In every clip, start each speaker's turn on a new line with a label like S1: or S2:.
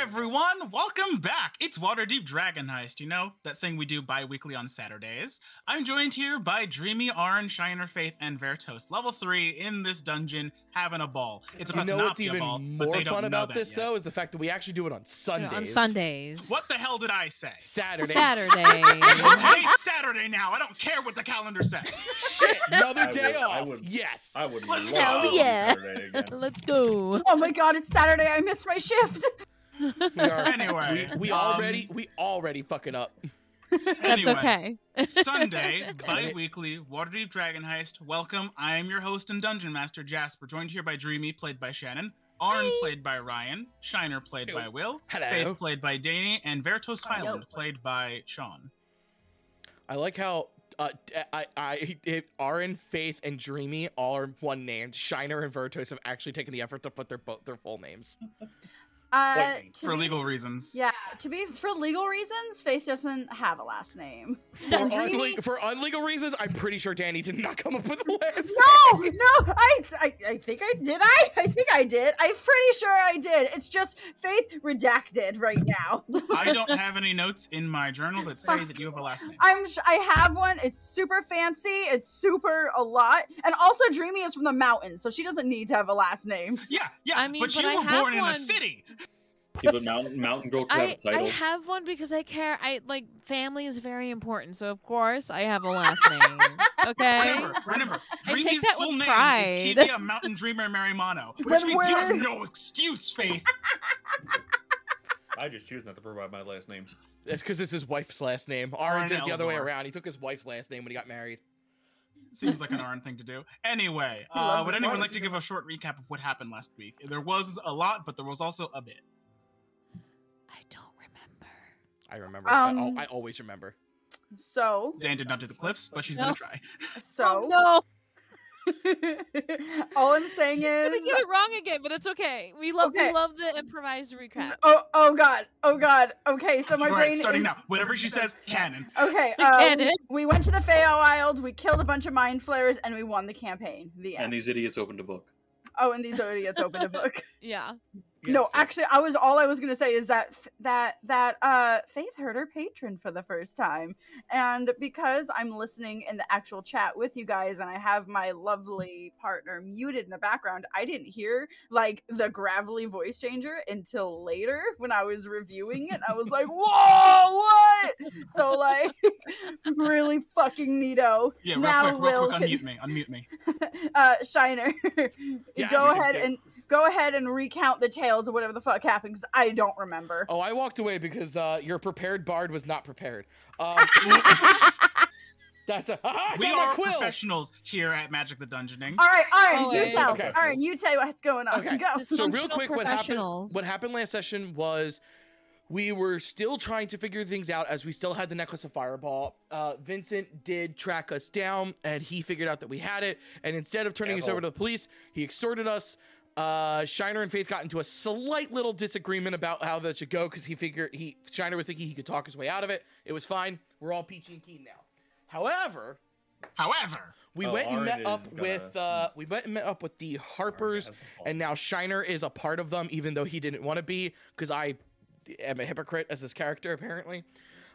S1: everyone. Welcome back. It's Waterdeep Dragon Heist, you know, that thing we do bi weekly on Saturdays. I'm joined here by Dreamy, Arn, Shiner, Faith, and Vertos, level three in this dungeon, having a ball. It's
S2: You
S1: about
S2: know
S1: to not
S2: what's
S1: be
S2: even
S1: a ball, but
S2: more
S1: they don't
S2: fun
S1: know
S2: about
S1: that
S2: this
S1: yet.
S2: though is the fact that we actually do it on Sundays.
S3: On Sundays.
S1: What the hell did I say?
S2: Saturdays.
S3: Saturday.
S1: Today's Saturday now. I don't care what the calendar says.
S2: Shit, another
S4: I
S2: day
S4: would-
S2: off.
S4: I would-
S2: yes.
S4: I would
S1: Let's
S4: love to
S1: go.
S4: be
S3: Yeah.
S4: Saturday again.
S3: Let's go.
S5: Oh my god, it's Saturday. I missed my shift.
S2: We are-
S1: Anyway,
S2: we, we
S1: um,
S2: already we already fucking up.
S3: That's
S1: Anyway.
S3: okay.
S1: Sunday,
S2: Damn
S1: bi
S2: it.
S1: weekly, Waterdeep Dragon Heist. Welcome. I am your host and Dungeon Master Jasper, joined here by Dreamy, played by Shannon, Arn, played by Ryan, Shiner, played by Will,
S2: Hello.
S1: Faith, played by Danny, and Vertos
S5: Hello.
S1: Filand, played by Sean.
S2: I like how uh, I, I, if Aaron, Faith, and Dreamy all are one named. Shiner and Vertos have actually taken the effort to put their both their full names.
S5: Uh,
S4: Wait,
S5: to
S1: For
S5: be-
S1: legal reasons.
S5: Yeah, to be for legal reasons, Faith doesn't have a last name.
S2: For,
S5: And Dreamy-
S2: unle- for unlegal reasons, I'm pretty sure Danny did not come up with a last.
S5: No, no, I, I, I think I did. I, I think I did. I'm pretty sure I did. It's just Faith redacted right now.
S1: I don't have any notes in my journal that say that you have a last name.
S5: I'm, sh- I have one. It's super fancy. It's super a lot, and also Dreamy is from the mountains, so she doesn't need to have a last name.
S1: Yeah, yeah,
S3: I mean,
S1: but,
S3: but
S1: you
S3: I
S1: were
S3: have
S1: born in a
S3: one.
S1: city.
S4: Yeah, but Mountain Mountain Girl could have
S3: I,
S4: a
S3: I
S4: title.
S3: have one because I care. I like family is very important, so of course I have a last name. Okay.
S1: Remember, remember,
S3: I take
S1: Dreamy's
S3: that
S1: full
S3: with
S1: name
S3: pride.
S1: is Kidia Mountain Dreamer Marimano, which
S5: Then
S1: means you have
S5: where-
S1: no excuse, Faith.
S4: I just choose not to provide my last name.
S2: That's because it's his wife's last name. Aaron
S1: Aaron
S2: did it the other way
S1: Eldor.
S2: around. He took his wife's last name when he got married.
S1: Seems like an Arn thing to do. Anyway,
S5: He
S1: uh,
S5: loves
S1: would
S5: his
S1: anyone
S5: wife.
S1: like to give a short recap of what happened last week? There was a lot, but there was also a bit.
S3: I don't remember.
S2: I remember. I al-
S5: Um,
S2: I, always remember.
S5: So,
S1: Dan did not do the cliffs, but she's
S3: No.
S1: gonna try.
S5: so.
S3: no,
S5: All I'm saying
S3: she's
S5: is,
S3: gonna get it wrong again, but it's okay. We love
S5: Okay.
S3: we love the improvised recap.
S5: Oh, oh god, oh god. Okay, so my
S1: All right,
S5: brain
S1: starting
S5: is
S1: now. Whatever she says, canon.
S5: okay.
S3: You
S5: Uh,
S3: get
S5: we,
S3: it.
S5: we went to the Feywild. We killed a bunch of mind flayers, and we won the campaign. The end.
S4: And these idiots opened a book.
S5: oh, and these idiots opened a book.
S3: Yeah.
S5: no,
S4: Yes, yes.
S5: actually, I was all I was gonna say is that f- that that uh, Faith heard her patron for the first time, and because I'm listening in the actual chat with you guys, and I have my lovely partner muted in the background, I didn't hear like the gravelly voice changer until later when I was reviewing it. I was like, "Whoa, what?" So like, really fucking neato.
S1: Yeah, real
S5: Now
S1: quick, real
S5: Will
S1: quick,
S5: can-
S1: unmute me, unmute me.
S5: uh, Shiner, go
S2: Yes.
S5: ahead and go ahead and recount the tales of whatever the fuck happened because I don't remember.
S2: Oh, I walked away because uh, your prepared bard was not prepared. Um, that's a. Ah,
S1: we
S2: we
S1: are
S2: quill.
S1: professionals here at Magic the Dungeoning.
S5: All right, Iron, you
S3: Always.
S5: tell.
S2: Okay.
S5: Iron, you tell what's going on.
S2: Okay.
S5: Go.
S2: So real
S3: Dysfunctional
S2: quick, what happened?
S3: professionals.
S2: What happened last session was we were still trying to figure things out as we still had the necklace of fireball. Uh, Vincent did track us down, and he figured out that we had it. And instead of turning us over
S4: Asshole.
S2: to the police, he extorted us. Uh, Shiner and Faith got into a slight little disagreement about how that should go because he figured he Shiner was thinking he could talk his way out of it. It was fine. We're all peachy and keen now. However,
S1: However,
S2: we
S4: Oh,
S2: went and
S4: Arn
S2: met
S4: is
S2: up
S4: gonna-
S2: with uh, we went and met up with the Harpers and now Shiner is a part of them, even though he didn't want to be, because I am a hypocrite as this character, apparently.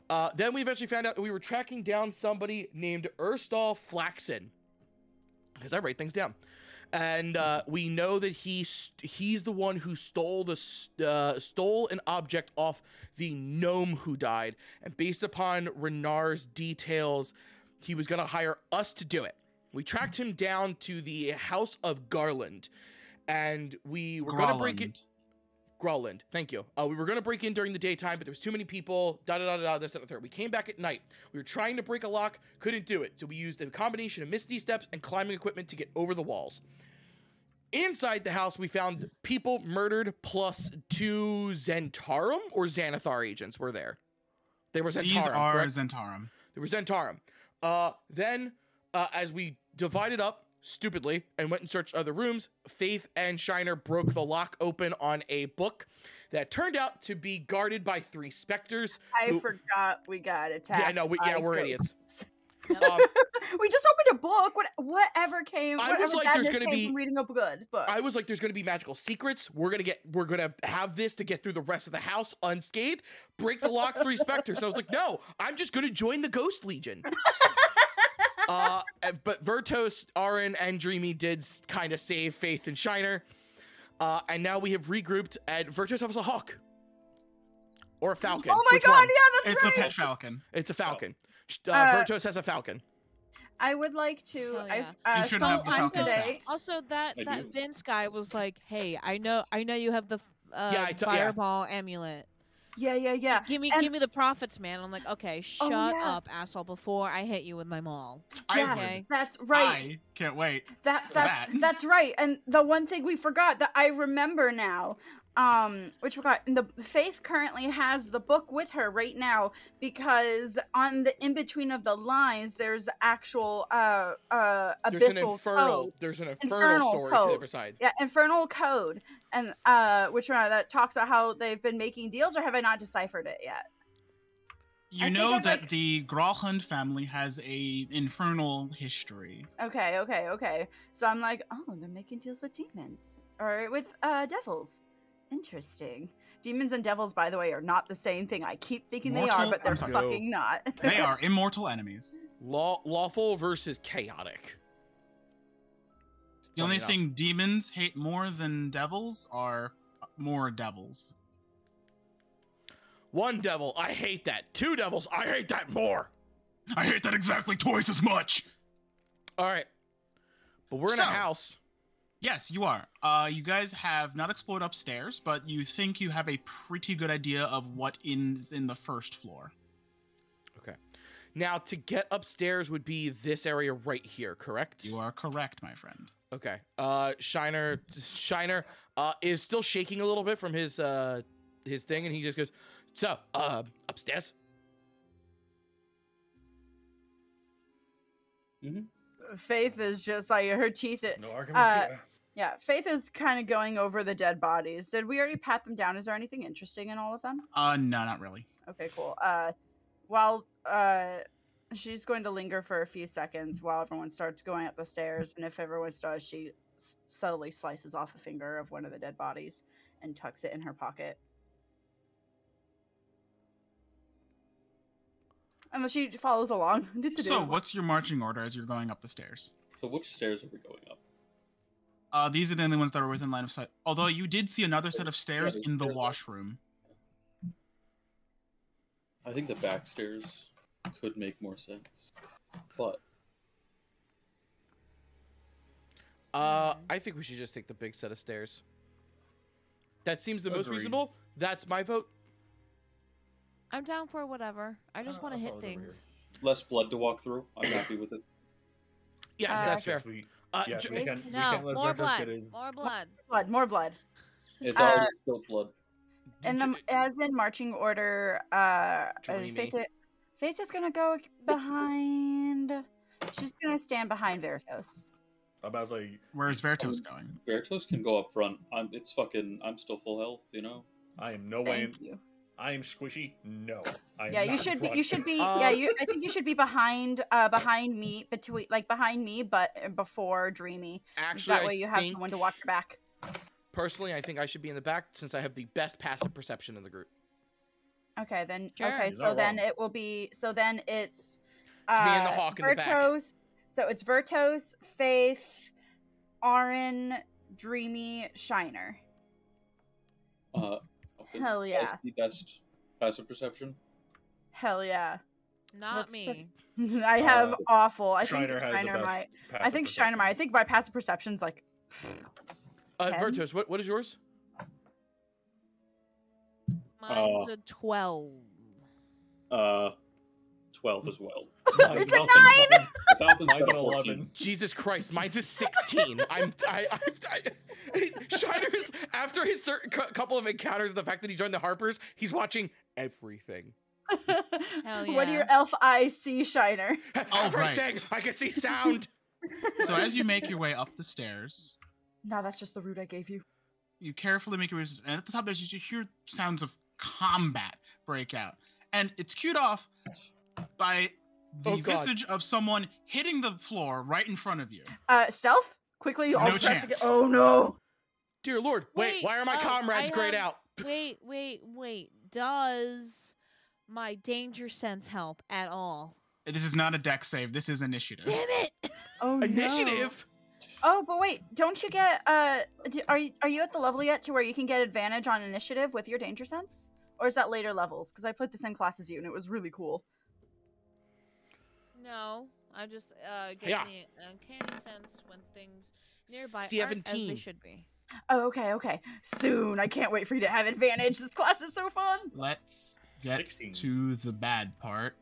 S2: Uh, then we eventually found out that we were tracking down somebody named Erstall Flaxen, because I write things down. And uh, we know that he st- he's the one who stole the s- uh, stole an object off the gnome who died, and based upon Renar's details, he was going to hire us to do it. We tracked him down to the house of Garland, and we were going to break it.
S1: Groland.
S2: Growland, thank you. Uh, we were gonna break in during the daytime, but there was too many people. Da da da da. da This that, and the third. We came back at night. We were trying to break a lock, couldn't do it. So we used a combination of misty steps and climbing equipment to get over the walls. Inside the house, we found people murdered, plus two Zentarum or Xanathar agents were there. They were Zentarum.
S1: These are
S2: correct?
S1: Zentarum.
S2: There was Zentarum. Uh, then, uh, as we divided up stupidly and went and searched other rooms, Faith and Shiner broke the lock open on a book that turned out to be guarded by three specters.
S5: I
S2: Who-
S5: forgot we got attacked.
S2: yeah, no, we, yeah,
S5: by
S2: we're
S5: goats.
S2: idiots. Um,
S5: we just opened a book. What, whatever came,
S2: I was
S5: whatever
S2: like, there's gonna
S5: badness came
S2: be-
S5: from reading a good book.
S2: I was like, there's gonna be magical secrets. We're gonna get we're gonna have this to get through the rest of the house unscathed, break the lock three specters. So I was like, no, I'm just gonna join the Ghost Legion. uh and- but Vertos, Arin, and Dreamy did kind of save Faith and Shiner. Uh, and now we have regrouped and Vertos has a hawk. Or a falcon.
S5: oh my
S2: Which
S5: god,
S2: one?
S5: yeah, that's
S1: It's a
S5: right.
S1: pet falcon.
S2: It's a falcon. Sh- Uh,
S5: Uh,
S2: Vertos has a falcon.
S5: I would like to.
S3: Hell yeah.
S5: I, uh,
S1: You shouldn't have the
S5: sometime
S1: Falcon
S5: today.
S1: stats.
S3: Also, that
S4: I
S3: that
S4: do.
S3: Vince guy was like, "Hey, I know, I know you have the f- uh,
S2: Yeah, I t- yeah.
S3: fireball amulet.
S5: Yeah, yeah, yeah.
S3: Give me,
S5: and-
S3: give me the profits, man." I'm like, "Okay, shut
S5: yeah.
S3: up, asshole, before I hit you with my maul."
S1: I
S5: Yeah.
S1: would.
S3: Okay.
S5: That's right.
S1: I can't wait.
S5: that
S1: for
S5: that's
S1: that.
S5: that's right and the one thing we forgot that i remember now um which we got the faith currently has the book with her right now because on the in between of the lines there's actual uh uh abyssal
S2: There's an infernal
S5: code.
S2: there's an infernal,
S5: Infernal
S2: story to
S5: code.
S2: the other side.
S5: yeah infernal code and uh which one that talks about how they've been making deals or have i not deciphered it yet I
S1: You
S5: think
S1: know
S5: I'd
S1: that
S5: like-
S1: the Grauhund family has a infernal history.
S5: okay okay okay so i'm like oh they're making deals with demons or with uh devils interesting demons and devils by the way are not the same thing i keep thinking they are
S1: Mortal-
S5: but they're
S1: I'm sorry.
S2: No.
S5: fucking not
S1: They are immortal enemies.
S2: Law, lawful versus chaotic.
S1: The only
S2: Funny enough.
S1: thing demons hate more than devils are uh, more devils.
S2: One devil, I hate that. Two devils, I hate that more.
S1: I hate that exactly twice as much.
S2: All right. But we're in
S1: So-
S2: a house.
S1: Yes, you are. Uh, you guys have not explored upstairs, but you think you have a pretty good idea of what is in the first floor.
S2: Now, to get upstairs would be this area right here, correct?
S1: You are correct, my friend.
S2: Okay. Uh Shiner Shiner uh is still shaking a little bit from his uh his thing and he just goes, "So, uh upstairs?"
S5: faith is just like her teeth it,
S4: No arguments
S5: Uh,
S4: here.
S5: yeah faith is kind of going over the dead bodies did we already pat them down is there anything interesting in all of them
S1: Uh, no, not really.
S5: okay cool uh while uh she's going to linger for a few seconds while everyone starts going up the stairs and if everyone does she s- subtly slices off a finger of one of the dead bodies and tucks it in her pocket unless she follows along
S1: So, what's your marching order as you're going up the stairs?
S4: So which stairs are we going up?
S1: Uh, these are the only ones that are within line of sight. Although you did see another set of stairs
S4: there's
S1: in the
S4: stairs up.
S1: washroom.
S4: I think the back stairs could make more sense. But
S2: Uh I think we should just take the big set of stairs. That seems the most
S4: Agreed.
S2: reasonable. That's my vote.
S3: I'm down for whatever. I just
S4: Uh,
S3: want
S4: I
S3: to
S4: thought
S3: hit
S4: it was over
S3: things.
S4: less blood to walk through. I'm happy with it.
S2: Yes,
S5: Uh,
S2: that's fair.
S4: We,
S2: Uh,
S4: yeah,
S2: J-
S4: we can- we
S3: No,
S4: can let
S3: more
S4: Vertos
S3: blood,
S4: get his-
S3: more blood.
S5: blood more blood
S4: It's
S5: Uh,
S4: already spilled blood.
S5: in the
S2: J-
S5: as in marching order uh, uh
S2: Dreamy.
S5: faith, i- faith is gonna go behind she's gonna stand behind veritas
S4: I'm about to say,
S1: Where is Vertos going?
S4: Vertos can go up front. I'm, it's fucking. I'm still full health, you know.
S6: I am no way. In,
S5: thank you
S6: I am squishy. No. I am
S5: yeah, you
S6: not
S5: should be.
S6: drunk.
S5: You should be. yeah,
S2: Uh,
S5: you. I think you should be behind, uh, behind me, between, like behind me, but uh, before Dreamy.
S2: Actually,
S5: that
S2: I
S5: way you have
S2: think-
S5: someone to watch your back.
S2: Personally, I think I should be in the back since I have the best passive perception in the group.
S5: Okay, then.
S3: Sure.
S5: Okay,
S6: He's
S5: so
S6: not
S5: then
S6: wrong.
S5: it will be. So then it's.
S2: It's
S5: uh,
S2: me and the hawk in the back.
S5: Vertos. So it's Vertos, Faith, Arin, Dreamy, Shiner.
S4: Uh, okay.
S5: Hell
S4: That's
S5: yeah.
S4: the best passive perception.
S5: Hell yeah!
S3: Not
S5: Let's fuck-
S3: me.
S5: I have
S4: Uh,
S5: awful. I
S6: Shiner
S5: think
S6: has the
S5: Shiner
S6: best
S5: might. I
S6: passive
S5: think Shiner might. I
S6: perception.
S5: think my passive perception's like.
S2: Uh,
S5: Ten?
S2: Vertos, what, what is yours?
S3: Mine's a twelve.
S4: Uh, twelve as well.
S5: It's a
S4: nine. Falcon's
S6: Mine's
S4: got
S6: an
S4: a
S6: 11.
S4: eleven.
S2: Jesus Christ, mine's a 16. I'm, I, I, I, Shiner's, after his certain cou- couple of encounters and the fact that he joined the Harpers, he's watching everything.
S5: What do your
S3: yeah.
S5: elf eyes see, Shiner?
S1: All right.
S2: everything! I can see sound!
S1: So, as you make your way up the stairs,
S5: No, that's just the route I gave you.
S1: You carefully make your resistance, and at the top of this, you should hear sounds of combat break out. And it's cued off by the
S2: Oh, God.
S1: visage of someone hitting the floor right in front of you.
S5: Uh, stealth? Quickly, all
S1: No
S5: dressed again.
S1: chance.
S5: Oh no.
S2: Dear Lord, wait,
S3: Wait,
S2: why are my
S3: oh,
S2: comrades
S3: I
S2: grayed
S3: have-
S2: out?
S3: Wait, wait, wait. Does my danger sense help at all?
S1: This is not a deck save. This is initiative.
S3: Damn it!
S5: Oh
S2: Initiative.
S5: Oh, but wait, don't you get uh do, are you, are you at the level yet to where you can get advantage on initiative with your danger sense? Or is that later levels? Cuz I played this in class as you and it was really cool.
S3: No, I just uh, get
S2: Yeah.
S3: the uncanny sense when things nearby aren't as they
S2: 17.
S3: should be.
S5: Oh, okay, okay. Soon. I can't wait for you to have advantage. This class is so fun.
S1: Let's get
S6: 16.
S1: to the bad part.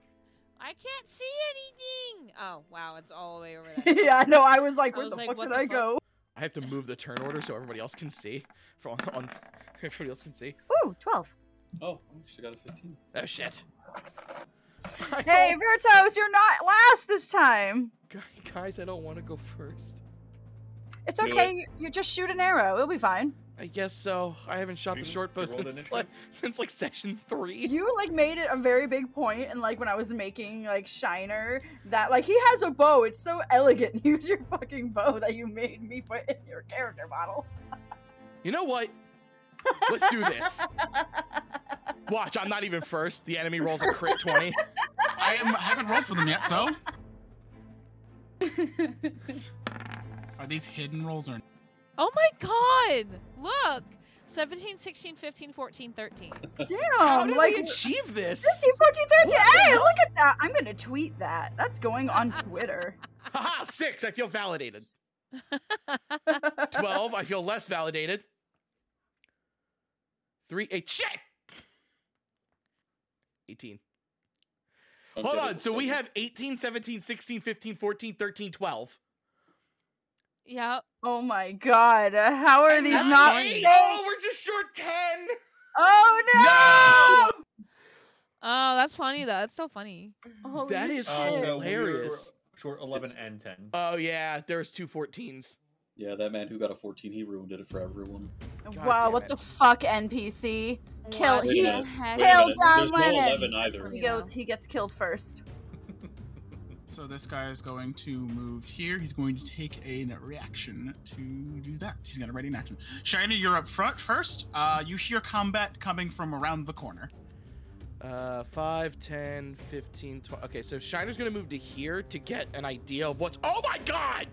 S3: I can't see anything. Oh wow, it's all the way over there.
S5: yeah, no, I was like,
S3: I
S5: where
S3: was
S5: the
S3: like,
S5: fuck
S3: what
S5: did
S3: the
S5: I
S3: fuck?
S5: go?
S2: I have to move the turn order so everybody else can see. For on, on everybody else can see.
S5: Ooh, 12.
S4: Oh, I actually got a 15.
S2: Oh shit. I
S5: Hey,
S2: don't-
S5: Virtos, you're not last this time.
S2: Gu- guys, I don't want to go first.
S5: It's
S4: Do
S5: okay. You, you just shoot an arrow. It'll be fine.
S2: I guess so. I haven't shot the
S6: Dream,
S2: short bow
S6: you rolled
S2: since
S6: initiative?
S2: like, since like session three.
S5: you like made it a very big point and like when i was making like shiner that like he has a bow it's so elegant use your fucking bow that you made me put in your character model
S2: You know what? Let's do this. Watch, I'm not even first. The enemy rolls a crit 20.
S1: I am, I haven't rolled for them yet, so are these hidden rolls or?
S3: Oh my god! Look! 17, 16, 15, 14, 13.
S2: How
S5: damn
S2: did
S5: Oh, like
S2: we achieve this?
S5: 15 14 13 hey look at that i'm gonna tweet that that's going on twitter
S2: Haha, six. I feel validated. 12. I feel less validated. Three, eight. Shit! 18. Hold on. So we have 18, 17, 16, 15, 14, 13, 12.
S3: yep.
S5: oh my god how are
S2: And
S5: these
S2: that's
S5: not
S2: eight.
S5: saved?
S2: Oh, we're just short 10.
S5: oh no,
S3: Oh, that's funny though. That's so funny.
S5: Holy
S2: That is
S5: shit.
S6: Oh, no, we were
S2: Hilarious.
S6: Short 11
S4: It's-
S6: and 10.
S2: Oh, yeah. There's two 14s.
S4: Yeah, that man who got a 14, he ruined it for everyone.
S2: God
S5: wow
S2: damn
S5: what
S2: it.
S5: the fuck npc Kill-
S3: Wow,
S4: he-
S3: so happy.
S5: Kill
S4: There's no
S5: John Lennon.
S4: 11 either.
S5: he,
S3: You
S5: go,
S3: know.
S5: he gets killed first
S1: So this guy is going to move here. He's going to take a n- reaction to do that. He's going to ready an action. Shiner, you're up front first. Uh, you hear combat coming from around the corner.
S2: Uh, 5, 10, 15, 20. Okay, so Shiner's gonna move to here to get an idea of what's. Oh my god!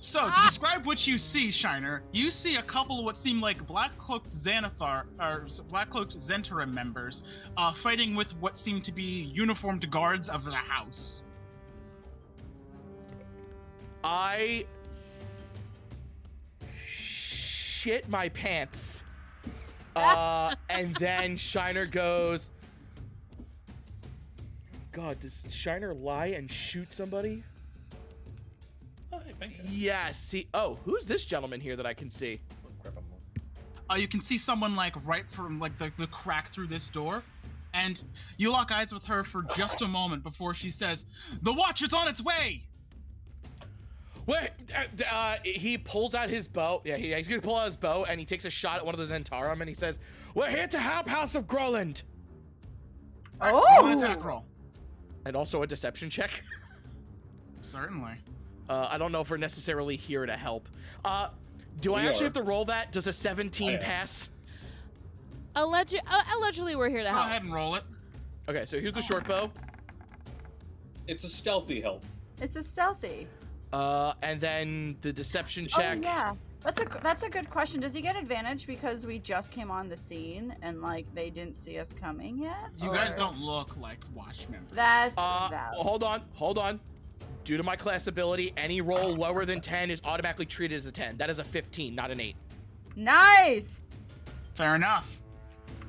S1: So to describe what you see, Shiner, you see a couple of what seem like black cloaked Xanathar or s- black cloaked Zentara members uh, fighting with what seem to be uniformed guards of the house.
S2: I. shit my pants. Uh, and then Shiner goes. God, does Shiner lie and shoot somebody?
S6: Oh, hey, thank you.
S2: Yes, he. Oh, who's this gentleman here that I can see?
S6: Oh, crap, I'm low.
S1: uh, you can see someone like right from like the, the crack through this door and you lock eyes with her for just a moment before she says the watch is on its way
S2: Wait, uh, uh, he pulls out his bow. Yeah, he, he's gonna pull out his bow and he takes a shot at one of the Zentarum and he says, We're here to help House of Groland!
S1: All
S5: oh
S1: roll an attack roll
S2: And also a deception check.
S1: certainly
S2: Uh, I don't know if we're necessarily here to help. Uh, do I
S4: We
S2: actually
S4: are.
S2: have to roll that? Does a 17
S4: I am.
S2: pass?
S3: Alleged, uh, allegedly, we're here to
S1: go
S3: help.
S1: ahead and roll it
S2: Okay, so here's the short bow.
S4: It's a stealthy help.
S5: It's a stealthy.
S2: Uh, and then the deception check.
S5: Oh yeah. That's a that's a good question. Does he get advantage because we just came on the scene and like they didn't see us coming yet?
S1: you guys
S5: Or-
S1: don't look like watch members
S5: That's
S2: Uh,
S5: valid.
S2: hold on, hold on. Due to my class ability, any roll lower than 10 is automatically treated as a 10. That is a 15, not an 8.
S5: nice,
S1: fair enough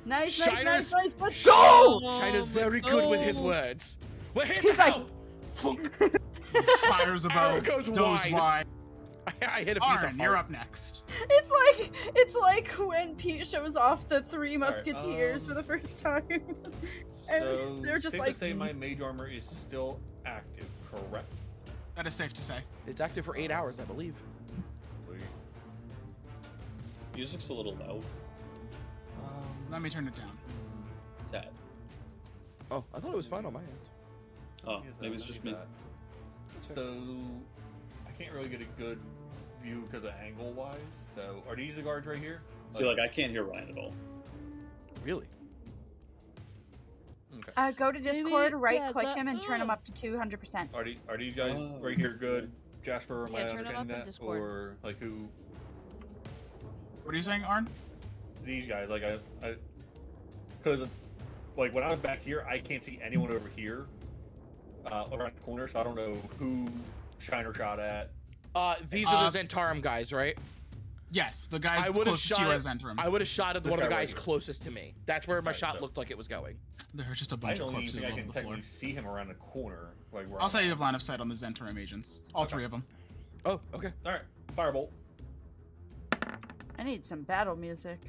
S5: nice,
S2: Shiners-
S5: nice, nice, nice. Let's go!
S3: Oh
S2: Shina's
S3: my
S2: very good with his
S3: God.
S2: words. We're here
S5: He's
S2: to
S5: like-
S2: help. Funk.
S1: fires
S2: Arrow
S1: about
S2: goes
S1: goes,
S2: wide.
S1: wide,
S2: I, I hit a piece
S1: Arn,
S2: of
S1: you're
S2: art.
S1: up next
S5: It's like it's like when Pete shows off the three
S6: right,
S5: musketeers for
S6: um,
S5: the first time.
S6: So,
S5: Uh, they're just
S6: safe
S5: like-
S6: to say my mage armor is still active, correct?
S1: that is safe to say
S2: It's active for eight hours, I believe.
S4: Music's a little loud.
S1: Um, let me turn it down
S4: Tad.
S2: Oh, I thought it was fine on my end.
S4: Oh,
S6: Yeah,
S4: maybe
S6: no,
S4: it's
S6: no
S4: just me.
S6: need that. So I can't really get a good view because of angle wise. So are these the guards right here?
S4: See, like I can't hear Ryan at all.
S2: Really?
S6: okay.
S5: Uh, go to Discord,
S3: Maybe-
S5: right
S3: yeah,
S5: click
S3: that-
S5: him, and turn him
S3: mm.
S5: up to 200%.
S6: Are, the, are these guys
S4: Oh,
S6: right here good? Jasper, am
S3: Yeah,
S6: I
S3: turn 'em up in
S6: understanding that?
S3: Discord.
S6: Or like who?
S1: What are you saying, Arn?
S6: These guys, like I, I, because like when I was back here, I can't see anyone over here uh, around the corner, so I don't know who Shiner shot at.
S2: Uh, these are the Zentarum guys, right?
S1: Yes, the guys
S2: I would've
S1: closest to
S2: shot
S1: you
S2: it-
S1: as Entrum.
S2: I would have shot at
S6: This
S2: one of the
S6: guy right
S2: guys
S6: here.
S2: closest to me. That's where my
S6: Alright,
S2: shot
S6: so-
S2: looked like it was going.
S1: There are just a
S6: I
S1: bunch of
S6: don't even
S1: corpses
S6: think I
S1: all over
S6: can
S1: the floor.
S6: technically see him around the corner. Like where
S1: I'll
S6: I'm
S1: say you
S6: at.
S1: have line of sight on the Zentarim agents. All
S6: Okay.
S1: three of them.
S2: Oh, okay.
S6: All right, firebolt
S5: I need some battle music.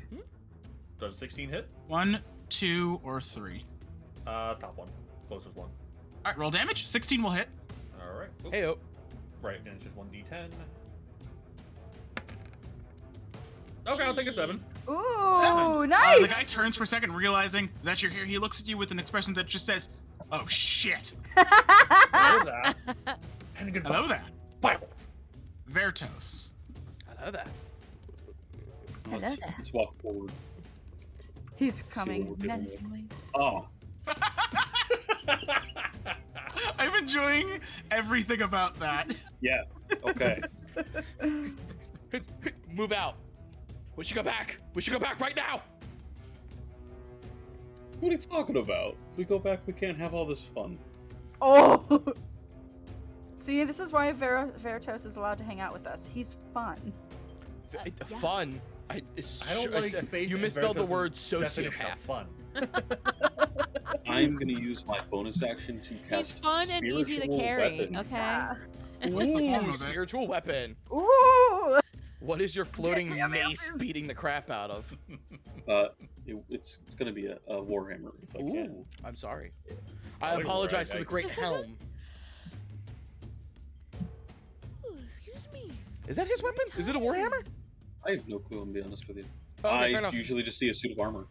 S6: does 16 hit.
S1: One, two, or three.
S6: Uh, top one, closest one.
S1: All right, roll damage. 16 will hit.
S6: All right. Oop.
S2: Hey,
S6: Right, and it's just one d10. Okay, I'll take a seven.
S5: Ooh,
S1: Seven. Uh,
S5: nice!
S1: the guy turns for a second, realizing that you're here. He looks at you with an expression that just says, "Oh shit."
S6: Hello there. And goodbye.
S1: Hello there,
S6: Firebolt.
S1: Vertos.
S2: I know that.
S4: Oh, Let's,
S5: Hello there.
S4: let's walk forward.
S5: He's
S4: we're
S5: coming
S4: doing.
S5: menacingly.
S4: Oh,
S1: I'm enjoying everything about that.
S4: yeah. Okay.
S2: Move out. We should go back. We should go back right now.
S4: what are you talking about? If we go back, we can't have all this fun.
S5: Oh! See, this is why Ver- Veritos is allowed to hang out with us. He's fun.
S3: Uh,
S2: It-
S3: yeah.
S2: Fun. I, it's
S6: I don't
S2: sure-
S6: like faith
S2: you
S6: in
S2: misspelled the
S6: Veritas'
S2: word
S6: definition
S2: sociopath.
S6: of fun.
S4: I'm gonna use my bonus action to
S3: He's
S4: cast.
S3: fun and easy to
S4: spiritual
S3: carry.
S4: weapon.
S3: Okay.
S5: Yeah.
S1: What's the form
S2: Ooh,
S1: of it?
S2: spiritual weapon.
S5: Ooh!
S2: What is your floating
S5: me out
S2: mace
S5: there.
S2: beating the crap out of?
S4: Uh, it- it's it's gonna be a, a warhammer if I
S2: Ooh,
S4: can.
S2: I'm sorry.
S6: Oh,
S2: I
S6: you're
S2: apologize
S6: right,
S2: to
S6: I-
S2: the great helm.
S3: Ooh, excuse me.
S2: Is that his weapon? Is it a warhammer?
S4: I have no clue. I'm gonna be honest with you.
S2: Oh, okay, fair
S4: I
S2: enough.
S4: usually just see a suit of armor.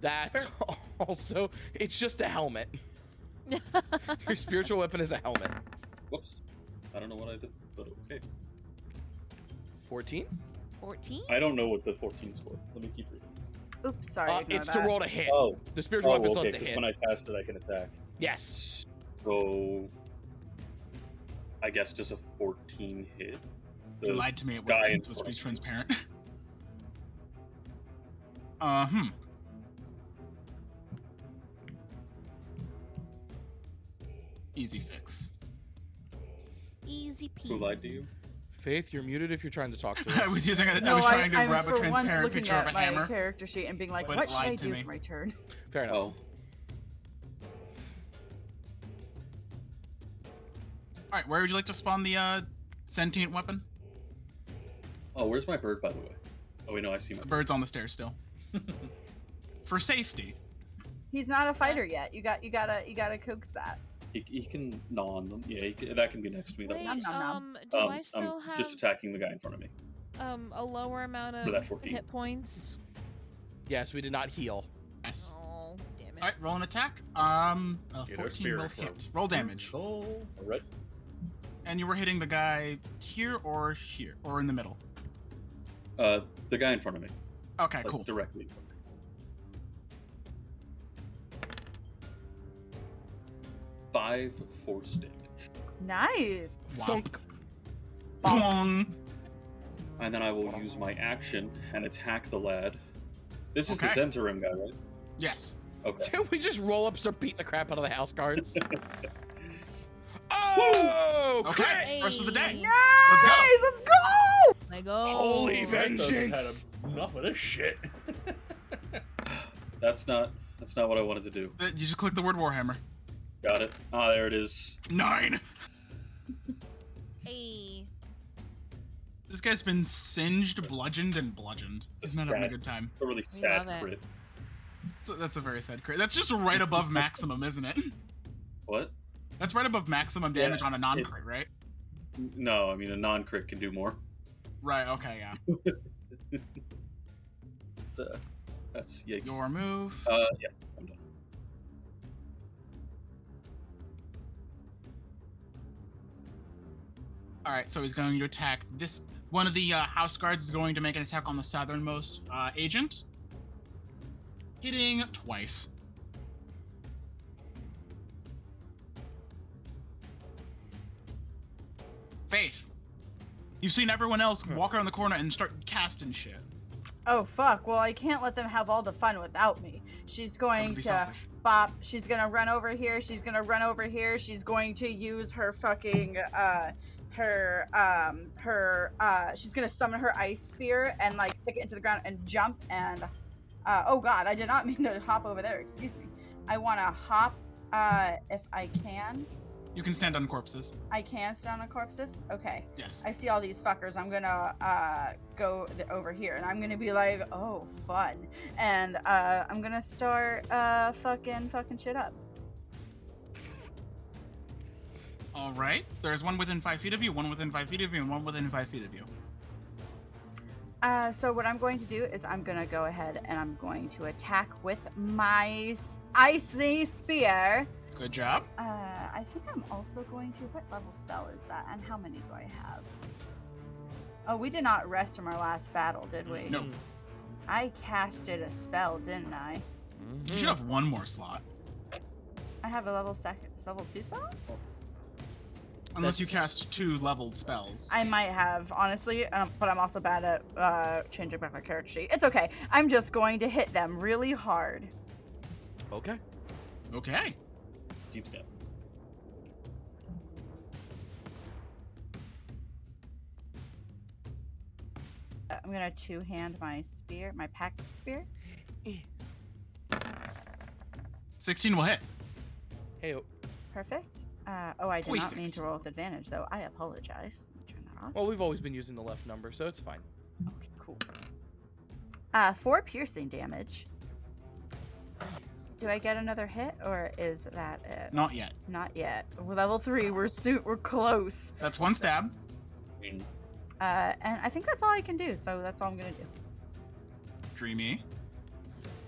S2: That's also. It's just a helmet. your spiritual weapon is a helmet.
S4: Whoops. I don't know what I did, but okay.
S2: 14.
S3: 14?
S4: I don't know what the 14's for. Let me keep reading.
S5: Oops, sorry.
S2: Uh,
S5: ignore
S2: it's
S5: that.
S2: to roll to hit.
S4: Oh,
S2: The spiritual
S4: oh
S2: weapon
S4: okay.
S2: says to
S4: Because
S2: hit.
S4: when I cast it, I can attack.
S2: Yes.
S4: So, I guess just a 14
S1: You
S4: hit. The-
S1: lied to me. It
S4: guy in
S1: wasn't supposed to be transparent. uh hmm. Easy fix.
S3: Easy peasy.
S4: who lied to you?
S2: Faith, you're muted if you're trying to talk to us.
S1: I was using. A, I
S5: No,
S1: was trying to
S5: I, am
S1: grab a
S5: for once
S1: transparent
S5: looking
S1: picture of
S5: at
S1: a
S5: my
S1: hammer.
S5: character sheet and being like,
S1: But it
S5: what should
S1: lied
S5: I
S1: to
S5: do
S1: me.
S5: for my turn?
S2: Fair enough.
S4: Oh,
S1: All right, where would you like to spawn the uh, sentient weapon?
S4: oh, where's my bird, by the way? Oh, wait, no, I see my.
S1: The bird's on the stairs still. For safety.
S5: He's not a fighter yet. You got, you gotta, you gotta coax that.
S4: He, he can gnaw on them. Yeah, he can, that can be next to me. That
S3: Wait,
S5: Nom,
S4: works.
S5: nom,
S3: um,
S5: nom.
S3: do
S4: um,
S3: I still
S4: I'm
S3: have
S4: just attacking the guy in front of me.
S3: um a lower amount
S4: For that
S3: of
S4: 14.
S3: hit points?
S2: Yes, we did not heal.
S1: Yes.
S3: Oh, damn it.
S1: All right, roll an attack. Um, a
S6: Get
S1: 14
S6: a
S1: will
S6: spirit roll.
S1: hit. Roll damage.
S6: Roll.
S4: All right.
S1: And you were hitting the guy here or here or in the middle.
S4: Uh, the guy in front of me.
S1: Okay,
S4: Like,
S1: cool.
S4: Directly in front of me. Five force damage.
S5: Nice.
S1: Wow.
S2: Thunk.
S1: Bong.
S4: And then I will use my action and attack the lad. This is
S1: Okay.
S4: the Zentarim guy, right?
S1: Yes.
S4: Okay.
S2: Can we just roll up some beat the crap out of the house guards? oh!
S1: Okay.
S2: crit!
S1: Rest of the day.
S3: Hey.
S1: Let's go.
S5: Guys, let's go!
S3: Like, oh.
S2: Holy
S6: Kratos has
S2: vengeance!
S6: had Enough of this shit.
S4: That's not that's not what I wanted to do.
S1: Uh, You just click the word Warhammer.
S4: Got it. Ah, there it is.
S1: Nine.
S3: Hey.
S1: This guy's been singed, bludgeoned, and bludgeoned. He's not having a
S4: Sad.
S1: good time.
S4: A really
S3: We
S4: sad
S3: love it.
S4: crit.
S1: So that's a very sad crit. That's just right above maximum, isn't it?
S4: What?
S1: That's right above maximum
S4: Yeah,
S1: damage on a non
S4: it's-
S1: crit, right?
S4: N- No, I mean a non-crit can do more.
S1: Right, okay, yeah.
S4: It's, uh, that's yikes.
S1: Your move.
S4: Uh, yeah, I'm done.
S1: All right, so he's going to attack this. One of the uh, house guards is going to make an attack on the southernmost uh, agent, hitting twice. Faith, you've seen everyone else walk around the corner and start casting shit.
S5: Oh fuck! Well, I can't let them have all the fun without me. She's
S1: That
S5: going
S1: would be
S5: to
S1: selfish.
S5: bop. She's gonna run over here. She's gonna run over here. She's going to use her fucking uh, her um her uh. She's gonna summon her ice spear and like stick it into the ground and jump and. Uh, oh god! I did not mean to hop over there. Excuse me. I want to hop uh if I can.
S1: You can stand on corpses.
S5: I can stand on corpses. Okay.
S1: Yes.
S5: I see all these fuckers. I'm gonna uh, go th- over here, and I'm gonna be like, "Oh, fun!" And uh, I'm gonna start uh, fucking fucking shit up.
S1: All right. There's one within five feet of you, one within five feet of you, and one within five feet of you.
S5: Uh, so what I'm going to do is I'm gonna go ahead and I'm going to attack with my s- icy spear.
S1: Good job.
S5: Uh, I think I'm also going to. What level spell is that? And how many do I have? Oh, we did not rest from our last battle, did we?
S1: No.
S5: I casted a spell, didn't I?
S1: You
S2: Mm-hmm.
S1: should have one more slot,
S5: I have a level second, level two spell.
S1: unless you
S2: That's-
S1: cast two leveled spells.
S5: I might have, honestly, um, but I'm also bad at uh, changing back my character sheet. It's okay. I'm just going to hit them really hard.
S2: Okay.
S1: Okay.
S4: Deep step.
S5: Uh, I'm gonna two hand my spear, my packed spear.
S1: 16 will hit.
S2: Hey.
S5: Perfect. Uh, oh, I did not mean
S1: Perfect.
S5: to roll with advantage, though. I apologize. Let me Turn that off.
S2: Well, we've always been using the left number, so it's fine.
S5: Okay, cool. Uh, four piercing damage. Do I get another hit, or is that it?
S1: Not yet.
S5: Not yet. We're level three. We're suit. We're close.
S1: That's one stab.
S4: I mean,
S5: Uh, and I think that's all I can do. So that's all I'm gonna do.
S1: Dreamy.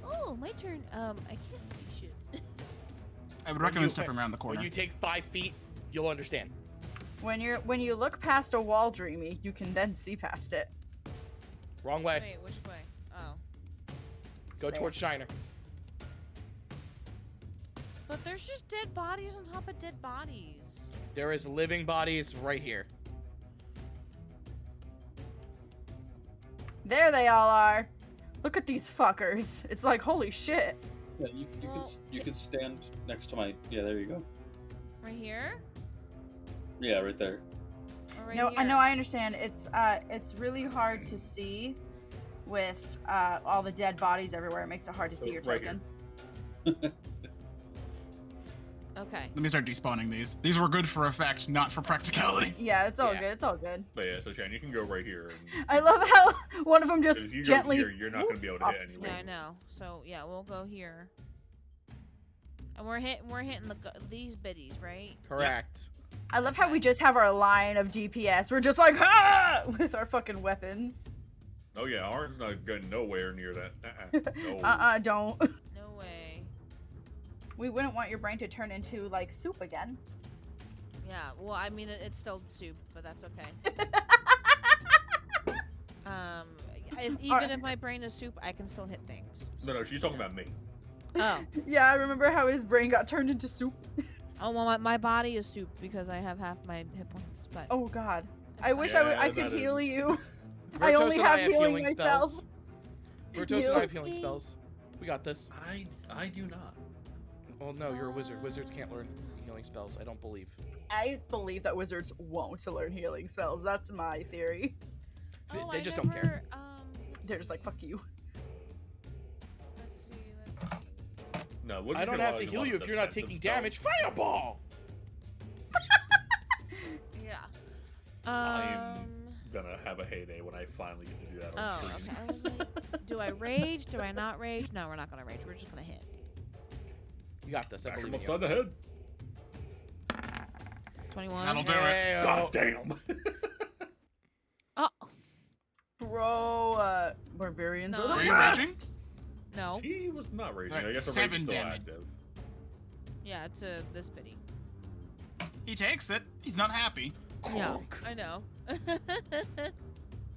S3: Oh, my turn. Um, I can't see shit.
S1: I would
S2: When
S1: recommend
S2: you-
S1: stepping around the corner.
S2: When you take five feet, you'll understand.
S5: When you're when you look past a wall, dreamy, you can then see past it.
S2: Wrong way.
S3: Wait, which way? Oh,
S2: Go towards Shiner.
S3: but there's just dead bodies on top of dead bodies.
S2: There is living bodies right here.
S5: There they all are. Look at these fuckers. It's like holy shit.
S4: yeah, you, you could s- you could stand next to my. Yeah, there you go.
S3: Right here?
S4: Yeah, right there.
S3: Or right
S5: no,
S3: here?
S5: I know I understand. It's uh it's really hard to see with uh all the dead bodies everywhere. It makes it hard to see your
S6: Oh, Right here.
S5: token.
S3: Okay.
S1: Let me start despawning these. These were good for effect, not for practicality.
S5: Yeah, it's all
S2: Yeah.
S5: good. It's all good.
S6: But yeah, so Shan, you can go right here. And
S5: I love how one of them just
S6: if you go
S5: gently
S6: here, you're not going to be able to
S5: off
S6: hit
S5: the
S3: Yeah,
S6: anyone.
S3: I know. So yeah, we'll go here. And we're hitting, we're hitting the gu- these biddies, right?
S2: Correct.
S5: I love how we just have our line of DPS. We're just like ah! with our fucking weapons.
S6: Oh yeah, Arn's not going nowhere near that. Uh-uh. No.
S5: uh-uh, don't.
S3: No way.
S5: We wouldn't want your brain to turn into like soup again.
S3: Yeah. Well, I mean, it, it's still soup, but that's okay. um, if, even
S5: Alright.
S3: if my brain is soup, I can still hit things.
S6: No, no, she's talking about me.
S3: Oh,
S5: Yeah, I remember how his brain got turned into soup.
S3: oh well, my, my body is soup because I have half my hit points. But
S5: Oh God,
S3: it's
S5: I
S3: fine.
S5: wish
S6: Yeah,
S5: I, would, I
S6: that
S5: could heal
S6: is-
S5: you. I only
S2: and
S5: have healing myself.
S2: spells. Virtuoso and I have healing
S3: You-
S2: spells. We got this.
S6: I I do not.
S2: Well, no, you're a wizard.
S5: Ah.
S2: Wizards can't learn healing spells. I don't believe.
S5: I believe that wizards won't learn healing spells. That's my theory.
S2: They-
S3: Oh,
S2: they
S3: I
S2: just don't care.
S3: never, Um, let's
S5: They're just like
S3: see,
S5: fuck you.
S3: Let's see. Let's see.
S6: No, what
S2: I
S6: you
S2: don't
S6: gonna
S2: have
S6: want
S2: to
S6: is a
S2: heal
S6: lot
S2: you
S6: of
S2: if you're not
S6: defensive
S2: taking
S6: spells.
S2: damage. Fireball.
S3: Yeah.
S6: I'm
S3: Um.
S6: Gonna have a heyday when I finally get to do that.
S3: Oh,
S6: On
S3: okay.
S6: stream.
S3: I was like, do I rage? Do I not rage? No, we're not gonna rage. We're just gonna hit.
S2: You got this. I
S6: Bash him
S2: believe in you.
S6: upside the head.
S3: Twenty-one.
S1: That'll do it.
S2: Hey,
S6: God
S2: oh,
S6: damn.
S3: Oh
S5: Bro, uh, barbarians are
S3: No.
S5: the
S3: Are you
S5: best.
S1: raging?
S3: no.
S6: He was not raging. I
S1: Alright,
S6: guess the rage
S1: seven
S6: is still
S1: damage.
S6: active.
S3: Yeah, it's a this bitty.
S1: He takes it. He's not happy.
S3: Yeah,
S2: Clunk.
S3: I know.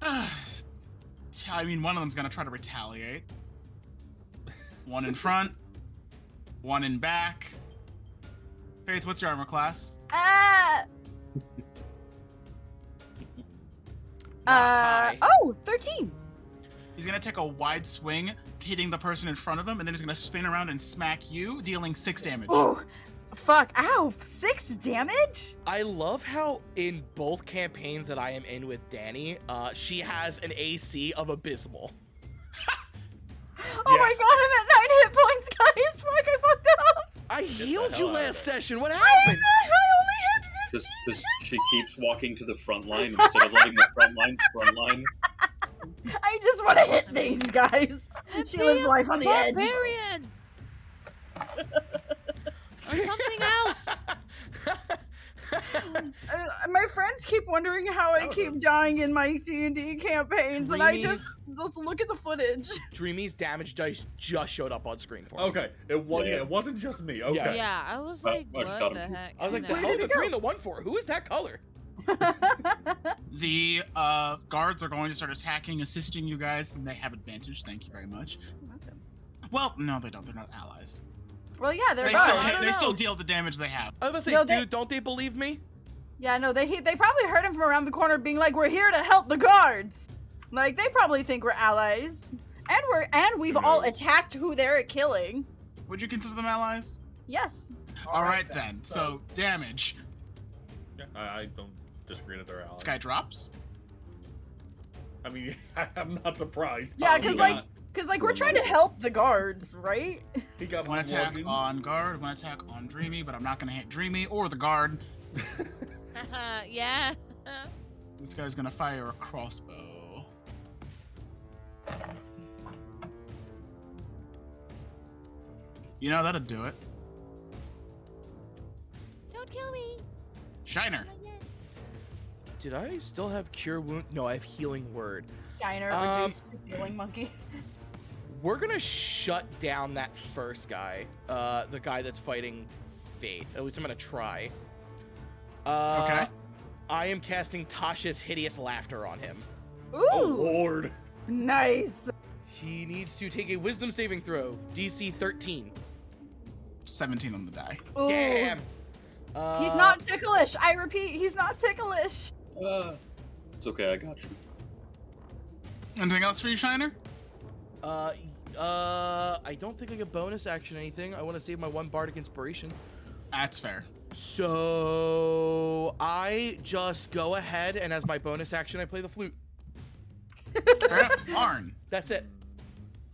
S1: I mean, one of them's gonna try to retaliate. One in front, one in back. Faith, what's your armor class?
S5: Ah! Uh,
S1: high.
S5: oh, 13.
S1: He's gonna take a wide swing, hitting the person in front of him, and then he's gonna spin around and smack you, dealing six damage.
S5: Oh, fuck. Ow, six damage?
S2: I love how in both campaigns that I am in with Danny, uh, she has an AC of abysmal.
S5: Oh my god, I'm at nine hit points, guys. Fuck, I fucked up.
S2: I healed
S4: hell
S2: you
S4: out of
S2: last
S4: it.
S2: session. What
S5: I,
S2: happened?
S5: am not- I only hit
S4: This, this, she keeps walking to the front line instead of letting the front line front line.
S5: I just want to hit things, guys. She lives
S3: Damn
S5: life on the edge.
S3: barbarian! or something else.
S5: Uh, my friends keep wondering how I
S6: That was
S5: keep
S6: a-
S5: dying in my D and D campaigns, and I
S2: Dreamies.
S5: just just look at the footage.
S2: Dreamy's damage dice just showed up on screen for me.
S6: Okay, it was
S4: Yeah.
S6: yeah. it wasn't just me. Okay,
S2: Yeah.
S3: Yeah, I was
S4: I-
S3: like,
S4: I just
S3: what
S4: got
S3: the
S4: him.
S3: heck?
S2: I was like,
S5: Where
S2: the
S5: did
S2: hell,
S5: it
S2: the
S5: go?
S2: three and the one for? Who is that color?
S1: The uh, guards are going to start attacking, assisting you guys, and they have advantage. Thank you very much. Well, no, they don't. They're not allies.
S5: well, yeah, they're
S1: They
S5: not.
S1: still,
S5: I
S1: hit-
S5: don't
S1: they
S5: know.
S1: still deal the damage they have.
S2: I was
S5: No,
S2: gonna say,
S5: they-
S2: dude, don't they believe me?
S5: Yeah, no, they he- they probably heard him from around the corner, being like, "We're here to help the guards." Like they probably think we're allies, and we're and we've all attacked who they're killing.
S1: Would you consider them allies?
S5: Yes.
S1: All right, then. So, damage.
S6: Yeah, I, I don't disagree that they're allies.
S1: This guy drops.
S6: I mean, I'm not surprised.
S5: Yeah,
S4: Oh,
S5: because
S4: he
S5: like,
S4: got-
S5: because like we're trying to help the guards, right?
S6: he got
S1: One attack
S6: bludgeoned.
S1: on guard, one attack on Dreamy, but I'm not gonna hit Dreamy or the guard.
S3: yeah.
S1: This guy's gonna fire a crossbow. You know, that'll do it.
S3: Don't kill me.
S1: Shiner.
S3: Not yet.
S2: Did I still have cure wound? No, I have healing word.
S5: Shiner
S2: Um,
S5: reduced to healing monkey.
S2: We're gonna shut down that first guy, uh, the guy that's fighting Faith. At least I'm gonna try. Uh,
S1: Okay.
S2: I am casting Tasha's hideous laughter on him.
S5: Ooh,
S6: Oh lord.
S5: nice.
S2: He needs to take a Wisdom saving throw, DC 13.
S1: 17 on the die.
S5: Ooh.
S2: Damn. Uh,
S5: He's not ticklish. I repeat, he's not ticklish.
S4: Uh, It's okay, I got you.
S1: Anything else for you, Shiner?
S2: Uh, uh, I don't think I get bonus action or anything. I want to save my one bardic inspiration.
S1: That's fair.
S2: So I just go ahead and as my bonus action, I play the flute.
S1: fair enough. Arn.
S2: That's it.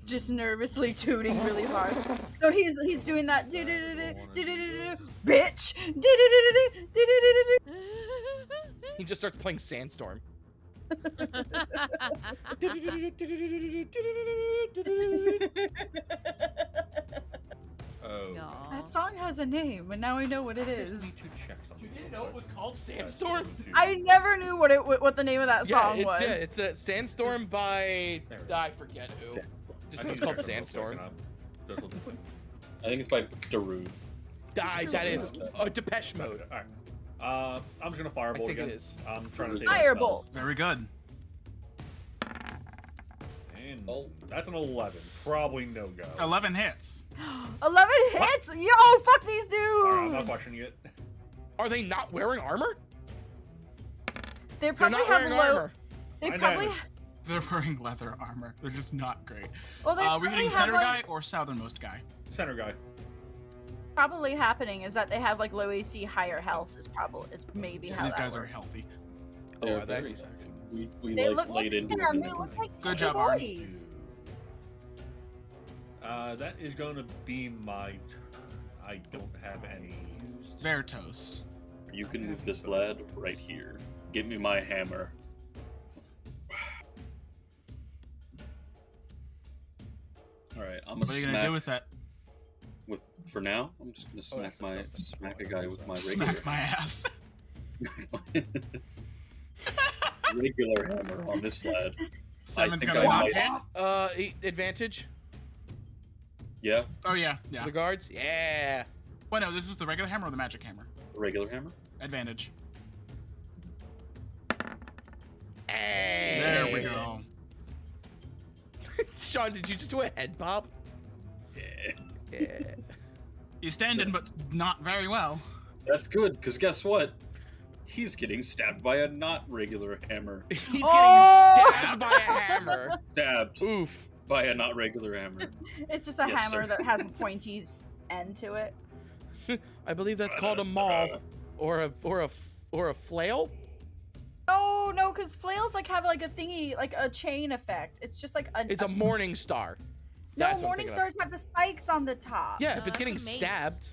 S5: Just nervously tooting really hard. No, he's he's doing that. do-do-do-do, do-do-do-do, Bitch. Do-do-do-do-do, do-do-do-do-do.
S2: He just starts playing Sandstorm.
S6: Oh.
S3: Aw.
S5: That song has a name, and now I know what it
S6: I just
S5: is.
S6: need to check something. real quick.
S2: called
S5: I never knew what it what the name of that
S2: Yeah,
S5: song
S2: it's,
S5: was.
S2: yeah, it's a Sandstorm by
S6: There we go.
S2: I forget who.
S4: Yeah.
S2: Just
S6: I
S2: know it's
S6: need
S2: called
S6: to check it real quick,
S2: Sandstorm.
S6: and I'm- that's what this-
S4: I think it's by Darude.
S2: Die, that is
S6: Yeah.
S2: a Depeche Mode.
S6: Alright. Uh, I'm just gonna
S2: I
S6: fireball
S2: think
S6: again.
S2: it is.
S6: I'm trying to save my
S5: Firebolt.
S6: spells.
S1: Very good.
S6: And that's an 11. Probably no go.
S1: 11 hits.
S5: Eleven hits. Yo, fuck these
S6: Alright, I'm not
S5: dudes.
S6: questioning it.
S2: Are they not wearing armor?
S5: They
S2: They're
S5: probably
S2: not
S5: have
S2: wearing
S5: low.
S2: armor.
S5: They
S6: I know.
S5: probably.
S1: They're wearing leather armor. They're just not great.
S5: Well, they
S1: Uh, we're
S5: probably
S1: hitting
S5: have
S1: center
S5: like.
S1: guy or southernmost guy.
S6: Center guy.
S5: probably happening is that they have like low AC, higher health. Is probably it's maybe how
S1: These
S5: that
S1: guys are
S5: works.
S1: healthy.
S2: Oh,
S4: They're
S2: are they?
S4: very- We, we
S5: They
S4: like
S5: look like
S4: laid
S5: damn,
S4: into them.
S5: they look like
S1: Good
S5: tiny
S1: job, Arn.
S5: boys.
S6: Uh, that is gonna be my turn. I don't have any.
S1: Vertos.
S4: You can move this lad right here. Give me my hammer. All right, I'm gonna
S1: What are you gonna
S4: smack
S1: do
S4: with...
S1: with that?
S4: For now, I'm just gonna
S6: Oh,
S4: smack
S6: that's
S4: my
S6: disgusting.
S4: smack a guy with my regular
S1: Smack my ass.
S4: regular hammer on this lad.
S1: Seven's
S4: think
S1: gonna
S5: I
S1: knock
S5: might-
S1: hit.
S2: Uh, e- advantage.
S4: Yeah,
S1: Oh yeah, yeah.
S2: The guards. Yeah.
S1: Wait, no, this is the regular hammer or the magic hammer.
S4: regular hammer.
S1: Advantage.
S2: Eh. Hey!
S1: There we go.
S2: Sean, did you just do a head bob? Yeah.
S1: He's standing, but not very well.
S4: That's good, because guess what? He's getting stabbed by a not regular hammer.
S2: He's getting
S5: Oh!
S2: stabbed by a hammer.
S4: Stabbed
S2: Oof.
S4: by a not regular hammer.
S5: It's just a
S4: Yes,
S5: hammer
S4: sir.
S5: that has a pointy s- end to it.
S2: I believe that's called a maul, or a or a or a flail.
S5: Oh no, because flails like have like a thingy, like a chain effect. It's just like a.
S2: It's a morning star.
S5: Uh, no,
S2: That's what I'm
S5: morning
S2: thinking of.
S5: stars have the spikes on the top.
S2: Yeah,
S3: No,
S2: if it's
S3: that's
S2: getting
S3: a mace.
S2: stabbed.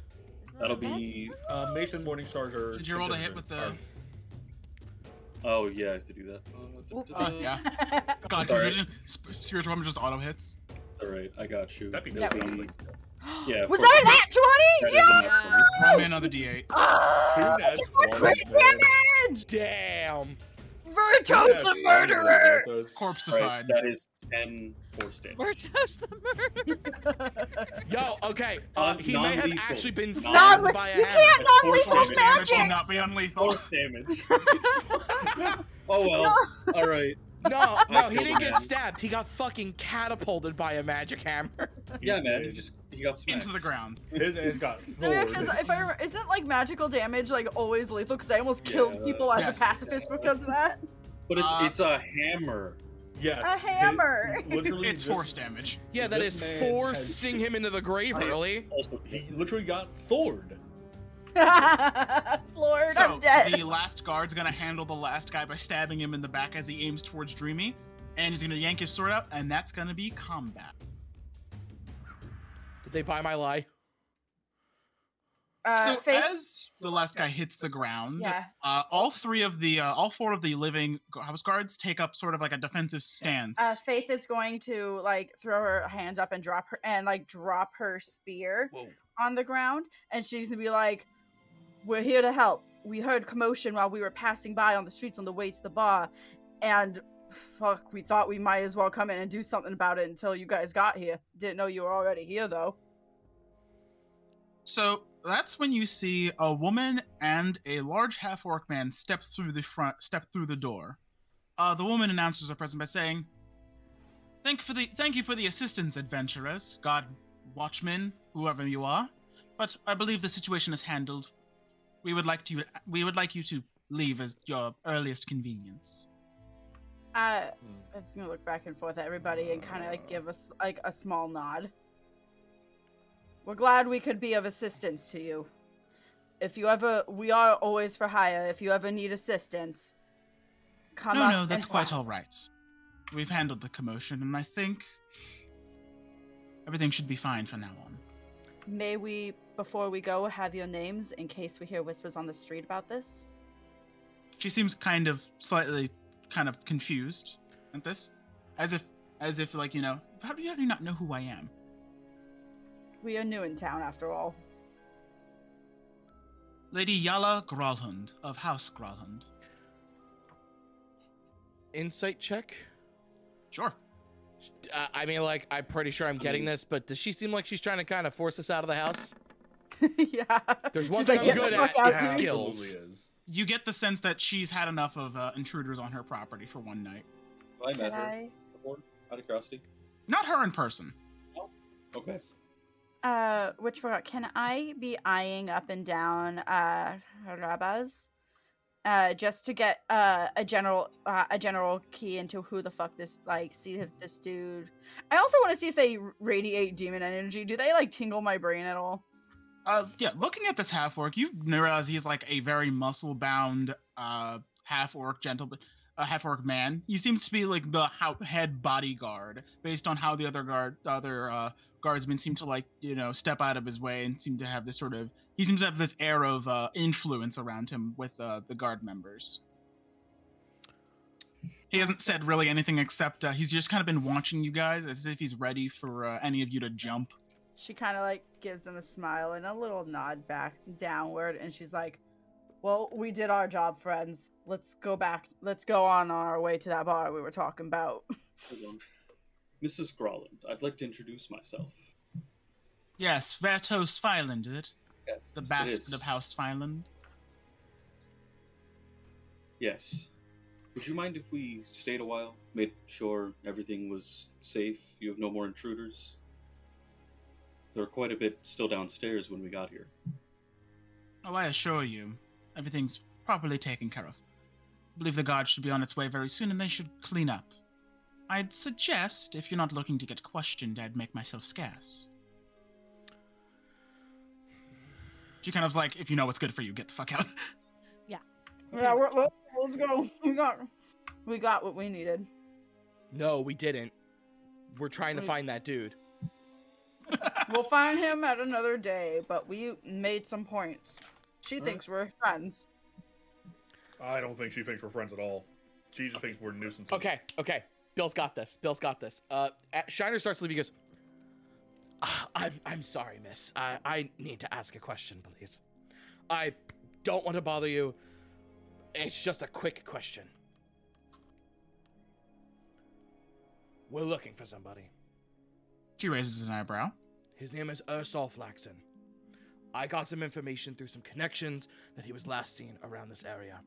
S3: Isn't that
S4: That'll
S3: the best?
S4: be.
S6: Uh, Mason Morningstars are.
S1: Did you roll a hit with the?
S4: Oh, yeah, I have to do that.
S5: Oop.
S1: Uh, yeah. God,
S4: Sorry.
S1: confusion. Sp- spiritual weapon just auto hits.
S4: Alright, I got you.
S6: That'd be
S4: There's
S5: nice.
S4: the-
S5: That would
S4: Yeah,
S5: Was
S4: of course.
S5: that an at
S4: That
S5: twenty?
S4: is
S5: Yeah.
S4: an at 20.
S1: Roll me another d8.
S5: Ah,
S6: Two nats,
S5: get more
S6: one
S5: crit
S6: nat.
S5: damage.
S2: Damn.
S5: Virtus the murderer.
S1: Corpseified.
S4: Right, that is 10 force damage.
S3: Virtus the murderer.
S2: Yo, okay. Uh, he may have
S4: Non-lethal.
S2: actually been
S4: It's
S5: Not
S2: stabbed
S5: le-
S2: by a
S5: you
S2: hammer.
S5: can't
S4: That's
S5: non lethal
S4: force damage.
S1: Damage will
S5: magic.
S1: not be unlethal.
S4: Force damage. oh well. Alright.
S2: No, no, he
S4: Okay,
S2: didn't get
S4: man.
S2: stabbed. He got fucking catapulted by a magic hammer.
S4: Yeah, man. He just he got smacked.
S1: Into the ground.
S6: His ass got floored.
S5: Because if I remember, isn't like magical damage like always lethal? Because I almost
S4: Yeah.
S5: killed people as
S1: Yes.
S5: a pacifist because of that.
S4: But it's
S1: Uh,
S4: it's a hammer.
S6: Yes.
S5: A
S6: his-
S5: hammer.
S6: Literally,
S1: It's
S6: this-
S1: force damage.
S2: Yeah, that
S6: This
S2: is
S6: man
S2: forcing him into the grave
S4: I-
S2: early.
S4: Also,
S6: He literally got thored.
S5: Lord,
S1: So
S5: I'm dead.
S1: the last guard's gonna handle the last guy by stabbing him in the back as he aims towards Dreamy, and he's gonna yank his sword out, and that's gonna be combat.
S2: Did they buy my lie?
S5: Uh,
S1: so
S5: Faith-
S1: as the last guy hits the ground,
S5: yeah.
S1: uh, all three of the, uh, all four of the living house guards take up sort of like a defensive stance.
S5: Uh, Faith is going to like throw her hands up and drop her and like drop her spear on the ground, and she's gonna be like, "We're here to help. We heard commotion while we were passing by on the streets on the way to the bar, and fuck, we thought we might as well come in and do something about it until you guys got here. Didn't know you were already here though.
S1: So that's when you see a woman and a large half orc man step through the front, step through the door. Uh, the woman announces her presence by saying, "Thank for the thank you for the assistance, adventurers, God, watchmen, whoever you are. But I believe the situation is handled. We would like to we would like you to leave as your earliest convenience."
S5: Uh, it's gonna look back and forth at everybody and kind of like give us like a small nod. We're glad we could be of assistance to you. If you ever, we are always for hire. If you ever need assistance, come
S1: no,
S5: up
S1: no, that's
S5: and-
S1: quite all right. We've handled the commotion, and I think everything should be fine from now on.
S5: May we, before we go, have your names in case we hear whispers on the street about this?
S1: She seems kind of slightly kind of confused at this. As if as if like, you know, how do you how do you not know who I am?
S5: We are new in town, after all.
S1: Lady Yala Gralhund of House Gralhund.
S2: Insight check.
S1: Sure.
S2: Uh, I mean, like, I'm pretty sure I'm getting this, but does she seem like she's trying to kind of force us out of the house?
S5: yeah.
S2: There's
S5: She's
S2: one
S5: like,
S2: thing
S5: "Get
S2: I'm good
S5: the
S2: at
S5: fuck
S2: is
S5: out of here."
S2: skills.
S6: Absolutely is.
S1: You get the sense that she's had enough of uh, intruders on her property for one night.
S4: I met
S5: Can
S4: her
S5: I?
S4: before out of curiosity.
S1: Not her in person.
S4: Okay.
S5: Uh, which one? Can I be eyeing up and down, uh, Rabaz? Uh, just to get uh, a general uh, a general key into who the fuck this like see if this dude. I also want to see if they r- radiate demon energy. Do they like tingle my brain at all?
S1: Uh yeah, looking at this half orc, you realize he's like a very muscle bound uh half orc gentleman a half orc man. He seems to be like the ho- head bodyguard, based on how the other guard, the other uh, guardsmen seem to like, you know, step out of his way and seem to have this sort of. He seems to have this air of uh, influence around him with uh, the guard members. He hasn't said really anything except uh, he's just kind of been watching you guys as if he's ready for uh, any of you to jump.
S5: She kind of like gives him a smile and a little nod back downward, and she's like, "Well, we did our job, friends. Let's go back. Let's go on on our way to that bar we were talking about."
S4: Hold on. Mrs. Grolland, I'd like to introduce myself.
S1: Yes, Vertos Fyland, is it?
S4: Yes,
S1: The
S4: it
S1: basket
S4: is.
S1: of House Fyland.
S4: Yes. Would you mind if we stayed a while? Made sure everything was safe? You have no more intruders? There were quite a bit still downstairs when we got here.
S1: Oh, I assure you, everything's properly taken care of. I believe the guard should be on its way very soon and they should clean up. I'd suggest, if you're not looking to get questioned, I'd make myself scarce. She kind of like, if you know what's good for you, get the fuck out.
S5: Yeah, we're, let- let's go. We got, we got what we needed.
S2: No, we didn't. We're trying to
S5: Wait.
S2: find that dude.
S5: We'll find him at another day, but we made some points. She
S6: Alright.
S5: thinks we're friends.
S6: I don't think she thinks we're friends at all. She just thinks we're nuisances.
S2: Okay, okay. Bill's got this. Bill's got this. Uh, a- Shiner starts leaving. He goes, "Ah, I'm, I'm sorry, miss. I, I need to ask a question, please. I don't want to bother you. It's just a quick question. We're looking for somebody.
S1: She raises an eyebrow.
S2: His name is Ursul Flaxen. I got some information through some connections that he was last seen around this area.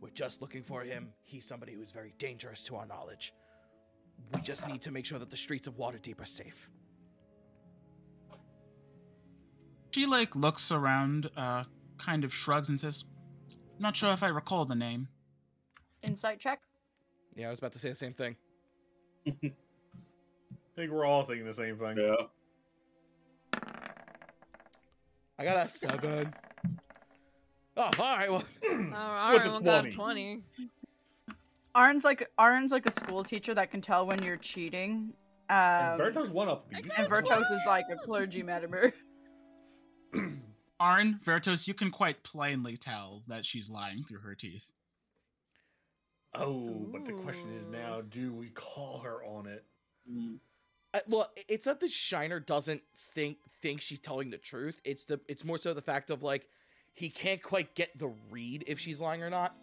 S2: We're just looking for him. He's somebody who's very dangerous to our knowledge. We just need to make sure that the streets of Waterdeep are safe.
S1: She like looks around, uh, kind of shrugs and says, "Not sure if I recall the name."
S5: Insight check.
S2: Yeah, I was about to say the same thing.
S6: I think we're all thinking the same thing.
S4: Yeah.
S2: I got a seven. Oh, all right. Well,
S3: Uh, all right,
S6: a
S3: well, got a
S6: 20.
S3: 20.
S5: Arn's like Arn's like a school teacher that can tell when you're cheating. Um,
S6: And Verto's one up. these.
S5: and Vertos is like a clergy metamer.
S1: Arn, Vertos, you can quite plainly tell that she's lying through her teeth.
S6: Oh, but the question is
S3: Ooh.
S6: now: Do we call her on it?
S4: Mm.
S2: I, Uh, well, i- it's not that Shiner doesn't think think she's telling the truth. It's the it's more so the fact of like he can't quite get the read if she's lying or not.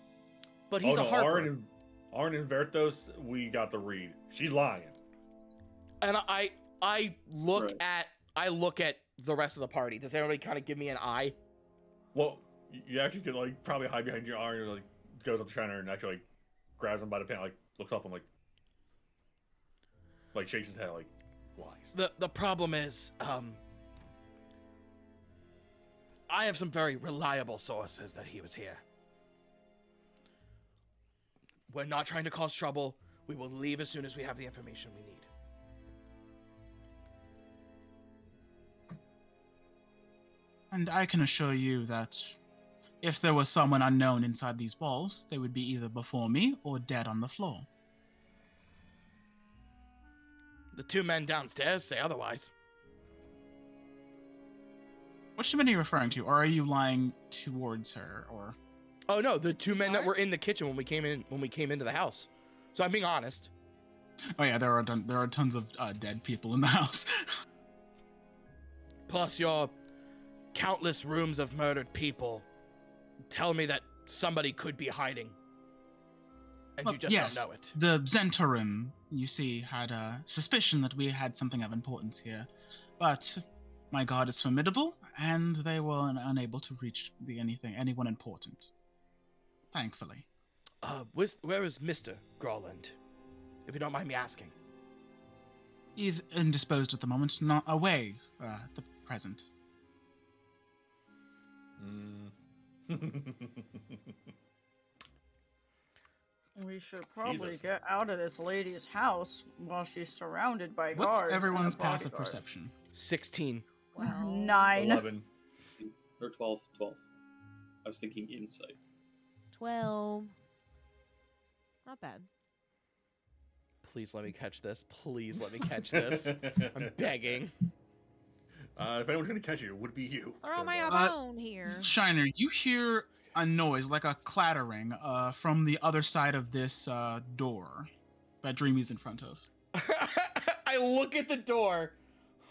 S2: But he's
S6: oh,
S2: a
S6: no,
S2: harper.
S6: Arn and, Arn and Vertos, we got the read. She's lying.
S2: and I I look
S4: Right.
S2: at I look at the rest of the party. Does everybody kind of give me an eye?
S6: Well, y- you actually could like probably hide behind your Arn and like goes up to Shiner and actually like grabs him by the pant, like looks up and like like shakes his head, like lies.
S2: The the problem is, um, I have some very reliable sources that he was here. We're not trying to cause trouble. We will leave as soon as we have the information we need.
S1: And I can assure you that if there was someone unknown inside these walls, they would be either before me or dead on the floor.
S2: The two men downstairs say otherwise.
S1: Which Shaman are you referring to, or are you lying towards her, or
S2: Oh no, the two men that were in the kitchen when we came in when we came into the house. So I'm being honest.
S1: Oh yeah, there are ton- there are tons of uh, dead people in the house.
S2: plus your countless rooms of murdered people tell me that somebody could be hiding and
S1: Well,
S2: you just
S1: Uh, yes,
S2: don't know it
S1: The Zentorum, you see, had a suspicion that we had something of importance here, but my guard is formidable, and they were un- unable to reach the anything anyone important. Thankfully,
S2: uh where's, where is mr Grolland? if you don't mind me asking
S1: he's indisposed at the moment, not away uh, at the present.
S6: mm.
S5: We should probably
S6: Jesus.
S5: get out of this lady's house while she's surrounded by
S1: What's
S5: guards. and a
S1: everyone's passive
S5: bodyguard.
S1: perception?
S2: 16
S3: Wow.
S5: Nine.
S6: Eleven.
S4: Or 12. 12. I was thinking insight.
S3: 12. Not bad.
S2: please let me catch this please let me catch this i'm begging
S6: Uh, if anyone's gonna catch you, it would be you.
S3: They're on my
S6: Vertos.
S1: Uh,
S3: own here.
S1: Shiner, you hear a noise like a clattering uh, from the other side of this uh, door that Dreamy's in front of.
S2: i look at the door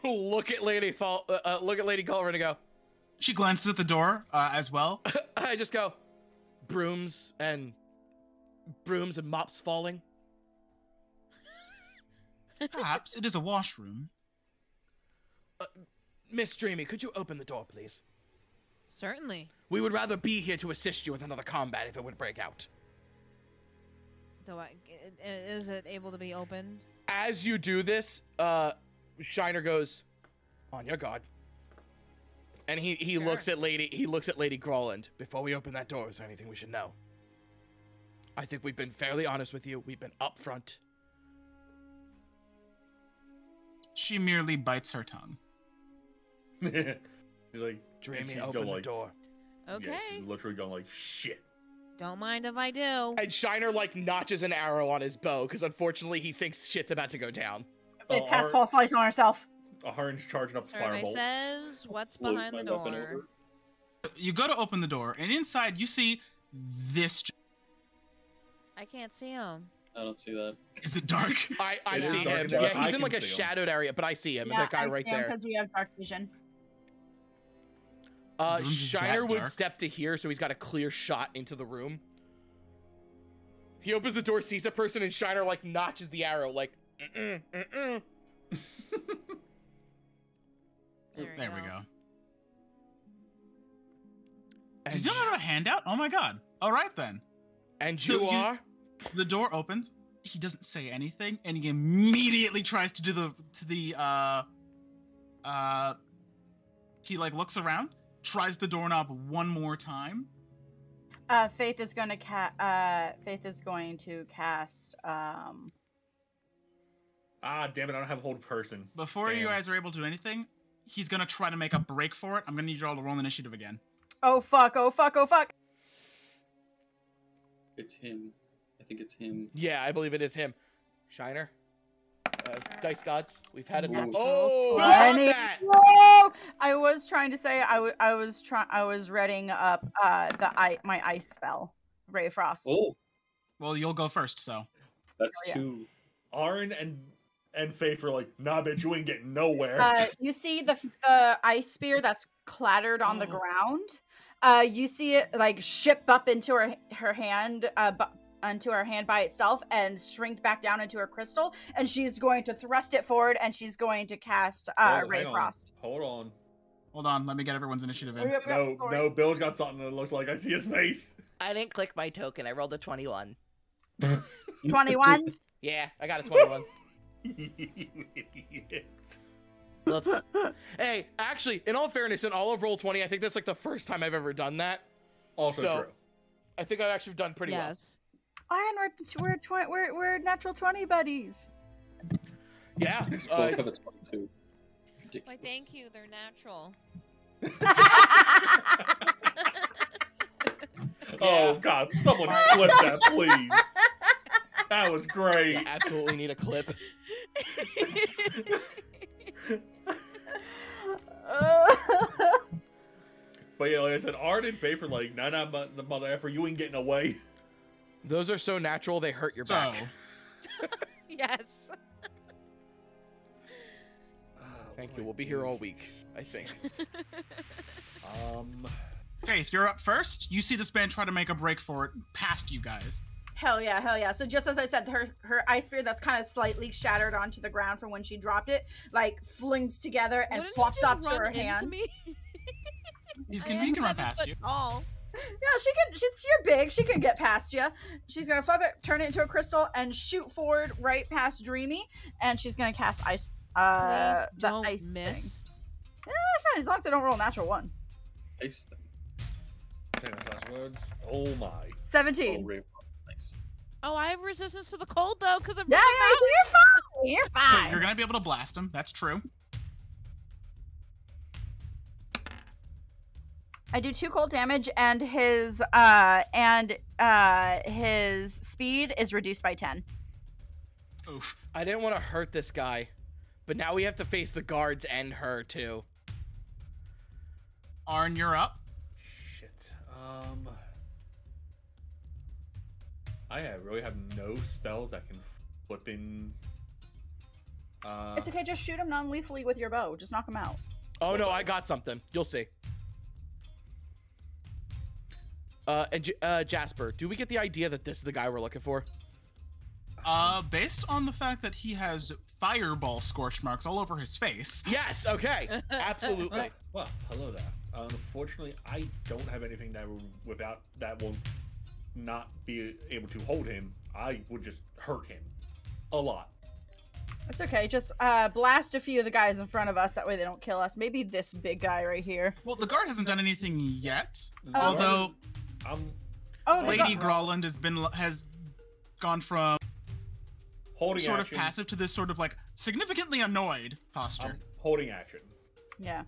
S2: look at lady fall uh, uh, look at lady culver and go
S1: She glances at the door uh, as well.
S2: I just go brooms and brooms and mops falling.
S1: Perhaps it is a washroom.
S2: Miss Dreamy, could you open the door, please?
S3: Certainly.
S2: We would rather be here to assist you with another combat if it would break out.
S3: Do I? i- i- Is it able to be opened?
S2: As you do this, uh, Shiner goes, "On your guard." And he he looks
S3: Sure.
S2: at Lady he looks at Lady Grawland. Before we open that door, is there anything we should know? I think we've been fairly honest with you. We've been upfront.
S1: She merely bites her tongue.
S6: He's like, she's
S2: Dreamy,
S6: going
S2: open the
S6: like-
S2: door.
S3: Okay.
S6: Yeah, she's literally going like, shit.
S3: Don't mind if I do.
S2: And Shiner like notches an arrow on his bow because unfortunately he thinks shit's about to go down.
S5: Faith
S6: Oh,
S5: cast
S6: our-
S5: false light on herself.
S6: Orange charging up the
S3: Survey
S6: firebolt.
S3: says, "What's
S4: Float
S3: behind
S4: my
S3: the
S4: weapon
S3: door?"
S4: over.
S1: You go to open the door, and inside you see this. gi-
S3: I can't see him.
S4: I don't see that.
S1: Is it dark?
S2: I, I
S6: It
S4: is
S2: see
S4: dark
S2: him.
S4: dark.
S2: Yeah,
S6: I
S2: he's in
S6: can
S2: like a
S6: see him.
S2: shadowed area, but I see him. that guy right there.
S5: Because we have dark vision.
S2: Uh,
S1: The room's just
S2: Shiner
S1: that
S2: would
S1: dark.
S2: step to here, so he's got a clear shot into the room. He opens the door, sees a person, and Shiner like notches the arrow, like. Mm-mm, mm-mm.
S3: There,
S1: There we go.
S2: And,
S1: Does you have a handout? Oh my god. All right then.
S2: and
S1: So
S2: you
S1: you-
S2: are.
S1: The door opens. He doesn't say anything, and he immediately tries to do the to the uh uh. He like looks around, tries the doorknob one more time.
S5: Uh, Faith is going to ca- uh, Faith is going to cast um
S6: Ah, damn it, I don't have hold person.
S1: Before you
S6: Damn.
S1: guys are able to do anything, he's gonna try to make a break for it. I'm gonna need you all to roll initiative again.
S5: oh fuck, oh fuck, oh fuck.
S4: It's him. I think it's him.
S2: Yeah, I believe it is him. Shiner. Uh, Dice gods, we've had a
S4: Ooh.
S2: time.
S4: Natural
S2: Oh,
S5: Whoa!
S2: I
S5: Any-
S2: got that.
S5: Whoa! I was trying to say I wa- I was trying I was readying up uh the I- my ice spell, Ray Frost.
S4: Oh,
S1: Well, you'll go first, so.
S4: that's
S5: Oh, yeah.
S4: two.
S6: Arn and and Faith were like, nah, bitch, you ain't getting nowhere.
S5: Uh, you see the the ice spear that's clattered on the ground. Uh, you see it like ship up into her her hand, uh, bu- onto her hand by itself, and shrink back down into her crystal. And she's going to thrust it forward, and she's going to cast uh,
S6: Hold-
S5: Ray
S6: hang on.
S5: Frost.
S6: Hold on.
S1: Hold on, let me get everyone's initiative in.
S6: No, no, Bill's got something that looks like I see his face.
S7: I didn't click my token. I rolled a 21.
S5: twenty one.
S2: Yeah, I got a 21.
S6: You idiot.
S7: Whoops.
S2: hey, actually, in all fairness, in all of roll 20, I think that's like the first time I've ever done that.
S6: Also
S2: So-
S6: true.
S2: I think I've actually done pretty well.
S3: yes.
S5: Iron, we're we're, twi- we're we're natural twenty buddies.
S2: Yeah.
S4: Both
S2: uh,
S4: have a 22. Ridiculous.
S3: Why, thank you. They're natural.
S6: Oh god, someone clip that, please. That was great.
S2: absolutely need a clip.
S6: But yeah, like I said, Arn and Faith were like, nah, nah, but the mother effer, you ain't getting away.
S2: Those are so natural they hurt your
S1: So,
S2: back.
S3: yes.
S2: Thank you. We'll be here all week, I think.
S6: Um,
S1: Faith, you're up first. You see this man try to make a break for it past you guys.
S5: Hell yeah, hell yeah. So just as I said, her her ice spear that's kind of slightly shattered onto the ground from when she dropped it, like flings together and
S3: Wouldn't you
S5: flops
S3: just
S5: up to
S3: run
S5: her
S3: into
S5: hand.
S3: me?
S1: He's
S3: I
S1: gonna,
S3: am
S1: he can run
S3: seven
S1: past
S3: foot
S1: you.
S3: Tall.
S5: Yeah, she can. She's you're big. She can get past you. She's gonna flip it, turn it into a crystal, and shoot forward right past Dreamy, and she's gonna cast ice.
S3: Please
S5: Uh, the
S3: don't
S5: ice thing.
S3: miss.
S5: That's fine, as long as I don't roll a natural one.
S4: Nice thing.
S6: saying those last words. Oh my.
S4: Oh,
S5: Seventeen.
S4: Ray. Nice.
S3: Oh, I have resistance to the cold though, because I'm
S5: yeah, yeah, so you're
S1: So
S5: fine.
S1: you're
S5: You're fine.
S1: gonna be able to blast him. That's true.
S5: I do two cold damage, and his uh and uh his speed is reduced by ten.
S1: Oof.
S2: I didn't want to hurt this guy, but now we have to face the guards and her too.
S1: Arn, you're up.
S6: Shit. Um. I have, really have no spells that can flip in. Uh,
S5: It's okay. Just shoot him non-lethally with your bow. Just knock him out.
S2: Oh no, I got something. You'll see. Uh, and J- uh, Jasper, do we get the idea that this is the guy we're looking for?
S1: Uh, based on the fact that he has fireball scorch marks all over his face,
S2: Yes. Okay. Absolutely.
S6: Well, hello there. Unfortunately, I don't have anything that will, without that will not be able to hold him, I would just hurt him a lot.
S5: It's okay. Just uh, blast a few of the guys in front of us. That way they don't kill us. Maybe this big guy right here.
S1: Well, the guard hasn't done anything yet.
S5: Oh.
S1: Although
S6: I'm
S5: Oh, they
S1: Lady
S5: got-
S1: Grawland has been has gone from
S6: holding
S1: sort
S6: action.
S1: of passive to this sort of like significantly annoyed posture.
S2: Um,
S6: I'm holding action.
S5: Yeah.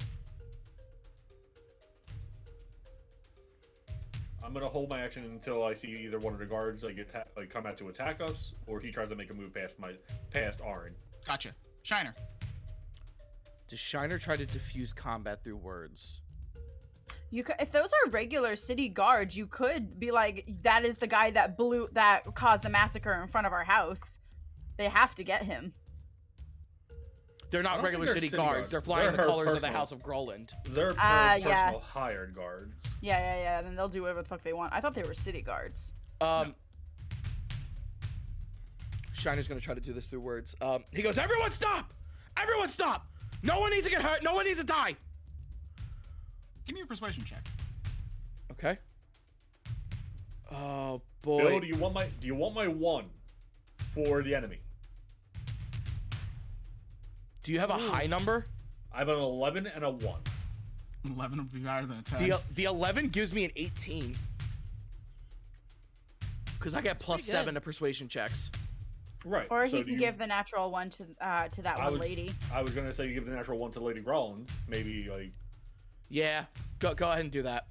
S6: I'm gonna hold my action until I see either one of the guards like attack, like come out to attack us, or he tries to make a move past my past Arn.
S1: Gotcha. Shiner.
S2: Does Shiner try to diffuse combat through words?
S5: You could, if those are regular city guards, you could be like, "That is the guy that blew, that caused the massacre in front of our house. They have to get him."
S2: They're
S6: I
S2: not
S6: don't
S2: regular
S6: think they're
S2: city,
S6: city
S2: guards.
S6: guards.
S2: They're flying
S6: They're
S2: the
S6: her
S2: colors of the
S6: personal.
S2: House of Groland.
S6: They're per-
S5: Ah,
S6: personal
S5: yeah.
S6: hired guards.
S5: Yeah, yeah, yeah. Then they'll do whatever the fuck they want. I thought they were city guards.
S2: Um, Shiner's gonna try to do this through words. Um, he goes, "Everyone stop! Everyone stop! No one needs to get hurt. No one needs to die."
S1: Give me a persuasion check.
S2: Okay. Oh
S6: Bill,
S2: boy.
S6: do you want my do you want my one for the enemy?
S2: do you have a high number?
S6: I have an eleven and a one.
S1: Eleven would be better than a ten.
S2: The uh, the eleven gives me an eighteen. Cause I get plus
S3: pretty good.
S2: seven to persuasion checks.
S6: Right.
S5: Or
S6: so
S5: he
S6: do
S5: can
S6: you-
S5: give the natural one to uh, to that
S6: I
S5: one
S6: was-
S5: lady.
S6: I was gonna say you give the natural one to Lady Growland. Maybe like
S2: Yeah. Go go ahead and do that.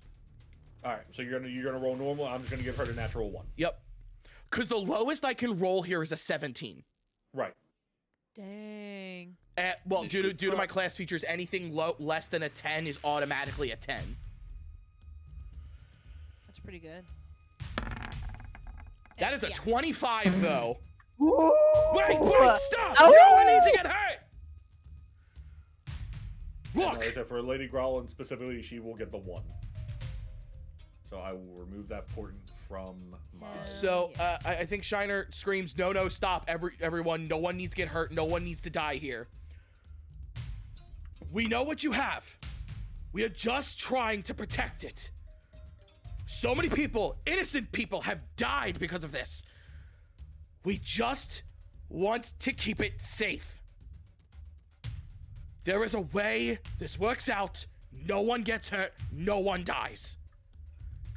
S6: all right. So you're gonna you're gonna roll normal. I'm just gonna give her the natural one.
S2: Yep. Cause the lowest I can roll here is a seventeen.
S6: Right.
S3: Dang.
S2: Uh, well,
S4: Is
S2: due to
S4: she
S2: due to my
S4: from-
S2: class features, anything low less than a ten is automatically a ten.
S3: That's pretty good.
S2: That is a
S3: Yeah.
S2: 25, though.
S5: Wait,
S2: stop!
S5: Oh! No one needs to
S2: get hurt!
S6: And like I said, for Lady Growland specifically, she will get the one. So I will remove that portent from my.
S3: Yes.
S2: So uh, I I think Shiner screams, "No, no, stop! Every everyone, no one needs to get hurt. No one needs to die here. We know what you have. We are just trying to protect it. So many people, innocent people, have died because of this. We just want to keep it safe. There is a way this works out. No one gets hurt. No one dies.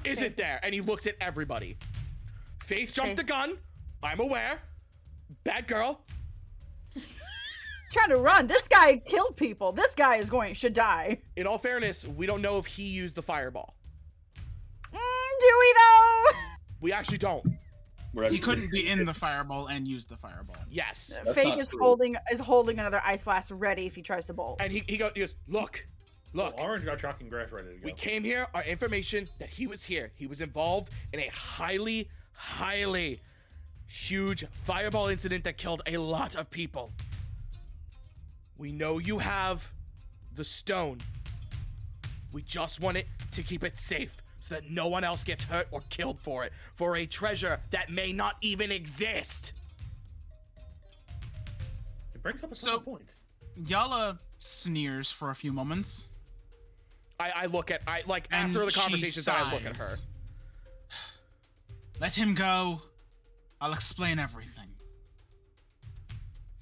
S2: Is it there? And he looks at everybody. Faith jumped the gun. I'm aware. Bad girl.
S5: Trying to run. This guy killed people. This guy is going should die.
S2: In all fairness, we don't know if he used the fireball.
S5: Mm, do we though?
S2: We actually don't.
S4: We're
S1: he
S4: actually-
S1: couldn't be in the fireball and use the fireball.
S2: Yes.
S4: That's
S5: Faith
S4: not
S5: is
S4: true.
S5: holding is holding another ice blast ready if he tries to bolt.
S2: And he, he, goes, he goes, look, look.
S6: Orange got shocking grass ready to go.
S2: We came here, our information that he was here. He was involved in a highly, highly huge fireball incident that killed a lot of people. We know you have the stone. We just want it to keep it safe so that no one else gets hurt or killed for it, for a treasure that may not even exist.
S6: It brings up a
S1: So-
S6: solid point.
S1: Yala sneers for a few moments.
S2: I, I look at, I like,
S1: And
S2: after the
S1: she
S2: conversations, I look at her.
S1: sighs. Let him go. I'll explain everything.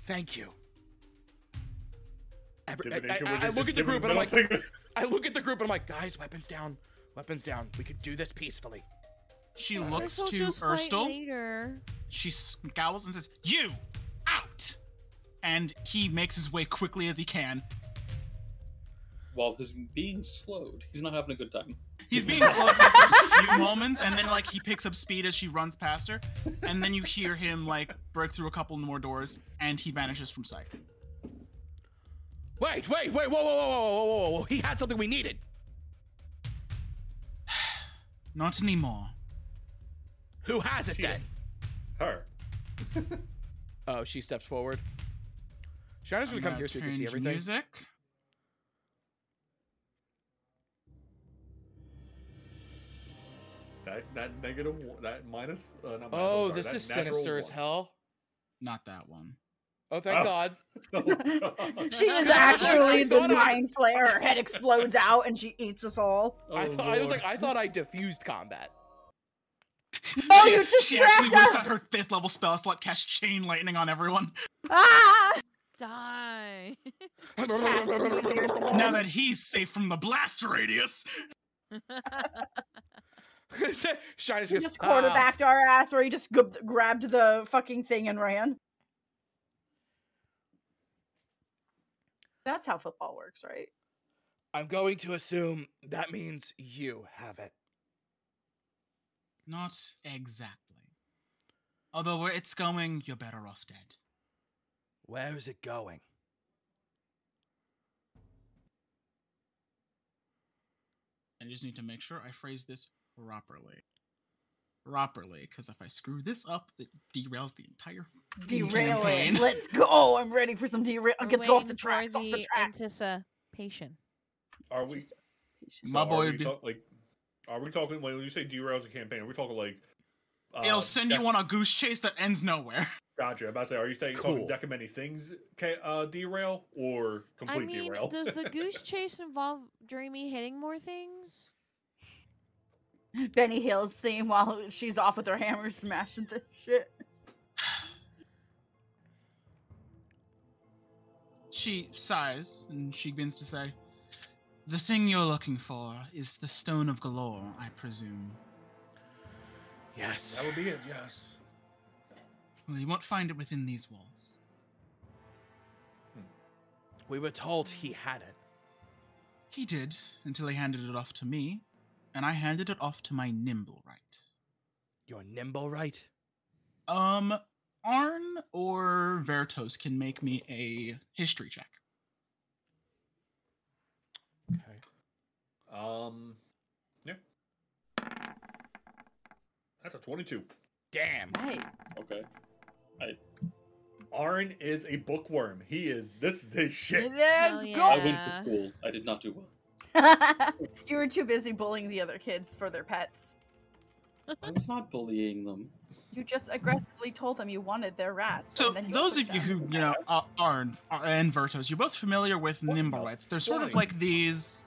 S2: Thank you. Every, I,
S6: Divination
S2: I-
S6: wizard
S2: I look
S6: just
S2: at the
S6: giving
S2: group and I'm like,
S6: middle finger.
S2: I look at the group and I'm like, guys, weapons down, weapons down. We could do this peacefully.
S1: She
S3: Well,
S1: looks
S3: guess we'll
S1: to
S3: just fight
S1: Urstel.
S3: later.
S1: She scowls and says, "You out!" And he makes his way quickly as he can.
S4: While he's being slowed, he's not having a good time.
S1: He's being slow for the first few moments, and then like he picks up speed as she runs past her, and then you hear him like break through a couple more doors, and he vanishes from sight.
S2: Wait, wait, wait, whoa, whoa, whoa, whoa, whoa, whoa, whoa. He had something we needed.
S1: Not anymore.
S2: Who has it
S6: She-
S2: then?
S6: Her.
S2: Oh, she steps forward. Shiner's gonna
S1: I'm
S2: come
S1: gonna
S2: here so you can
S1: turn
S2: see
S1: to
S2: everything.
S1: Music.
S6: That that negative one. That minus. Uh, not minus I'm
S2: Oh,
S6: sorry,
S2: this
S6: that
S2: is
S6: natural
S2: sinister as
S6: one.
S2: hell.
S1: Not that one.
S2: Oh, thank
S6: Oh.
S2: God.
S5: she is actually the
S2: thought I-
S5: mind flare. Her head explodes out and she eats us all.
S6: Oh,
S2: I, thought, I was
S6: Lord.
S2: like, I thought I diffused combat.
S5: Oh, you just
S1: she actually
S5: trapped
S1: whips out
S5: us!
S1: her fifth level spell slot, cast chain lightning on everyone.
S5: Ah!
S3: Die.
S1: Now that he's safe from the blast radius,
S2: Shiner's
S5: He
S2: just,
S5: just
S2: "Ah."
S5: quarterbacked our ass, or he just g- grabbed the fucking thing and ran. That's how football works, right?
S2: I'm going to assume that means you have it.
S1: not exactly. Although where it's going, you're better off dead.
S2: Where is it going?
S1: I just need to make sure I phrase this properly. Properly, because if I screw this up, it derails the entire fucking
S5: Derail it.
S1: campaign.
S5: Let's go. Oh, I'm ready for some derail.
S3: We're
S5: Let's go off
S3: waiting
S5: the
S3: for
S5: tracks. Off the tracks.
S3: Anticipation.
S6: Are we?
S5: Anticipation.
S1: My
S6: so are
S1: boy
S6: we
S1: did-
S6: talk- like, are we talking when you say derails a campaign? Are we talking like? Uh,
S1: It'll send
S6: dec-
S1: you on a goose chase that ends nowhere.
S6: Gotcha. I'm about to say, are you saying
S2: Cool.
S6: talking deck of many things ca- uh, derail or
S3: I
S6: complete
S3: mean,
S6: derail?
S3: does the goose chase involve Dreamy hitting more things?
S5: Benny Hill's theme while she's off with her hammer smashing the shit.
S1: She sighs and she begins to say, The thing you're looking for is the Stone of Galore, I presume.
S2: Yes.
S6: that would be it. Yes.
S1: Well, you won't find it within these walls.
S2: We were told he had it.
S1: He did, until he handed it off to me, and I handed it off to my nimble right.
S2: You're nimble, right?
S1: Um, Arn or Vertos can make me a history check.
S2: Okay.
S6: Um. Yeah. That's a 22.
S2: Damn.
S5: Right.
S4: Okay.
S6: Arn is a bookworm. He is. This is his shit.
S5: Let's
S3: Hell
S5: go.
S4: I went
S3: Yeah.
S4: to school. I did not do well.
S5: you were too busy bullying the other kids for their pets.
S4: I was not bullying them.
S5: You just aggressively told them you wanted their rats.
S1: So
S5: and then
S1: those
S5: took
S1: of you
S5: them.
S1: who you know uh, Arn Ar- and Vertos, you're both familiar with
S6: What the
S1: Nimblerites. They're sort of
S6: flying?
S1: like these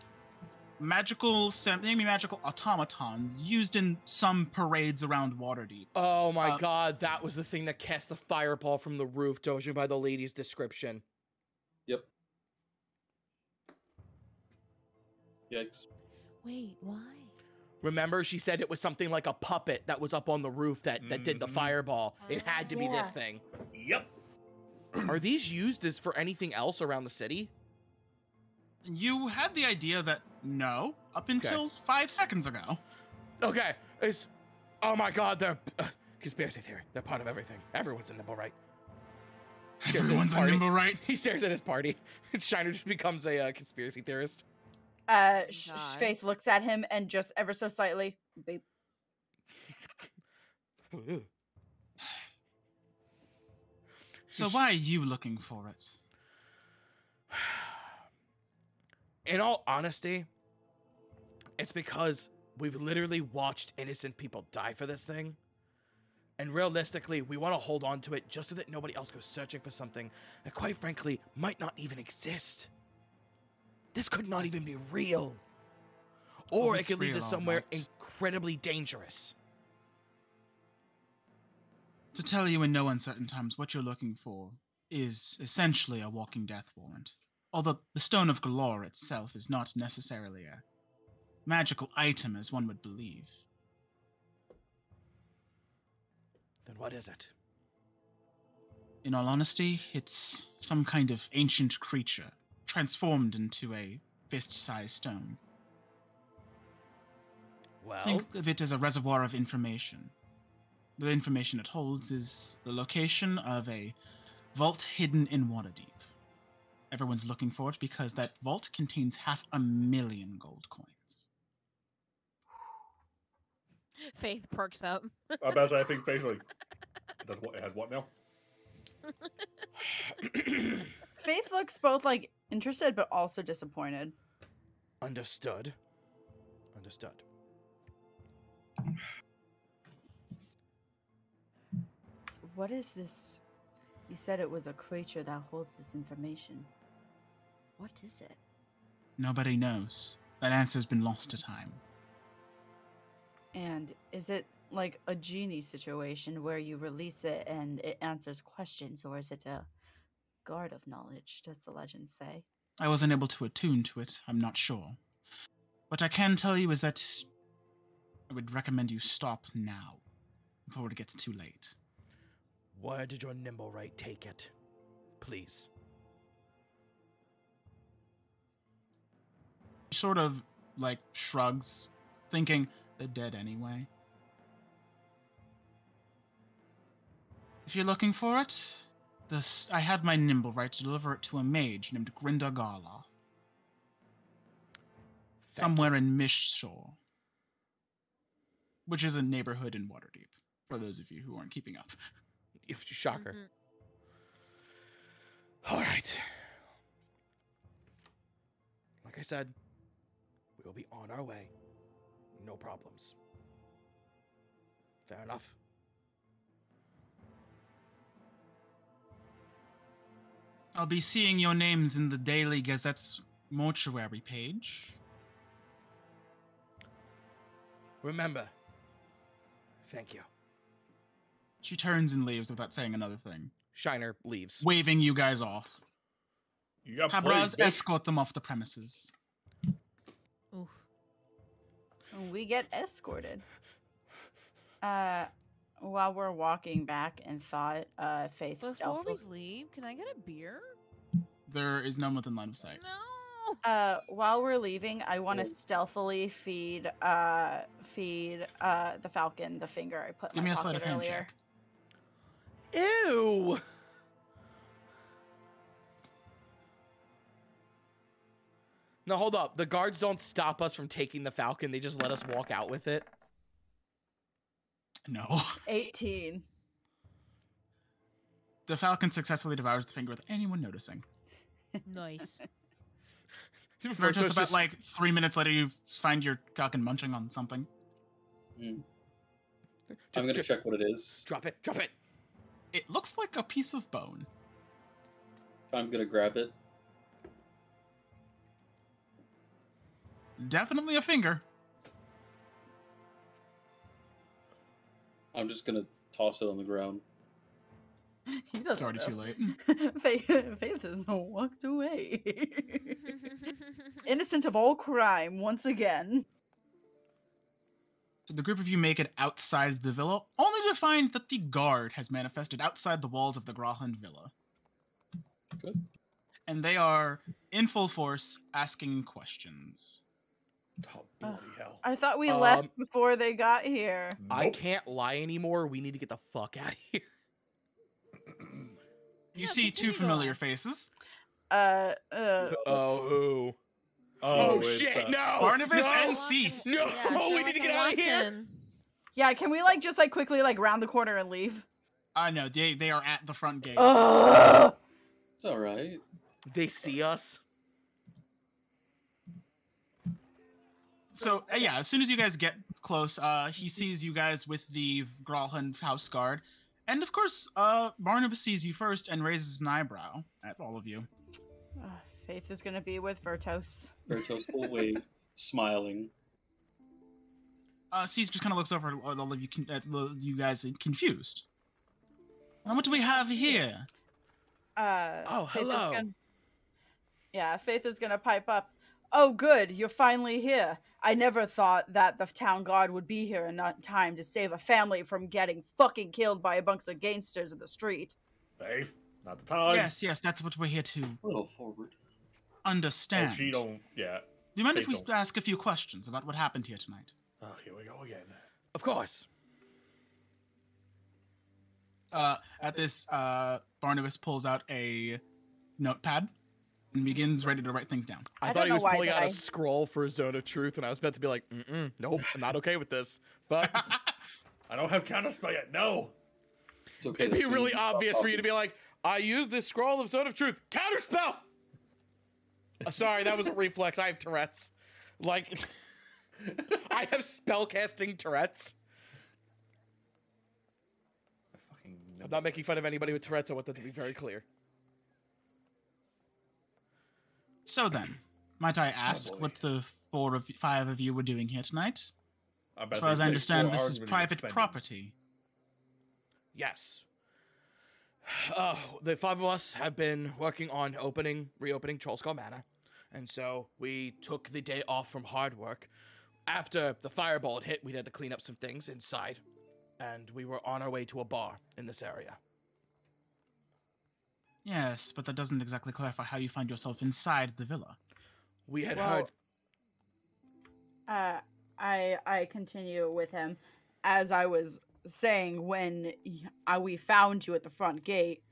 S1: magical, sem- maybe magical automatons used in some parades around Waterdeep.
S2: Oh my
S1: Uh,
S2: god, that was the thing that cast the fireball from the roof, judging by the lady's description.
S4: Yikes.
S3: Wait, why?
S2: Remember, she said it was something like a puppet that was up on the roof that, that did the
S6: Mhm.
S2: fireball. It had to be this
S5: Yeah.
S2: thing.
S6: Yep.
S2: Are these used as for anything else around the city?
S1: You had the idea that no, up until five seconds ago.
S2: Okay, it's. Oh my god, they're. Uh, conspiracy theory. They're part of everything. Everyone's a nimble, right? Stares at his
S1: Everyone's a
S2: party.
S1: Nimblewright.
S2: He stares at his party. Shiner just becomes a uh, conspiracy theorist.
S5: Uh,
S3: Oh
S5: Sh- Sh-
S3: God.
S5: Faith looks at him and just ever so slightly. Beep.
S1: So why are you looking for it?
S2: In all honesty, it's because we've literally watched innocent people die for this thing. And realistically, we want to hold on to it just so that nobody else goes searching for something that, quite frankly, might not even exist. This could not even be real. Or it
S1: Oh, it's
S2: could lead to
S1: real, all
S2: somewhere
S1: right.
S2: incredibly dangerous.
S1: To tell you in no uncertain terms what you're looking for is essentially a walking death warrant. Although the Stone of Galore itself is not necessarily a magical item as one would believe.
S2: Then what is it?
S1: In all honesty, it's some kind of ancient creature transformed into a fist sized stone.
S2: Well,
S1: Think of it as a reservoir of information. The information it holds is the location of a vault hidden in Waterdeep. Everyone's looking for it because that vault contains half a million gold coins.
S3: Faith perks up.
S6: I'm about to say, I think basically. It, does what, it has what now?
S5: Faith looks both like interested but also disappointed.
S2: understood. Understood.
S5: S- What is this? You said it was a creature that holds this information. What is it?
S1: Nobody knows. That answer's been lost to time.
S5: And is it like a genie situation where you release it and it answers questions, or is it a guard of knowledge? Does the legend say?
S1: I wasn't able to attune to it, I'm not sure. What I can tell you is that I would recommend you stop now before it gets too late.
S8: Where did your nimble right take it? Please.
S1: Sort of like shrugs, thinking they're dead anyway. If you're looking for it, this I had my nimble right to deliver it to a mage named Grinda Gala, somewhere in Mishshore, which is a neighborhood in Waterdeep. For those of you who aren't keeping up,
S2: If- Shocker. All right.
S8: Like I said, we will be on our way. No problems. Fair enough.
S1: I'll be seeing your names in the Daily Gazette's mortuary page.
S8: Remember. Thank you.
S1: She turns and leaves without saying another thing,
S2: Shiner leaves.
S1: waving you guys off.
S6: You got played,
S1: Habraz
S6: bitch.
S1: escort them off the premises.
S3: Oof.
S5: We get escorted. Uh, while we're walking back in thought, uh, Faith
S3: Before we
S5: stealthily.
S3: leave, can I get a beer?
S1: There is none within line of sight.
S3: No.
S5: Uh, while we're leaving, I want to stealthily feed uh feed uh the falcon the finger I put in
S1: Give
S5: my
S1: me a sleight
S5: pocket
S1: of hand
S5: earlier.
S1: check.
S2: Ew. No, hold up. The guards don't stop us from taking the falcon. They just let us walk out with it.
S1: No.
S5: Eighteen.
S1: The falcon successfully devours the finger without anyone noticing.
S3: nice.
S1: Virtus,
S2: Virtus
S1: about
S2: just-
S1: like three minutes later, you find your falcon munching on something.
S4: I'm going to
S2: Dr-
S4: check what it is.
S2: Drop it. Drop it.
S1: It looks like a piece of bone.
S4: I'm going to grab it.
S1: Definitely a finger.
S4: I'm just going to toss it on the ground.
S5: He doesn't.
S1: It's already too
S5: know.
S1: late.
S5: Faith, Faith has walked away. Innocent of all crime once again.
S1: So the group of you make it outside the villa, only to find that the guard has manifested outside the walls of the Grahlund Villa.
S4: Good.
S1: And they are in full force asking questions.
S6: Oh, bloody hell.
S5: I thought we
S2: Um,
S5: left before they got here.
S2: I
S6: Nope.
S2: can't lie anymore. We need to get the fuck out of here.
S1: You
S3: Yeah,
S1: see two
S3: continue
S1: familiar
S3: going.
S1: faces.
S5: Uh, uh,
S2: Oh, ooh.
S6: Oh,
S2: Oh, shit.
S6: it's, uh,
S2: no.
S1: Barnabas
S2: no.
S1: and Seath.
S2: No, we need to get out of here.
S5: yeah. Can we like just like quickly like round the corner and leave?
S1: I know they they are at the front gate.
S5: Ugh.
S4: It's all right.
S2: They see us.
S1: So uh, yeah, as soon as you guys get close, uh, he sees you guys with the Gralhund house guard, and of course, uh, Barnabas sees you first and raises an eyebrow at all of you.
S5: Ugh, Faith is gonna be with Vertos.
S4: Bertos will wave, smiling.
S1: Uh, Seas just kind of looks over at all of you, con- at lo- you guys, confused. And what do we have here?
S5: Uh,
S8: Oh,
S5: Faith is
S8: hello.
S5: gonna- yeah, Faith is gonna pipe up. Oh, good, you're finally here. I never thought that the town guard would be here in not time to save a family from getting fucking killed by a bunch of gangsters in the street.
S6: Faith, not the time.
S1: yes, yes, that's what we're here to
S4: A little forward.
S6: Oh,
S1: understand.
S6: she don't. Yeah.
S1: do you mind if
S6: they
S1: we
S6: don't.
S1: ask a few questions about what happened here tonight?
S6: Oh, here we go again.
S8: Of course.
S1: Uh, at this, uh, Barnabas pulls out a notepad and begins ready to write things down.
S2: I,
S5: I
S2: thought
S5: don't
S2: he
S5: know
S2: was
S5: why,
S2: pulling
S5: but
S2: out a
S5: I-
S2: scroll for a zone of truth, and I was about to be like, Mm-mm, nope, I'm not okay with this. But
S6: I don't have counter spell yet. No.
S4: It's okay.
S2: it'd be
S4: that's when
S2: really
S4: stop
S2: obvious for you to
S4: talking.
S2: be like, I used this scroll of zone of truth, counterspell. Uh, sorry, that was a reflex. I have Tourette's. Like, I have spellcasting Tourette's.
S6: I fucking
S2: I'm not making fun of anybody with Tourette's. I want that to be very clear.
S1: So then, might I ask
S6: boy. Oh,
S1: what the four of five of you were doing here tonight?
S6: I'm
S1: As
S6: about
S1: far
S6: to
S1: as I
S6: say,
S1: understand,
S6: four
S1: this
S6: hours
S1: is
S6: would be
S1: private
S6: expended.
S1: property.
S2: Yes. Uh, the five of us have been working on opening, reopening Troll Skull Manor, and so we took the day off from hard work. After the fireball had hit, we had to clean up some things inside, and we were on our way to a bar in this area.
S1: Yes, but that doesn't exactly clarify how you find yourself inside the villa.
S2: We had
S5: Well-
S2: heard
S5: Uh, I I continue with him, as I was saying when y- uh, we found you at the front gate.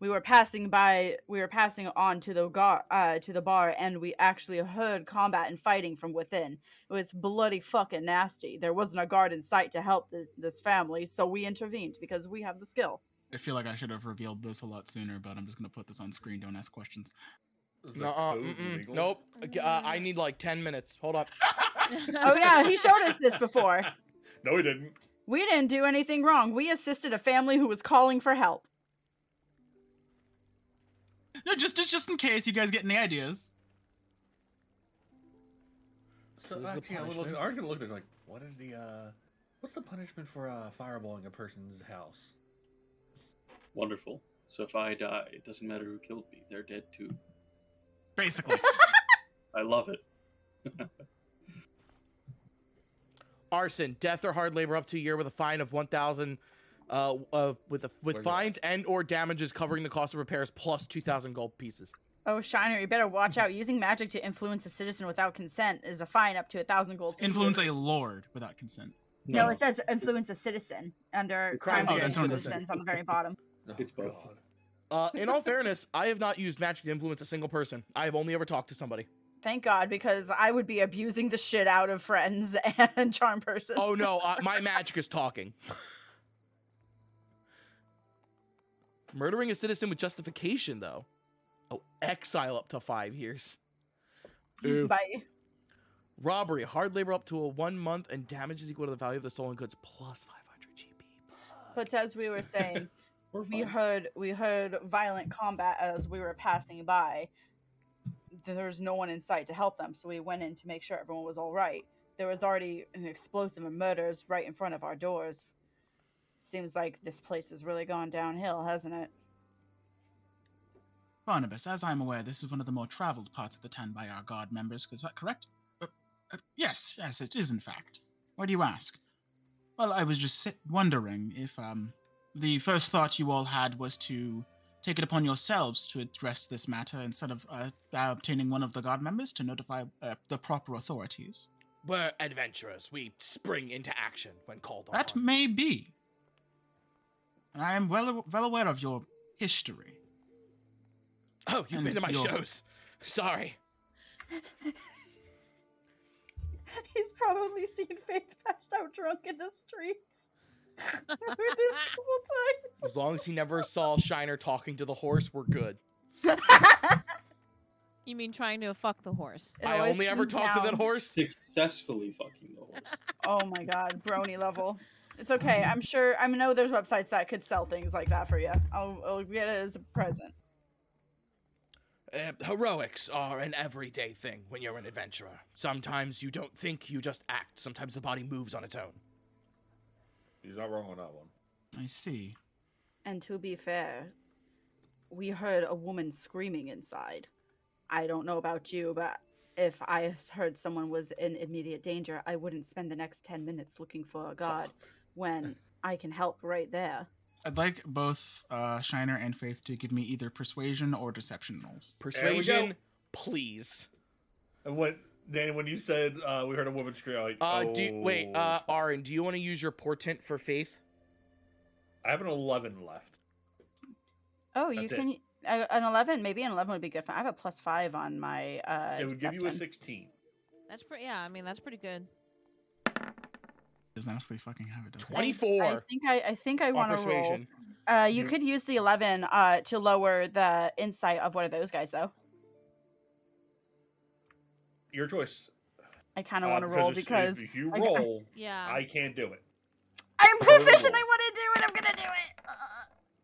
S5: We were passing by. We were passing on to the gar, uh, to the bar, and we actually heard combat and fighting from within. It was bloody fucking nasty. There wasn't a guard in sight to help this this family, so we intervened because we have the skill.
S1: I feel like I should have revealed this a lot sooner, but I'm just gonna put this on screen. Don't ask questions.
S6: Is that
S2: Nuh-uh,
S6: code
S2: mm-mm,
S6: legal?
S2: nope. Uh, I need like 10 minutes. Hold up.
S5: Oh yeah, he showed us this before.
S6: No, he didn't.
S5: We didn't do anything wrong. We assisted a family who was calling for help.
S1: No, just just just in case you guys get any ideas.
S6: So
S8: Those are the
S6: actually, I'm looking,
S8: punishments?
S6: I'm gonna look at it like, what is the uh, what's the punishment for uh, fireballing a person's house?
S4: Wonderful. So if I die, it doesn't matter who killed me. They're dead too.
S1: Basically,
S4: I love it.
S2: arson, death or hard labor up to a year with a fine of 1,000 uh, uh, with a, with
S6: Where's that?
S2: fines and or damages covering the cost of repairs plus 2,000 gold pieces.
S5: Oh, Shiner, you better watch out. Using magic to influence a citizen without consent is a fine up to a thousand gold pieces.
S1: influence a lord without consent.
S5: No, it says influence a citizen under
S2: Crimes
S5: crimes
S1: Oh,
S5: against
S1: that's under the
S5: citizens on the very bottom.
S6: Oh,
S4: It's both.
S6: God.
S2: Uh, in all fairness, I have not used magic to influence a single person. I have only ever talked to somebody.
S5: Thank God, because I would be abusing the shit out of friends and charm person.
S2: Oh no, uh, my magic is talking. Murdering a citizen with justification, though. Oh, exile up to five years.
S1: Oh,
S2: Oof.
S5: Bye.
S2: Robbery, hard labor up to a one month, and damages equal to the value of the stolen goods plus 500 GP.
S5: But as we were saying,
S4: We're
S5: we
S4: fine.
S5: heard we heard violent combat as we were passing by. There was no one in sight to help them, so we went in to make sure everyone was all right. There was already an explosive of murders right in front of our doors. Seems like this place has really gone downhill, hasn't it?
S1: Barnabas, as I'm aware, this is one of the more traveled parts of the town by our guard members. Is that correct? Uh, uh, yes, yes, it is in fact. Why do you ask? Well, I was just si- wondering if um, the first thought you all had was to take it upon yourselves to address this matter instead of uh, obtaining one of the guard members to notify uh, the proper authorities.
S2: We're adventurers. We spring into action when called on.
S1: That may be. And I am well well aware of your history.
S2: oh, you've
S1: and
S2: been to my
S1: you're-
S2: shows. Sorry.
S5: He's probably seen Faith passed out drunk in the streets. I've heard this a
S2: As long as he never saw Shiner talking to the horse, we're good.
S5: couple times.
S3: you mean trying to fuck the horse?
S5: It
S2: I
S5: always
S2: only ever
S5: comes
S2: talked to that
S5: down-
S2: horse.
S4: Successfully fucking the horse.
S5: Oh my god, brony level. It's okay. I'm sure. I know there's websites that could sell things like that for you. I'll, I'll get it as a present.
S2: Uh, heroics are an everyday thing when you're an adventurer. Sometimes you don't think, you just act. Sometimes the body moves on its own.
S6: He's not wrong on that one.
S1: I see.
S5: And to be fair, we heard a woman screaming inside. I don't know about you, but if I s- heard someone was in immediate danger, I wouldn't spend the next 10 minutes looking for a god when I can help right there.
S1: I'd like both uh, Shiner and Faith to give me either persuasion or deception rolls.
S2: Persuasion, please.
S6: And what, Danny? When you said uh, we heard a woman scream, I'm like, oh.
S2: Uh, do you, wait, uh,
S6: fuck.
S2: Aaron, do you want to use your portent for faith?
S6: I have an eleven left.
S5: Oh, you
S6: That's it.
S5: can. a- An 11, maybe an 11 would be good. For, I have a plus 5 on my. Uh,
S6: it would give you a
S5: deception.
S6: sixteen.
S3: That's pretty. Yeah, I mean that's pretty good.
S1: Doesn't actually fucking have it, does it?
S5: I-
S2: 24
S5: I think I, I think I
S2: on
S5: want to roll.
S2: persuasion.
S5: Uh, you
S6: You-
S4: Mm-hmm.
S5: could use the eleven uh, to lower the insight of one of those guys, though.
S6: Your choice.
S5: I kind of
S6: uh,
S5: want to roll
S6: if-
S5: because
S6: if you
S5: I- I-
S6: roll,
S3: Yeah.
S6: I can't do it.
S5: I'm proficient. I
S6: roll.
S5: want to do it. I'm gonna do it. Uh,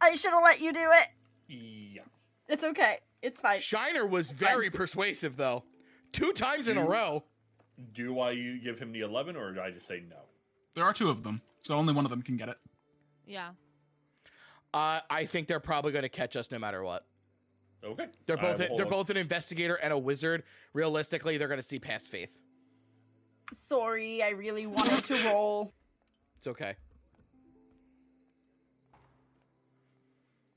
S5: I should have let you do it.
S6: Yeah.
S5: It's okay. It's fine.
S2: Shiner was very persuasive, though. Two times in a
S6: Two.
S2: row.
S6: Do I you give him the eleven, or do I just say no?
S1: There are two of them, so only one of them can get it.
S3: Yeah.
S2: Uh, I think they're probably going to catch us no matter what.
S6: Okay.
S2: They're
S6: I will
S2: both
S6: hold
S2: they're
S6: on.
S2: both an investigator and a wizard. Realistically, they're going to see past faith.
S5: Sorry, I really wanted to roll.
S2: It's okay.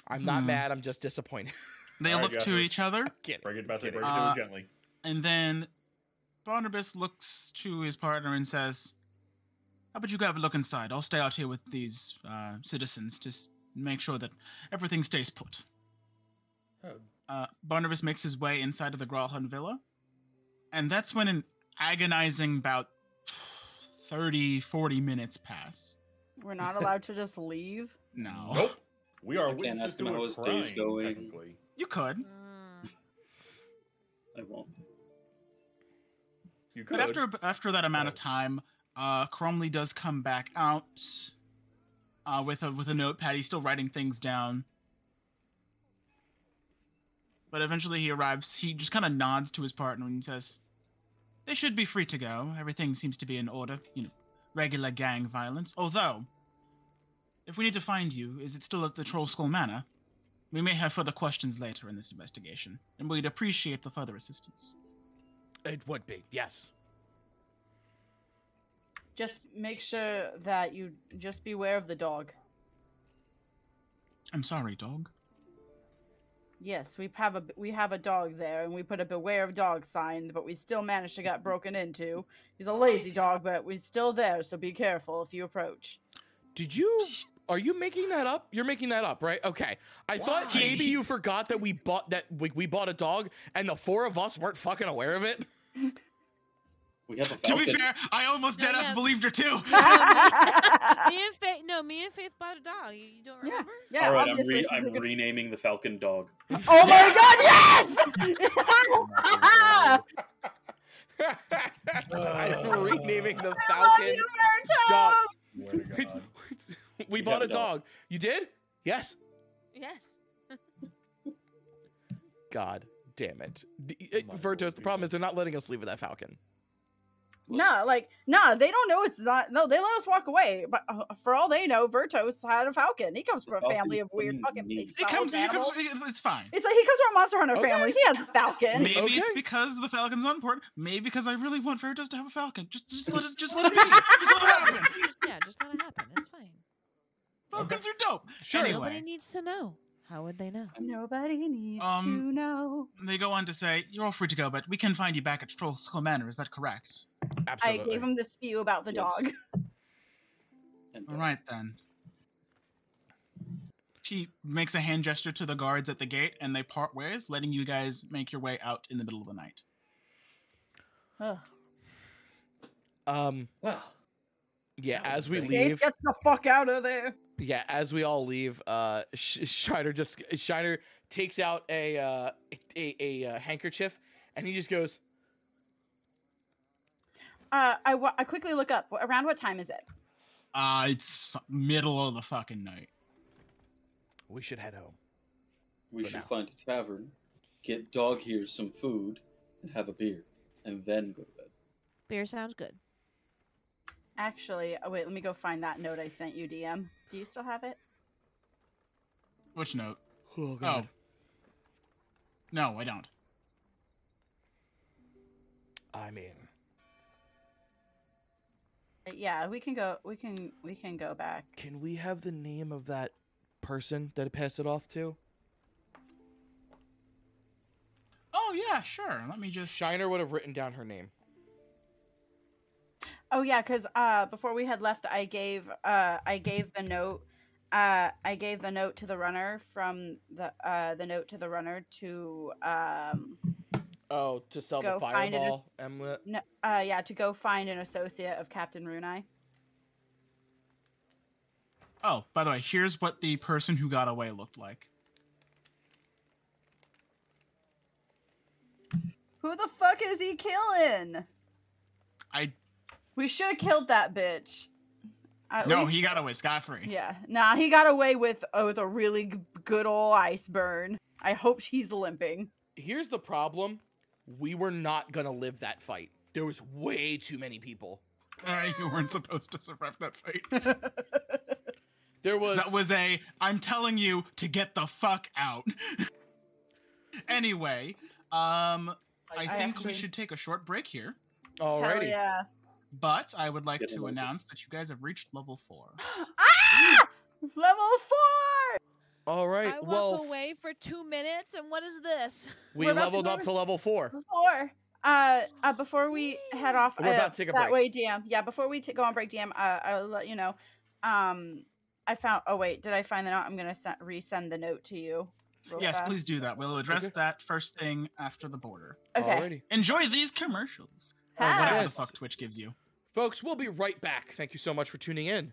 S2: I'm not
S1: Hmm.
S2: mad. I'm just disappointed.
S1: They
S6: All
S1: look
S6: right,
S1: to
S6: Jeffrey.
S1: each other,
S2: Kidding.
S6: Break it, Bessie.
S2: Kidding.
S6: Break it
S1: Uh,
S6: down gently.
S1: and then Barnabas looks to his partner and says, "How about you go have a look inside? I'll stay out here with these uh, citizens to s- make sure that everything stays put."
S6: Oh.
S1: Uh, Barnabas makes his way inside of the Gralhun Villa, and that's when an agonizing about 30, 40 minutes pass.
S5: We're not allowed to just leave.
S1: No,
S6: Nope. We
S4: I
S6: are
S4: can't
S6: witnesses
S4: ask him
S6: to
S4: how
S6: a
S4: his
S6: crime,
S4: day's going.
S6: technically.
S1: you could,
S3: Mm.
S4: I won't.
S6: You could.
S1: but after ab- after that amount of
S6: Oh.
S1: time, uh, Cromley does come back out uh, with a with a notepad. He's still writing things down, but eventually he arrives. He just kind of nods to his partner and says, "They should be free to go. Everything seems to be in order. You know, regular gang violence. Although, if we need to find you, is it still at the Troll Skull Manor?" We may have further questions later in this investigation, and we'd appreciate the further assistance.
S8: It would be, yes.
S5: Just make sure that you just beware of the dog.
S1: I'm sorry, dog.
S5: Yes, we have a we have a dog there, and we put a beware of dog sign, but we still managed to get broken into. He's a lazy dog, but we're still there, so be careful if you approach.
S2: Did you? Are you making that up? You're making that up, right? Okay. I thought
S1: Why?
S2: maybe you forgot that we bought that we, we bought a dog and the four of us weren't fucking aware of it.
S4: We have a
S1: To
S4: falcon.
S1: be fair, I almost
S3: No,
S1: dead ass
S3: yeah.
S1: believed her too.
S5: yeah,
S3: me and Faith. No, me and Faith bought a dog. You, you don't remember?
S4: All right, I'm,
S5: obviously.
S4: re- I'm renaming the falcon dog.
S5: oh my god, yes!
S2: I'm renaming the
S5: I love
S2: Falcon
S5: you,
S2: dog.
S5: Naruto!
S6: Swear to
S2: It's-
S6: God.
S2: it's- we
S4: You
S2: bought
S4: have
S2: a
S4: a dog.
S2: dog. You did? Yes.
S3: Yes.
S2: God damn it. The, it-
S6: My
S2: Virtos,
S6: lord,
S2: the problem
S6: people.
S2: is they're not letting us leave with that Falcon.
S5: Nah, like, nah, they don't know it's not. No, they let us walk away. But uh, for all they know, Vertos had a falcon. He comes from a
S4: Falcon
S5: family of weird
S4: couldn't
S5: fucking.
S4: leave.
S1: It comes, you comes,
S5: animals.
S1: it's, it's fine.
S5: It's like he comes from a Monster Hunter
S2: Okay.
S5: family. He has a falcon.
S1: Maybe it's
S2: Okay.
S1: because the Falcon's not important. Maybe because I really want Veritas to have a Falcon. Just, just let it, just let it be. Just let it happen.
S3: Yeah, just let it happen. It's fine.
S1: Falcons are dope.
S2: Sure.
S3: Nobody
S1: Anyway,
S3: needs to know. How would they know?
S5: Nobody needs
S1: Um,
S5: to know.
S1: they go on to say, "You're all free to go, but we can find you back at Troll Skull Manor. Is that correct?
S2: Absolutely.
S5: I gave him the spew about the
S4: Yes.
S5: dog.
S4: And, uh,
S1: All right then." She makes a hand gesture to the guards at the gate, and they part ways, letting you guys make your way out in the middle of the night.
S5: Ugh.
S2: um
S6: Well,
S2: yeah,
S6: That was
S2: as we
S6: great.
S2: leave
S5: Dave gets the fuck out of there.
S2: yeah, as we all leave, uh Sh- Shiner just Shiner takes out a uh a, a, uh handkerchief and he just goes,
S5: Uh, I, wa- I quickly look up. Wh- Around what time is it?
S1: Uh, it's middle of the fucking night.
S8: We should head home.
S4: We
S8: for
S4: should
S8: now.
S4: find a tavern, get dog here some food, and have a beer, and then go to bed.
S3: Beer sounds good.
S5: Actually, oh wait, let me go find that note I sent you, DM. Do you still have it?
S1: Which note?
S2: "Oh
S1: Oh.
S2: god.
S1: No, I don't.
S2: Oh.
S8: I mean,
S5: Uh, Yeah, we can go. We can. We can go back.
S2: Can we have the name of that person that I passed it off to?
S1: Oh yeah, sure. Let me just
S2: Shiner would have written down her name.
S5: Oh yeah, because uh, before we had left, I gave uh, I gave the note. Uh, I gave the note to the runner from the uh, the note to the runner to um,
S2: Oh, to sell
S5: Go
S2: the
S5: find it or
S2: fireball
S5: s-
S2: emlet.
S5: no, uh, yeah, to go find an associate of Captain Runai.
S1: Oh, by the way, here's what the person who got away looked like.
S5: Who the fuck is he killing?
S1: I
S5: We should have killed that bitch. At
S1: no,
S5: least-
S1: he got away scot free.
S5: Yeah, nah, he got away with uh, with a really g- good old ice burn. I hope he's limping.
S2: Here's the problem: we were not gonna live that fight. There was way too many people.
S1: All right, you weren't supposed to survive that fight.
S2: There was
S1: That was a I'm telling you to get the fuck out. anyway, um I, think
S5: actually-
S1: we should take a short break here,
S5: Hell
S2: alrighty.
S5: yeah.
S1: but I would like
S4: Yeah,
S1: to
S4: like it.
S1: announce that you guys have reached level 4.
S5: ah! Level four.
S2: All right.
S3: I walk
S2: well,
S3: away for two minutes, and what is this?
S2: we
S5: We're about to
S2: leveled
S5: go
S2: up
S5: to-
S2: to level four.
S5: Before, uh, uh, before we head off,
S2: We're
S5: uh,
S2: about to take a
S5: that
S2: break.
S5: way, DM. Yeah, before we t- go on break, DM. Uh, I'll let you know. Um, I found. Oh wait, did I find the note? I'm gonna se- resend the note to you. real
S1: yes,
S5: fast.
S1: please do that. We'll address
S2: Okay.
S1: that first thing after the border.
S5: Okay. Ah,
S2: Alrighty.
S1: Enjoy these commercials.
S2: Oh,
S1: Or
S5: Ha!
S1: whatever
S2: Yes.
S1: the fuck Twitch gives you.
S2: Folks, we'll be right back. Thank you so much for tuning in.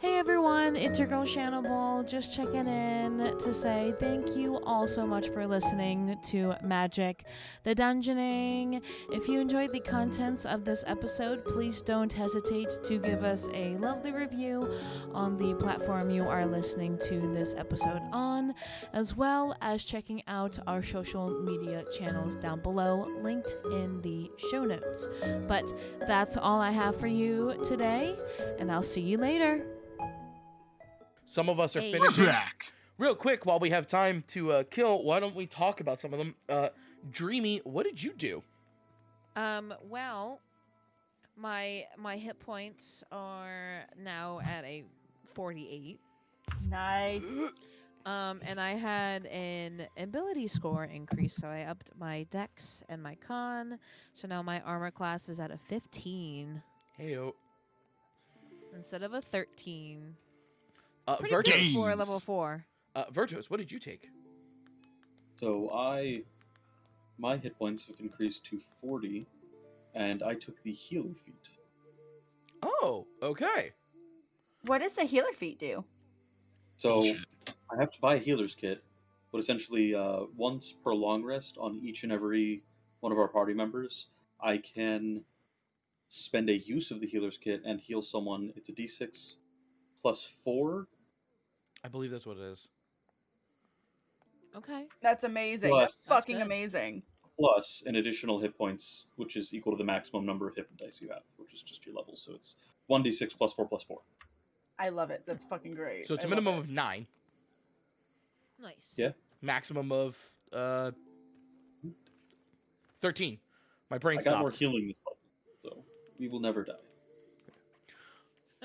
S3: Hey everyone, it's your girl Shannon Ball, just checking in to say thank you all so much for listening to Magic the Dungeoning. If you enjoyed the contents of this episode, please don't hesitate to give us a lovely review on the platform you are listening to this episode on, as well as checking out our social media channels down below, linked in the show notes. But that's all I have for you today, and I'll see you later.
S2: Some of us are
S3: Hey.
S1: We're
S2: finishing.
S1: back.
S2: Real quick, while we have time to uh, kill, why don't we talk about some of them? Uh, Dreamy, what did you do?
S3: Um, well, my my hit points are now at a 48.
S5: Nice.
S3: Um, and I had an ability score increase, so I upped my dex and my con. So now my armor class is at a 15
S2: Hey, uh,
S3: instead of a 13. Pretty
S2: Virtus.
S1: good.
S3: good for a
S1: Jeez.
S3: level 4.
S2: Uh, Virtus, what did you take?
S4: So I, my hit points have increased to 40, and I took the healer feat.
S2: Oh, okay.
S5: What does the healer feat do?
S4: So
S1: Bullshit.
S4: I have to buy a healer's kit, but essentially, uh, once per long rest on each and every one of our party members, I can spend a use of the healer's kit and heal someone. It's a d6 plus 4
S2: I believe that's what it is.
S3: Okay.
S5: That's amazing.
S4: Well,
S5: That's
S4: that's
S5: fucking
S3: good.
S5: amazing.
S4: plus an additional hit points, which is equal to the maximum number of hit dice you have, which is just your level. So it's 1d6 plus 4 plus 4.
S5: I love it. That's fucking great.
S2: So it's
S5: a
S2: a minimum of nine,
S3: Nice.
S4: Yeah.
S2: maximum of uh, thirteen. My brain
S4: I got more
S2: stopped.
S4: healing this level, so we will never die.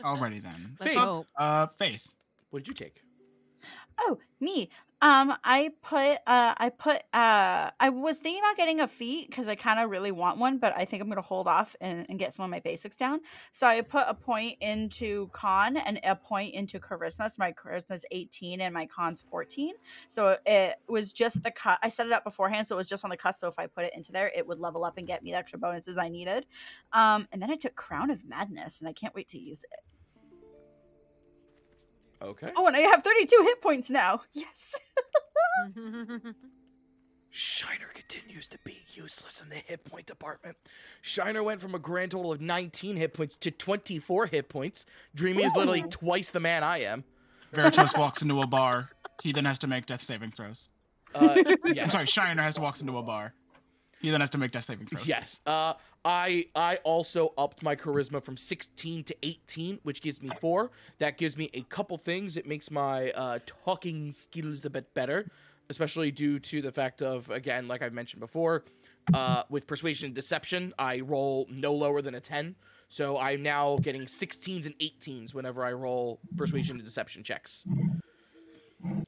S1: Alrighty then.
S3: Let's
S2: Faith.
S3: hope.
S1: Uh Faith.
S2: What did you take?
S5: Oh, me. Um, I put, uh, I put, uh, I was thinking about getting a feat because I kind of really want one, but I think I'm gonna hold off and, and get some of my basics down. So I put a point into con and a point into charisma. So my charisma's 18 and my con's 14. So it was just the cut. I set it up beforehand, so it was just on the cusp. So if I put it into there, it would level up and get me the extra bonuses I needed. Um, and then I took Crown of Madness, and I can't wait to use it.
S2: Okay.
S5: Oh, and I have 32 hit points now. Yes.
S2: Shiner continues to be useless in the hit point department. Shiner went from a grand total of 19 hit points to 24 hit points. Dreamy is literally
S5: Ooh.
S2: twice the man I am.
S1: Veritas walks into a bar. He then has to make death saving throws.
S2: Uh,
S1: I'm
S2: yeah.
S1: sorry, Shiner has to walk into a bar. He then has to make death saving throws.
S2: Yes. Uh, I I also upped my charisma from 16 to 18, which gives me four. That gives me a couple things. It makes my uh, talking skills a bit better, especially due to the fact of again, like I've mentioned before, uh, with persuasion and deception, I roll no lower than a 10. So I'm now getting 16s and 18s whenever I roll persuasion and deception checks.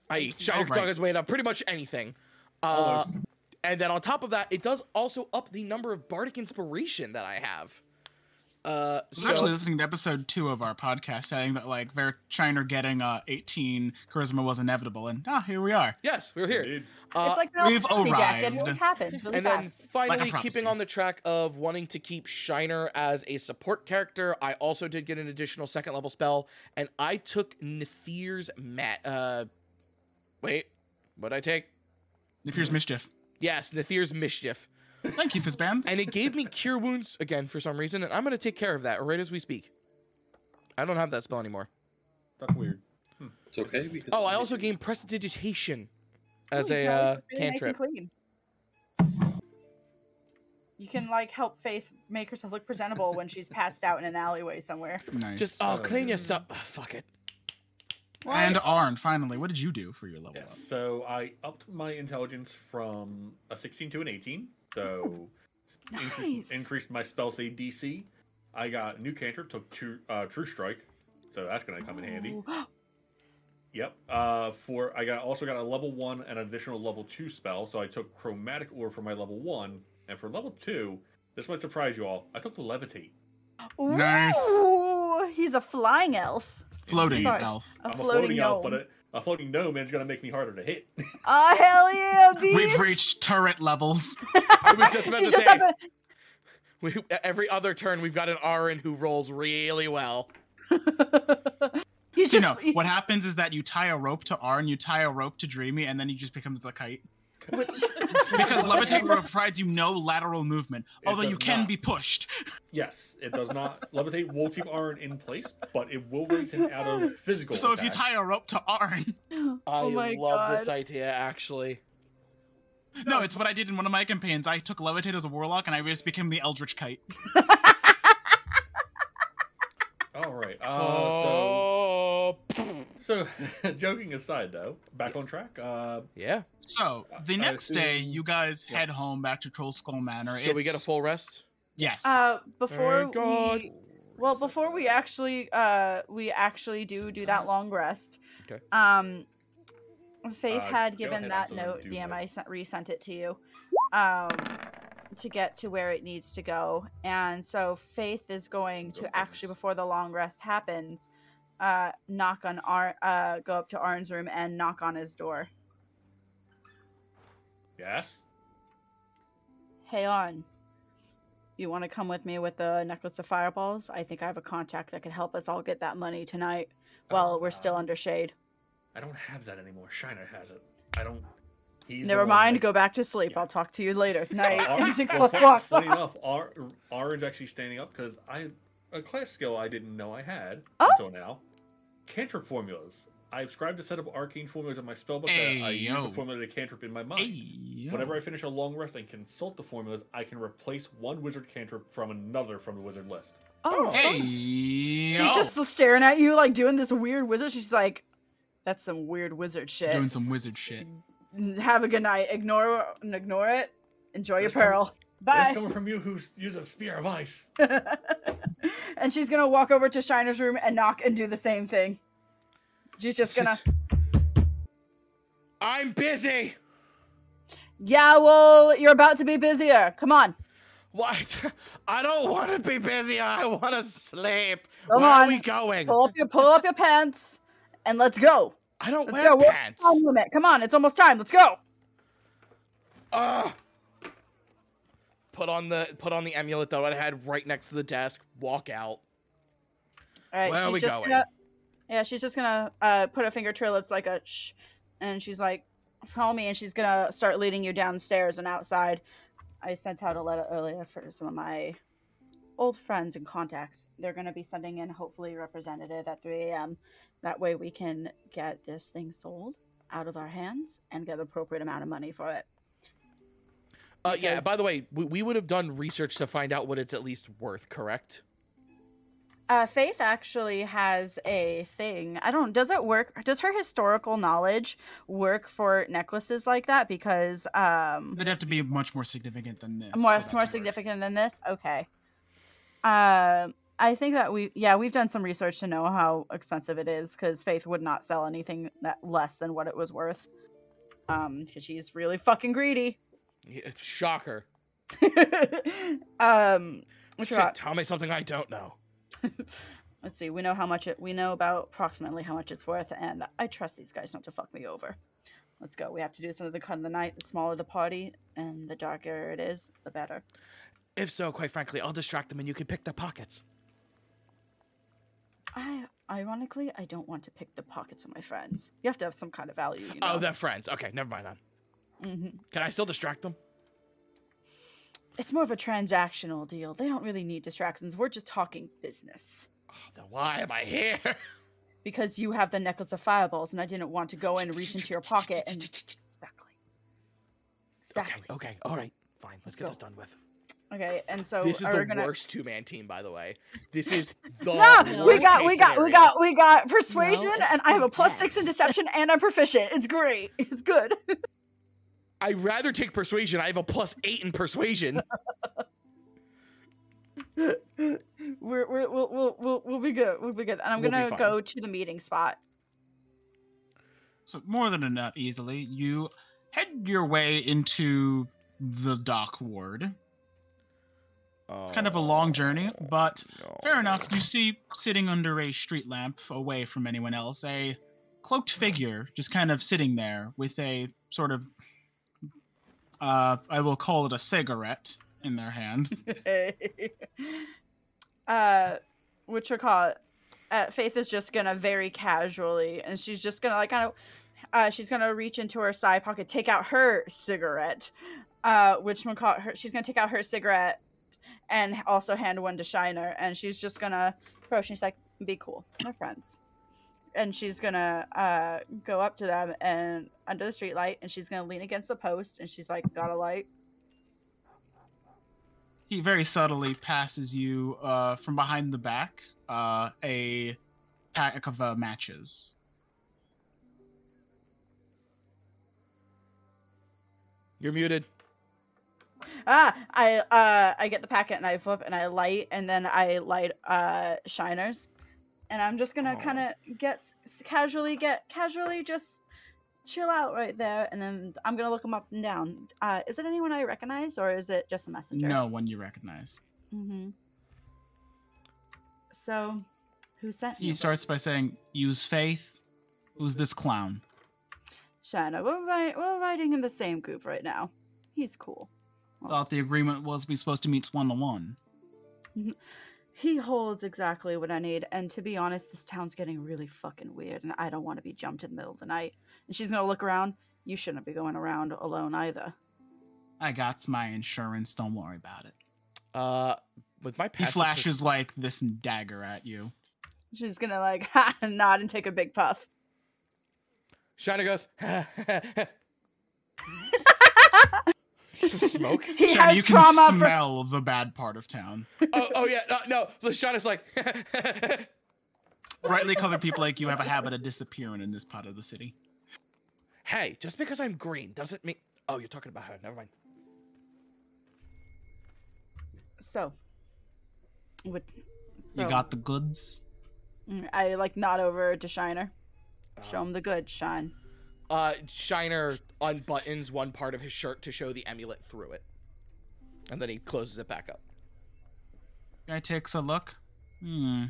S2: I Shiner can
S1: Alright.
S2: talk his way up pretty much anything. Uh, and then on top of that, it does also up the number of bardic inspiration that I have. Uh,
S1: I was actually
S2: so
S1: listening to episode two of our podcast saying that like Ver Shiner getting uh 18 charisma was inevitable, and ah, here we are.
S2: yes, we're here.
S6: Indeed.
S2: Uh,
S5: it's like the
S1: we've
S5: coffee jack. It
S1: arrived.
S5: always happens really
S2: and then
S5: fast.
S2: finally,
S1: prophecy.
S2: keeping on the track of wanting to keep Shiner as a support character, I also did get an additional second level spell, and I took Nathir's mat. Uh, wait, what would I take?
S1: If here's mischief,
S2: Yes, Nathir's mischief.
S1: thank you, Fizzbands.
S2: and it gave me cure wounds again for some reason, and I'm gonna take care of that right as we speak. I don't have that spell anymore.
S6: That's weird.
S4: It's okay because
S2: Oh, I also gained prestidigitation as
S5: Ooh,
S2: a
S5: yours
S2: uh,
S5: is really nice and
S2: cantrip.
S5: clean. You can like help Faith make herself look presentable when she's passed out in an alleyway somewhere.
S1: Nice.
S2: Just oh, clean
S6: Um,
S2: yourself. Ugh, fuck it.
S1: and Arn, finally, what did you do for your level
S6: Yes, so I upped my intelligence from a 16 to an 18. So s-
S5: Nice.
S6: increased, increased my spell save DC. I got a new cantrip, took two, uh, True Strike. So that's going to come in handy. Yep. Uh, for I got also got a level one and an additional level two spell. So I took Chromatic Orb for my level one, and for level two, this might surprise you all. I took Levitate.
S5: Ooh,
S1: Nice.
S5: He's a flying elf.
S1: up? Floating
S5: Sorry.
S1: elf.
S5: A
S6: I'm
S5: floating, gnome.
S6: elf, but a, a floating gnome is going to make me harder to hit.
S5: oh hell yeah, bitch!
S1: We've reached turret levels.
S2: I was just about to
S5: He's
S2: say.
S5: just up
S2: we, every other turn, we've got an Arin who rolls really well.
S5: a- He's
S1: So
S5: just
S1: no, what happens is that you tie a rope to Arn, you tie a rope to Dreamy, and then he just becomes the kite.
S5: which
S1: Because levitate provides you no lateral movement,
S6: It
S1: although
S6: does
S1: you can
S6: not.
S1: be pushed.
S6: Yes, it does not levitate. Will keep Arn in place, but it will raise him out of physical.
S1: So if you
S6: attacks.
S1: tie a rope to Arn,
S2: I
S5: Oh my
S2: love
S5: God.
S2: this idea. Actually,
S1: no, it's what I did in one of my campaigns. I took levitate as a warlock, and I just became the eldritch kite.
S6: all right. Uh,
S2: oh,
S6: So, so joking aside, though, back on track. Uh,
S2: yeah.
S1: So the
S6: I
S1: next day,
S6: assume-
S1: you guys
S6: yeah.
S1: head home back to Troll Skull Manor.
S2: So we get a
S1: It's-
S2: full rest.
S1: yes.
S5: uh before
S2: Thank God.
S5: we well before we actually uh we actually do do
S6: Uh-huh.
S5: that long rest.
S2: Okay.
S5: Um, Faith
S6: Uh,
S5: had
S6: go
S5: given
S6: ahead,
S5: that
S6: Ashley,
S5: note.
S6: do
S5: DM,
S6: that.
S5: I sent, resent it to you. Um, to get to where it needs to go, and so Faith is going
S6: Go
S5: to
S6: for
S5: actually
S6: this.
S5: before the long rest happens, uh, knock on Ar- uh, go up to Arn's room and knock on his door.
S6: yes.
S5: Hey, on. You want to come with me with the necklace of fireballs? I think I have a contact that could help us all get that money tonight while
S6: Oh,
S5: we're still
S6: uh,
S5: under shade.
S6: I don't have that anymore. Shiner has it. I don't. He's the
S5: Never
S6: one
S5: mind.
S6: that-
S5: Go back to sleep. I'll talk to you later. Night.
S6: Uh,
S5: And she
S6: Ar- well,
S5: walks
S6: fu-
S5: off.
S6: funny enough, Ar- Orange actually standing up because I a class skill I didn't know I had
S5: Oh.
S6: until now. Cantrip formulas. I ascribed a set of arcane formulas in my spellbook that I
S1: Hey,
S6: use
S1: yo.
S6: the formula to cantrip in my mind.
S1: Ayo.
S6: Whenever I finish a long rest and consult the formulas, I can replace one wizard cantrip from another from the wizard list.
S5: Oh,
S1: Hey,
S5: fun. she's
S1: yo.
S5: just staring at you, like doing this weird wizard. She's like, that's some weird wizard shit.
S1: doing some wizard shit.
S5: N- Have a good night. Ignore ignore it. Enjoy your
S6: This com-
S5: pearl.
S6: This
S5: Bye.
S6: coming from you who s- use a spear of ice.
S5: and she's gonna walk over to Shiner's room and knock and do the same thing. She's just gonna
S2: I'm busy.
S5: Yeah, well, you're about to be busier. Come on.
S2: What? I don't want to be busy. I want to sleep.
S5: Come
S2: Where are
S5: on.
S2: we going?
S5: Pull up your pull up your pants and let's go.
S2: I don't
S5: Let's
S2: wear
S5: go. We're on
S2: pants.
S5: time limit. Come on, it's almost time. Let's go.
S2: Ugh. Ah! Put on the put on the amulet though. I had right next to the desk. Walk out.
S5: All right,
S2: Where are
S5: she's
S2: we
S5: just
S2: going?
S5: gonna Yeah, she's just gonna uh, put a finger to her lips like a shh and she's like, Follow me and she's gonna start leading you downstairs and outside. I sent out a letter earlier for some of my old friends and contacts. They're gonna be sending in hopefully a representative at three AM. That way we can get this thing sold out of our hands and get appropriate amount of money for it.
S2: Uh, yeah.
S5: Because-
S2: By the way, we, we would have done research to find out what it's at least worth. Correct?
S5: Uh, Faith actually has a thing. I don't. Does it work? Does her historical knowledge work for necklaces like that? Because um,
S1: They'd have to be much more significant than this.
S5: more
S1: for that
S5: more
S1: to work.
S5: significant than this. Okay. Um, I think that we yeah we've done some research to know how expensive it is because Faith would not sell anything that less than what it was worth. Um, because she's really fucking greedy.
S2: Yeah, shocker.
S5: um, which
S2: Shit,
S5: about-
S2: tell me something I don't know.
S5: let's see we know how much it we know about approximately how much it's worth and i trust these guys not to fuck me over let's go we have to do this under the cut of the night the smaller the party and the darker it is the better
S2: If so, quite frankly, I'll distract them and you can pick their pockets.
S5: i ironically i don't want to pick the pockets of my friends you have to have some kind of value you know?
S2: Oh, they're friends. Okay, never mind then.
S5: Mhm.
S2: Can I still distract them?
S5: it's more of a transactional deal they don't really need distractions we're just talking business
S2: Oh, then why am I here?
S5: because you have the necklace of fireballs and i didn't want to go and reach into your pocket and exactly
S2: Okay,
S5: exactly
S2: okay, all right, fine. Let's,
S5: Let's
S2: get
S5: go.
S2: this done with.
S5: Okay, and so
S2: this is
S5: are we
S2: the
S5: gonna...
S2: worst two man team, by the way. This is the
S5: No, we
S2: worst
S5: got,
S2: case
S5: we got, we
S2: scenario.
S5: got, we got persuasion,
S7: it's
S5: and I have
S7: the
S5: a plus six in
S7: best.
S5: deception, and I'm proficient. It's great. It's good.
S2: I'd rather take persuasion. I have a plus eight in persuasion.
S5: We're, we're we'll, we'll, we'll, we'll be good. We'll be good. And I'm
S2: We'll be
S5: gonna
S2: fine.
S5: go to the meeting spot.
S1: So more than enough easily, you head your way into the dock ward. It's kind of a long journey, but fair enough. You see sitting under a street lamp away from anyone else, a cloaked figure just kind of sitting there with a sort of uh I will call it a cigarette in their hand.
S5: uh, what you call it? Uh, Faith is just gonna very casually, and she's just gonna like kind of, uh, she's gonna reach into her side pocket, take out her cigarette, uh, which one call her? She's gonna take out her cigarette and also hand one to Shiner, and she's just gonna approach. And she's like, "Be cool, my friends." And she's gonna uh, go up to them and under the street light, and she's gonna lean against the post, and she's like, "Got a light."
S1: He very subtly passes you uh from behind the back uh a pack of uh, matches.
S2: You're muted.
S5: Ah, I uh I get the packet and I flip and I light and then I light uh shiners. And I'm just going to
S2: Aw.
S5: kind of get s- s- casually get casually just chill out right there and then I'm going to look them up and down. Uh is it anyone I recognize or is it just a messenger?
S1: No one you recognize.
S5: Mhm. So, who sent
S1: He
S5: you?
S1: starts by saying, "Use faith." Who's this clown?
S5: Shiner. We're ri- we're riding in the same group right now. He's cool. Well,
S1: Thought the agreement was we supposed to meet one on one.
S5: He holds exactly what I need, and to be honest, this town's getting really fucking weird, and I don't want to be jumped in the middle of the night. And she's gonna look around. You shouldn't be going around alone either.
S1: I got my insurance. Don't worry about it.
S2: Uh, with my
S1: He
S2: passive per-
S1: flashes like this dagger at you.
S5: She's gonna like ha, nod and take a big puff.
S2: Shiner goes. This is smoke.
S5: He
S1: Shana,
S5: has
S1: you can
S5: trauma from.
S1: smell the bad part of town.
S2: oh, oh yeah, no, no. Shina's like.
S1: Brightly colored people like you have a habit of disappearing in this part of the city.
S2: hey, just because I'm green doesn't mean. Oh, you're talking about her. Never mind.
S5: So, what? So,
S1: You got the goods.
S5: Mm, I like nod over to Shiner.
S1: Uh.
S5: Show him the good, Shine.
S2: Uh, Shiner unbuttons one part of his shirt to show the amulet through it, and then he closes it back up.
S1: Guy takes a look. Hmm.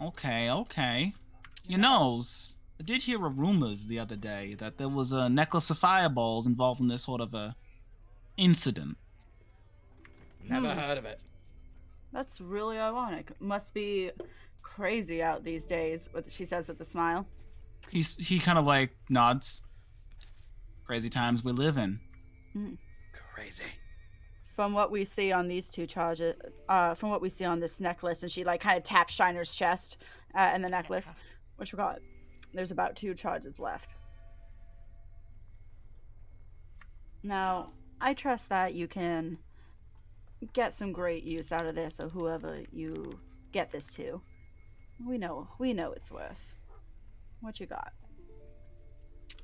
S1: Okay, okay. You knows, I did hear a rumors the other day that there was a necklace of fireballs involved in this sort of a incident.
S2: Never heard of it.
S5: That's really ironic. Must be crazy out these days. What she says with a smile.
S1: He's he kind of like nods. Crazy times we live in.
S2: Crazy.
S5: from what we see on these two charges, uh, from what we see on this necklace, and she like kind of taps Shiner's chest uh, and the necklace, which we got. There's about two charges left. Now, I trust that you can get some great use out of this, or whoever you get this to. We know, we know it's worth. What you got?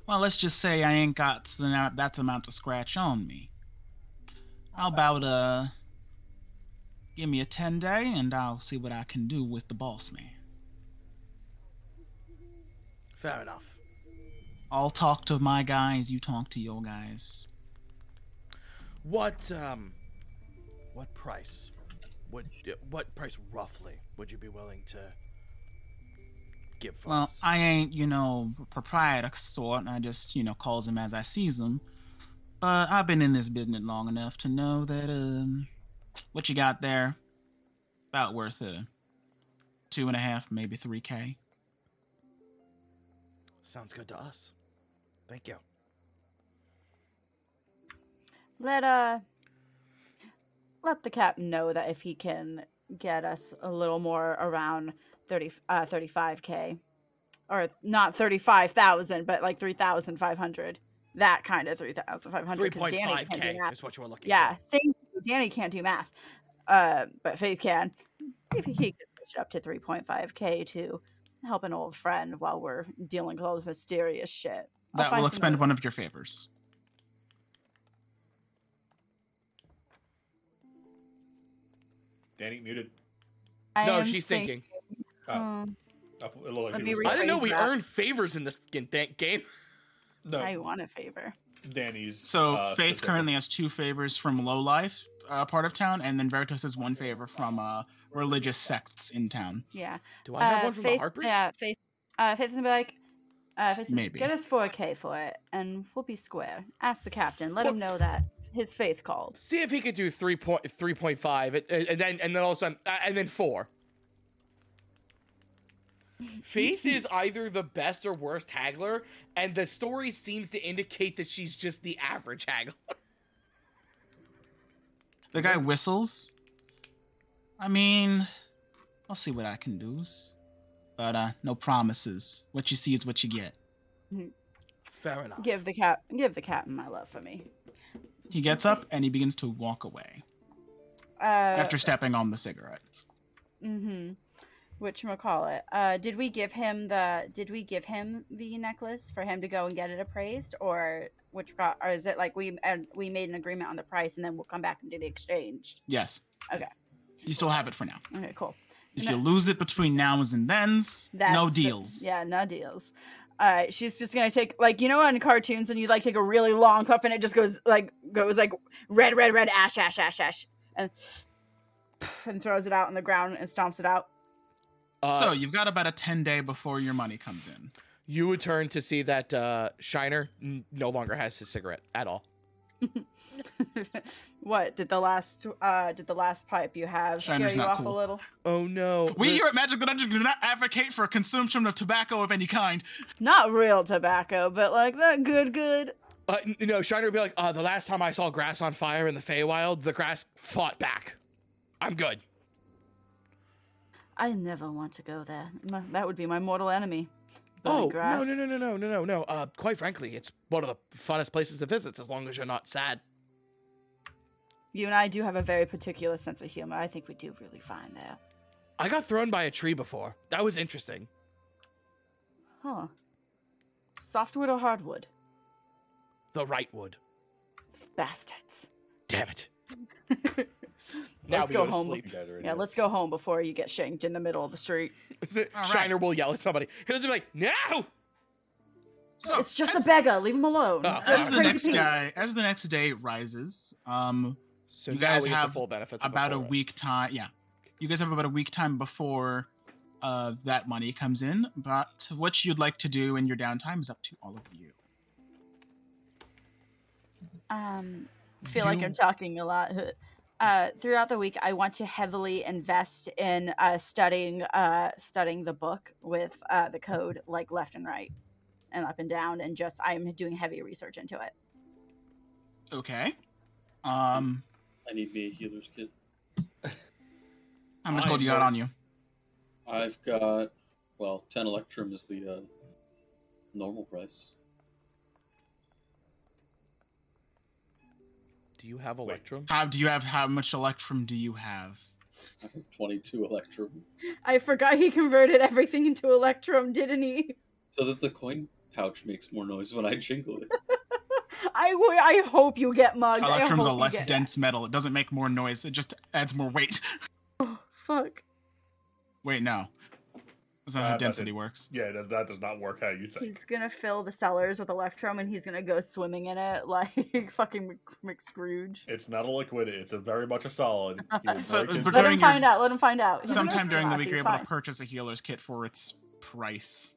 S1: Well, let's just say I ain't got s- that amount of scratch on me. How about uh, give me a ten day and I'll see what I can do with the boss man.
S8: Fair enough.
S1: I'll talk to my guys. You talk to your guys.
S8: What um, what price would what price roughly would you be willing to give for
S1: Well,
S8: us?
S1: I ain't you know a proprietor sort. I just you know calls them as I sees them. But I've been in this business long enough to know that um, what you got there, about worth a two and a half, maybe three k.
S8: Sounds good to us. Thank you.
S5: Let uh let the captain know that if he can get us a little more around 30 uh 35k or not 35,000 but like 3,500 that kind of 3,500 'cause Danny can't do
S8: 3.5k
S5: that.
S8: is what you were looking
S5: Yeah,
S8: for.
S5: thank you Danny can't do math, uh, but Faith can. If he could push it up to 3.5k to help an old friend while we're dealing with all the mysterious shit. I'll
S1: That
S5: find
S1: will
S5: some
S1: expend
S5: other-
S1: one of your favors.
S6: Danny muted.
S5: I
S2: no,
S5: am
S2: she's thinking.
S6: Oh,
S5: um,
S6: up- it looked like
S5: Let
S6: she
S5: me
S6: was-
S2: I didn't know
S5: rephrase
S2: we
S5: that.
S2: earned favors in this g- th- game.
S6: no,
S5: I want a favor.
S6: Danny's.
S1: So
S6: uh,
S1: Faith
S6: specific.
S1: currently has two favors from low life uh, part of town, and then Veritas has one favor from uh, religious sects in town.
S5: Yeah.
S2: Do I have
S5: Uh,
S2: one from
S5: Faith,
S2: the Harpers?
S5: Yeah, Faith. Uh, Faith's gonna be like, uh, Faith's gonna
S1: Maybe.
S5: get us 4k for it, and we'll be square. Ask the captain. Let him know that his faith called.
S2: See if he could do 3.3.5 and, and then and then all of a sudden uh, and then 4. Faith is either the best or worst haggler and the story seems to indicate that she's just the average haggler.
S1: The guy whistles. I mean, I'll see what I can do, but uh, no promises. What you see is what you get.
S8: Fair
S2: Oh.
S8: enough.
S5: Give the cap. Give the captain my love for me.
S1: He gets up and he begins to walk away
S5: Uh,
S1: after stepping on the cigarette.
S5: Mm-hmm. Which call it? Uh, did we give him the? Did we give him the necklace for him to go and get it appraised, or which? Or is it like we and we made an agreement on the price, and then we'll come back and do the exchange?
S1: Yes.
S5: Okay.
S1: You still have it for now.
S5: Okay, cool.
S1: If
S5: No.
S1: you lose it between nows and thens, no
S5: the-
S1: deals.
S5: yeah, no deals. Uh, she's just gonna take like you know on cartoons when you like take a really long puff and it just goes like goes like red, red, red, ash, ash, ash, ash, and and throws it out on the ground and stomps it out.
S2: Uh,
S1: so you've got about a 10 day before your money comes in.
S2: you return to see that uh, Shiner n- no longer has his cigarette at all.
S5: what did the last uh did the last pipe you have scare
S1: Shiner's
S5: you
S1: not
S5: off
S1: cool.
S5: a little?
S2: Oh no.
S1: We
S2: Re-
S1: here at Magic the Dungeon do not advocate for consumption of tobacco of any kind.
S5: Not real tobacco, but like that good, good.
S2: uh, n- no, Shiner would be like, uh, the last time I saw grass on fire in the Feywild, the grass fought back. I'm good.
S5: I never want to go there. My- that would be my mortal enemy. Burning
S2: Oh
S5: grass.
S2: no no no no no no no no! Uh, quite frankly, it's one of the funnest places to visit as long as you're not sad.
S5: You and I do have a very particular sense of humor. I think we do really fine there.
S2: I got thrown by a tree before. That was interesting.
S5: Huh. Softwood or hardwood?
S2: The right wood.
S5: Bastards.
S2: Damn it! Now
S5: let's
S2: we
S5: go
S2: to
S5: home.
S2: sleep.
S6: You guys are
S5: Yeah,
S6: idiots.
S5: let's go home before you get shanked in the middle of the street.
S1: right.
S2: Shiner will yell at somebody. He'll just be like, "No!"
S1: So
S5: it's just a
S1: as-
S5: beggar. Leave him alone.
S2: Oh,
S1: As
S5: That's
S2: wow.
S1: the
S5: crazy
S1: next
S5: people.
S1: guy, as the next day rises, um,
S2: So
S1: You
S2: now
S1: guys
S2: we get the
S1: have
S2: full benefits. of
S1: about a
S2: forest.
S1: week time. Yeah, you guys have about a week time before uh, that money comes in. But what you'd like to do in your downtime is up to all of you.
S5: Um, I feel like I'm talking a lot. Uh, throughout the week, I want to heavily invest in uh, studying uh, studying the book with uh, the code, like left and right, and up and down, and just I'm doing heavy research into it.
S1: Okay. Um,
S4: I need me a healer's kit.
S1: how much
S6: I
S1: gold you got
S6: know-
S1: on you?
S4: I've got, well, 10 Electrum is the uh, normal price.
S2: Do you have Electrum?
S1: How do you have? How much electrum do you have?
S4: I have 22 Electrum.
S5: I forgot he converted everything into Electrum, didn't he?
S4: So that the coin pouch makes more noise when I jingle it.
S5: I w- I hope you get mugged. I
S1: Electrum's a
S5: hope you
S1: less
S5: get-
S1: dense metal. It doesn't make more noise. It just adds more weight.
S5: Fuck.
S1: Wait, no. That's not
S6: Uh,
S1: how
S6: that's it.
S1: density works.
S6: Yeah, that, that does not work how you think.
S5: He's gonna fill the cellars with Electrum, and he's gonna go swimming in it like fucking Mc- McScrooge.
S6: It's not a liquid. It's a very much a solid. You will
S1: So,
S6: break it.
S1: but
S5: Let him
S1: during your-
S5: find out. Let him find out. He's an
S1: Sometime during the
S5: aristocrat,
S1: week, you're
S5: he's
S1: able to
S5: fine.
S1: purchase a healer's kit for its price.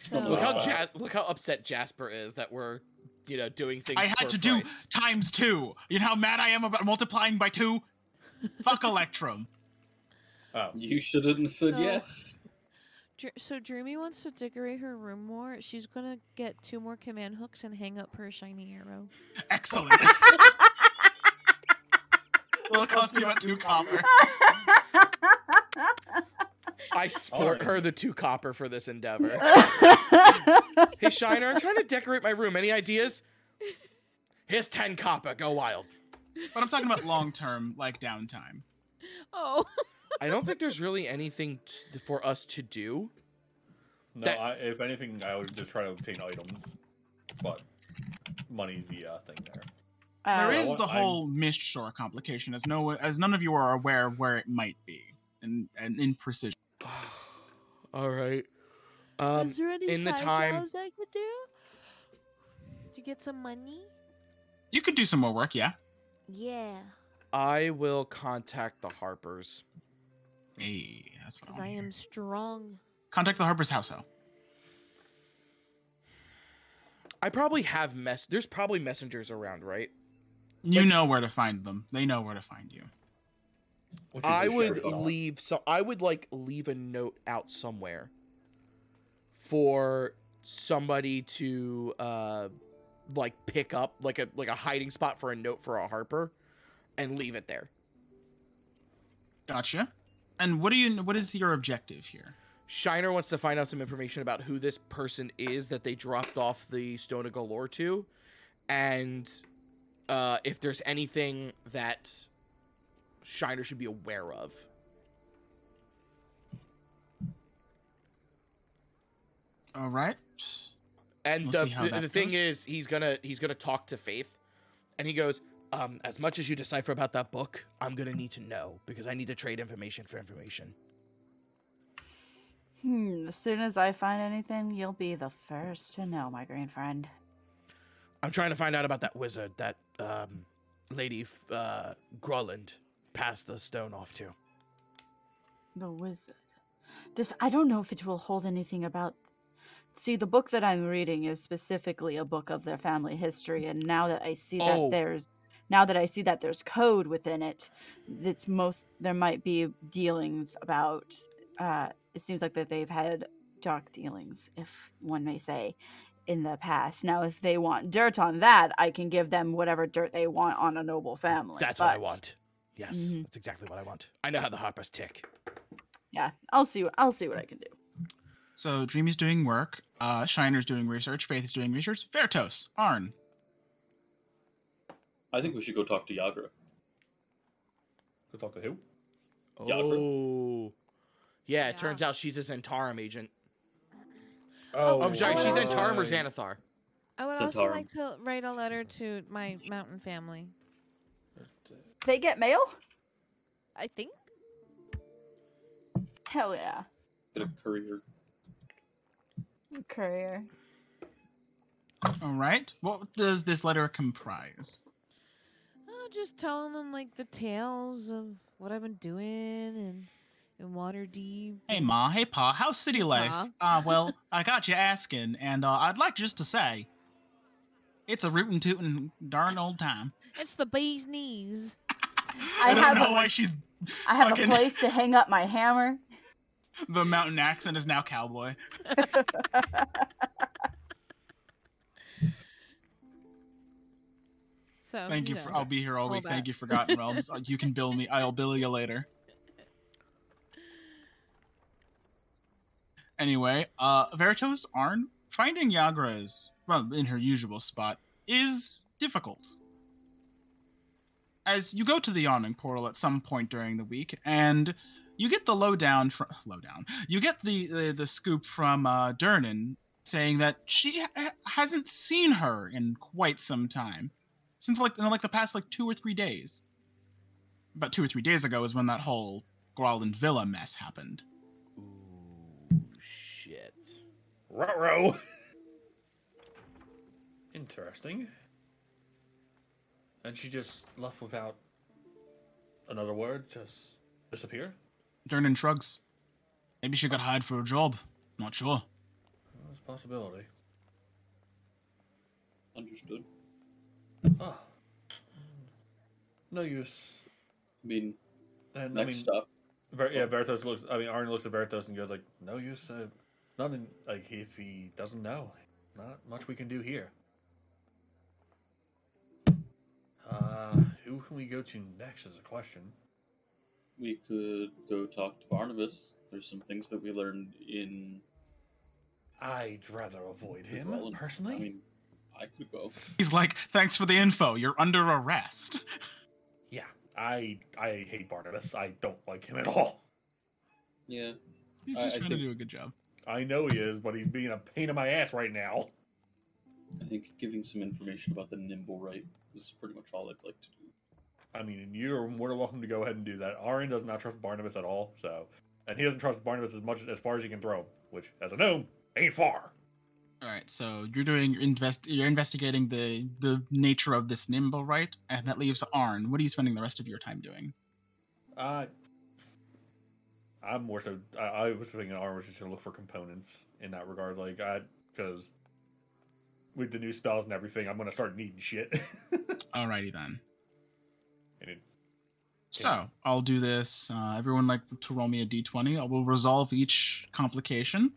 S5: So-
S2: Look how
S4: Uh,
S2: ja- look how upset Jasper is that we're you know doing things.
S1: I had
S2: for
S1: to do
S2: price.
S1: times two. You know how mad I am about multiplying by two? Fuck Electrum.
S6: Oh.
S4: You should have said
S3: No.
S4: yes.
S3: Dr- so Dreamy wants to decorate her room more. She's gonna get two more command hooks and hang up her shiny arrow.
S1: Excellent. It'll cost you about two copper.
S2: I sport
S6: Alright.
S2: her the two copper for this endeavor. hey Shiner, I'm trying to decorate my room. Any ideas? Here's ten copper. Go wild.
S1: But I'm talking about long term, like downtime.
S3: Oh.
S2: I don't think there's really anything t- for us to do.
S6: No,
S2: That-
S6: I, if anything, I would just try to obtain items, but money's the uh, thing there.
S1: There
S5: Uh,
S1: is
S6: what-
S1: the
S6: I'm-
S1: whole mist shore complication, as no as none of you are aware of where it might be, and and in precision.
S2: All right. Um,
S3: Is there any
S2: in the
S3: side
S2: time-
S3: jobs I could do? To get some money?
S1: You could do some more work, yeah.
S3: Yeah.
S2: I will contact the Harpers.
S1: Hey, that's what I
S3: Because I
S1: want.
S3: am strong.
S1: Contact the Harper's house elf.
S2: I probably have mess. There's probably messengers around, right?
S1: You know where to find them. They know where to find you.
S6: Which is
S2: I
S6: just
S2: would
S6: sure.
S2: leave so I would like leave a note out somewhere for somebody to uh like pick up like a like a hiding spot for a note for a harper and leave it there.
S1: Gotcha. And what do you? What is your objective here?
S2: Shiner wants to find out some information about who this person is that they dropped off the Stone of Galore to and uh if there's anything that Shiner should be aware of.
S1: All right.
S2: And
S1: We'll
S2: the,
S1: see how
S2: the,
S1: that
S2: the thing
S1: goes.
S2: is, he's gonna he's gonna talk to Faith, and he goes, um, "As much as you decipher about that book, I'm gonna need to know because I need to trade information for information."
S5: hmm, as soon as I find anything, you'll be the first to know, my green friend.
S2: I'm trying to find out about that wizard that um, Lady F- uh, Groland passed the stone off to.
S5: The wizard. This I don't know if it will hold anything about. See, the book that I'm reading is specifically a book of their family history, and now that I see
S2: Oh.
S5: that there's now that I see that there's code within it, it's most there might be dealings about. Uh, it seems like that they've had dark dealings, if one may say, in the past. Now, if they want dirt on that, I can give them whatever dirt they want on a noble family.
S2: That's what I
S5: but-
S2: want. Yes,
S5: Mhm.
S2: that's exactly what I want. I know how the Harpers tick.
S5: Yeah, I'll see. I'll see what I can do.
S1: So Dreamy's doing work. Uh, Shiner's doing research. Faith is doing research. Vertos, Arn.
S4: I think we should go talk to Yagra.
S6: Go talk to who?
S4: Yagra.
S2: Oh, yeah. It
S3: Yeah.
S2: turns out she's a Zentarum agent.
S3: Oh,
S2: I'm sorry, she's
S3: right.
S2: Zentarum or Xanathar.
S3: I would
S4: It's a
S3: also
S4: tar-
S3: like to write a letter to my mountain family.
S5: They get mail.
S3: I think.
S5: Hell yeah.
S4: Get a courier.
S5: Courier.
S1: All right. What does this letter comprise?
S3: Oh, just telling them like the tales of what I've been doing and in water deep.
S1: Hey ma, hey pa, how's city life?
S3: Ma.
S1: Uh, well, I got you asking, and uh, I'd like just to say, it's a rootin' tootin' darn old time.
S3: It's the bee's knees.
S1: I, don't
S5: have
S1: know
S5: a-
S1: why she's
S5: I have
S1: Fucking-
S5: a place to hang up my hammer.
S1: the mountain accent is now cowboy.
S3: So
S1: Thank you.
S3: know.
S1: For, I'll be here all
S3: All
S1: week.
S3: that.
S1: Thank you, Forgotten Realms. Uh, You can bill me. I'll bill you later. Anyway, uh, Veritos Arn finding Yagra is well in her usual spot is difficult. As you go to the yawning portal at some point during the week, and you get the lowdown from lowdown. You get the the, the scoop from uh, Durnan saying that she ha- hasn't seen her in quite some time since like in like the past like two or three days. About two or three days ago is when that whole Growland Villa mess happened.
S8: Ooh, shit.
S6: Ruh-roh. Interesting. And she just left without another word, just disappear.
S1: Durnan shrugs. Maybe she got hired for a job. Not sure.
S6: That's a possibility.
S4: Understood.
S6: Ah. No use.
S4: I mean,
S6: And I
S4: next
S6: mean,
S4: stop.
S6: Ver- yeah, Veritas looks. I mean, Arn looks at Veritas and goes like, "No use. Uh, nothing. Like if he doesn't know, not much we can do here." Uh, who can we go to next is a question.
S4: We could go talk to Barnabas. There's some things that we learned in.
S6: I'd rather avoid
S4: the
S6: him
S4: Roland-
S6: personally.
S4: I mean, I could go.
S1: He's like, thanks for the info. You're under arrest.
S6: Yeah, I I hate Barnabas. I don't like him at all.
S4: Yeah.
S1: He's
S4: I-
S1: just
S4: I
S1: trying
S4: think-
S1: to do a good job.
S6: I know he is, but he's being a pain in my ass right now.
S4: I think giving some information about the nimble right is pretty much all I'd like to do.
S6: I mean, and you're more than welcome to go ahead and do that. Aaron does not trust Barnabas at all, so and he doesn't trust Barnabas as much as far as he can throw him, which, as a gnome, ain't far.
S1: All right, so you're doing your invest. You're investigating the the nature of this nimble, right? And that leaves Arn. What are you spending the rest of your time doing?
S6: Uh, I'm more so. I, I was thinking Aaron was just gonna look for components in that regard, like I because with the new spells and everything, I'm gonna start needing shit.
S1: Alrighty then.
S6: and it,
S1: So I'll do this. Uh, everyone like to roll me a d20. I will resolve each complication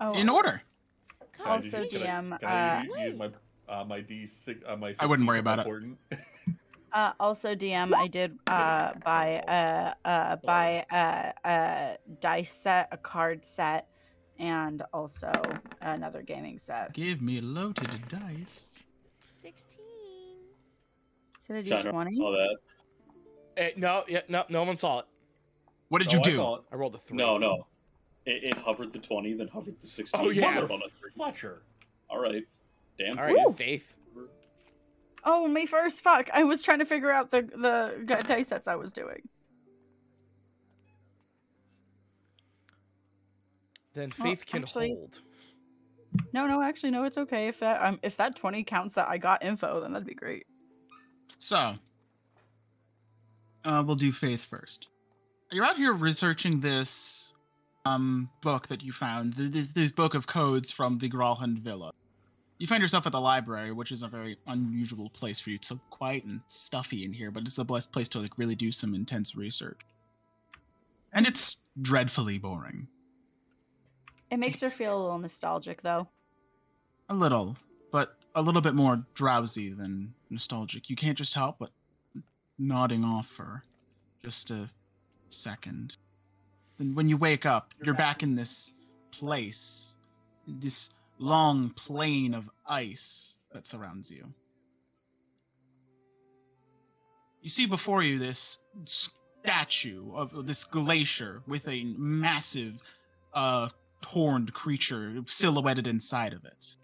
S5: Oh,
S1: in order.
S6: can I
S5: Also,
S6: do- can I-
S5: GM,
S6: Can I
S5: uh,
S6: u- use my uh, my D6? Uh, my
S1: I wouldn't worry
S6: 16
S1: about it.
S6: important?
S5: Uh, also, DM, I did uh, buy a uh, buy a, a dice set, a card set, and also another gaming set.
S1: Give me loaded dice.
S7: 16.
S5: Should I do
S4: Shiner,
S5: twenty?
S4: All that.
S2: Eh, no, yeah, no, no one saw it.
S1: What did
S6: Oh,
S1: you
S6: I
S1: do?
S6: saw it.
S2: I rolled a three.
S4: No, no. It, it hovered the 20, then hovered the 16.
S2: Oh, yeah.
S4: hovered on a three.
S6: Fletcher.
S4: All right. Damn.
S2: All right,
S5: Woo!
S2: Faith.
S5: Oh, me first. Fuck! I was trying to figure out the the g- dice sets I was doing.
S2: Then
S5: Well,
S2: Faith can
S5: actually-
S2: hold.
S5: No, no, actually, no. It's okay if that um, if that twenty counts that I got info, then that'd be great.
S1: So, uh, we'll do Faith first. You're out here researching this um, book that you found, th- this, this book of codes from the Gralhund Villa. You find yourself at the library, which is a very unusual place for you. It's so quiet and stuffy in here, but it's the best place to like really do some intense research. And it's dreadfully boring.
S5: It makes her feel a little nostalgic, though.
S1: A little, but a little bit more drowsy than nostalgic. You can't just help but nodding off for just a second. Then when you wake up, you're back in this place, this long plain of ice that surrounds you. You see before you this statue of this glacier with a massive uh, horned creature silhouetted inside of it.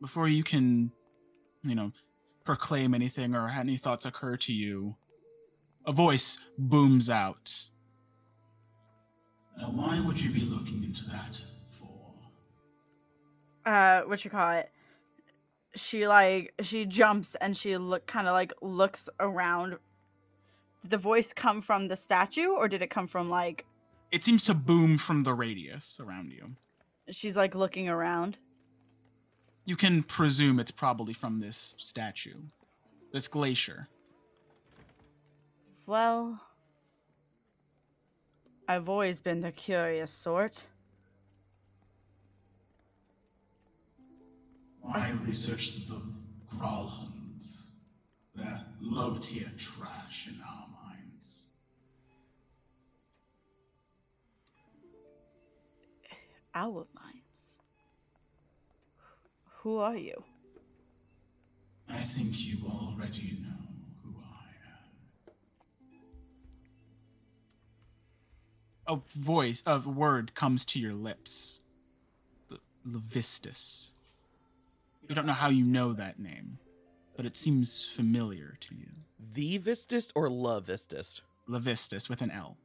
S1: Before you can, you know, proclaim anything or any thoughts occur to you, a voice booms out. Now, why would you be looking into that for?
S5: uh what you call it she like she jumps and she look kind of like looks around did the voice come from the statue or did it come from like
S1: It seems to boom from the radius around you.
S5: she's like looking around
S1: You can presume it's probably from this statue, this glacier.
S5: well i've always been the curious sort
S1: I researched the Gralhuns, that low tier trash in our minds.
S5: our minds who are you
S1: I think you already know who I am. A voice, a word comes to your lips. L- Levistus. You don't know how you know that name, but it seems familiar to you.
S2: The Vistist or La Vistist?
S1: Levistus with an L.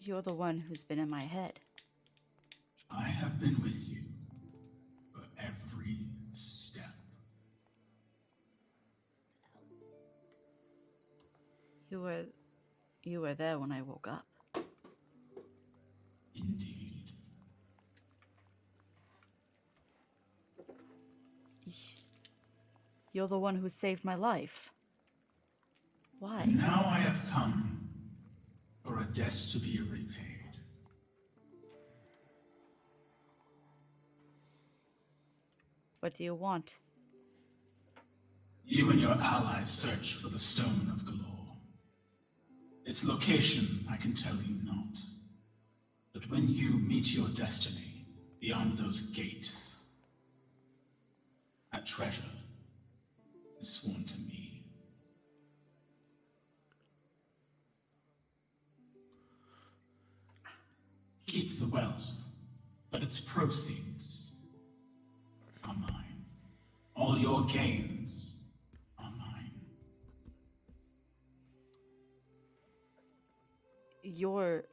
S5: you're the one who's been in my head
S1: I have been with you for every step.
S5: you were you were there when i woke up
S1: Indeed.
S5: You're the one who saved my life. Why?
S1: Now I have come for a debt to be repaid.
S5: What do you want?
S1: You and your allies search for the Stone of Galore. Its location I can tell you not. But when you meet your destiny, Beyond those gates, that treasure is sworn to me. Keep the wealth, but its proceeds are mine. All your gains are mine.
S5: Your.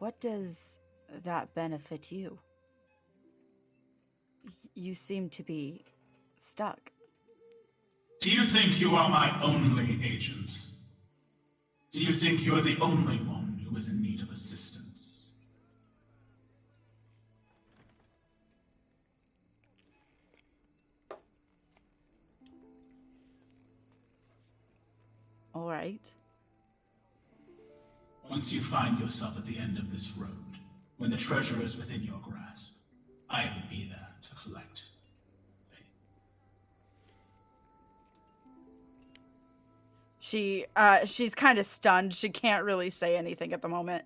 S5: What does that benefit you? Y- You seem to be stuck.
S1: Do you think you are my only agent? Do you think you're the only one who is in need of assistance?
S5: All right.
S1: Once you find yourself at the end of this road, when the treasure is within your grasp, I will be there to collect.
S5: She uh she's kind of stunned. She can't really say anything at the moment.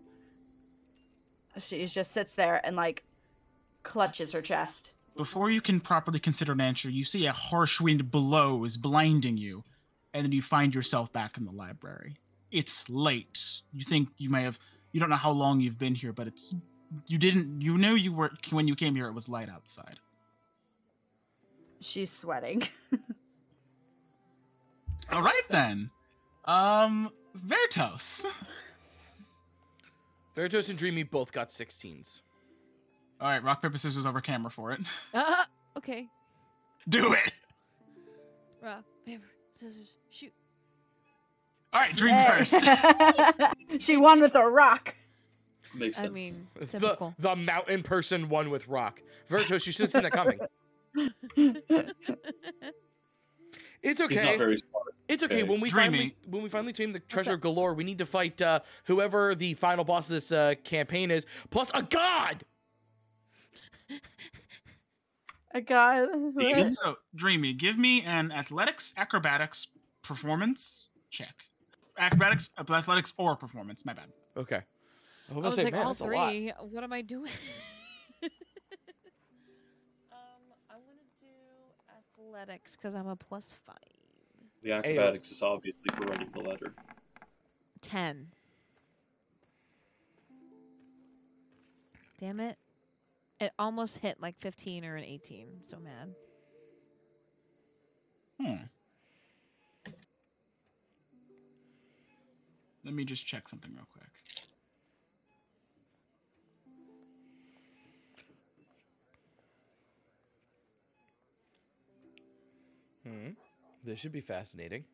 S5: She just sits there and like clutches her chest.
S1: Before you can properly consider an answer, you see a harsh wind blows, blinding you, and then you find yourself back in the library. It's late. You think you may have, you don't know how long you've been here, but it's, you didn't, you knew you were, when you came here, it was light outside.
S5: She's sweating.
S1: All right then. Um, Vertos.
S2: Veritos and Dreamy both got 16s.
S1: All right, rock paper scissors over camera for it.
S3: Uh-huh.
S7: Ah, okay.
S1: Do it.
S7: Rock, paper, scissors, shoot.
S1: All right, dream
S5: Yay.
S1: first.
S5: she won with a rock.
S4: Makes
S7: I
S4: sense.
S7: mean,
S2: The,
S7: typical.
S2: the mountain person won with rock. Vertos, you should have seen that coming. It's
S4: He's not
S2: okay.
S4: very smart.
S2: It's okay.
S4: Okay.
S2: When we finally
S1: Dreamy.
S2: when we finally tame the treasure of galore, we need to fight uh, whoever the final boss of this uh, campaign is, plus a god.
S5: A god.
S4: Demon?
S1: so, Dreamy, give me an athletics, acrobatics, performance check. Acrobatics, athletics, or performance. My bad.
S2: Okay. I
S7: I
S2: was,
S7: was
S2: say,
S7: Oh, like,
S2: man,
S7: all
S2: that's a lot.
S7: three. What am I doing? um,
S3: Um,
S7: I want to do athletics because I'm a plus five.
S4: The acrobatics is obviously for writing the letter.
S7: Ten. Damn it. It almost hit like 15 or an 18. So mad.
S1: Hmm. Let me just check something real quick.
S2: Hmm. This should be fascinating.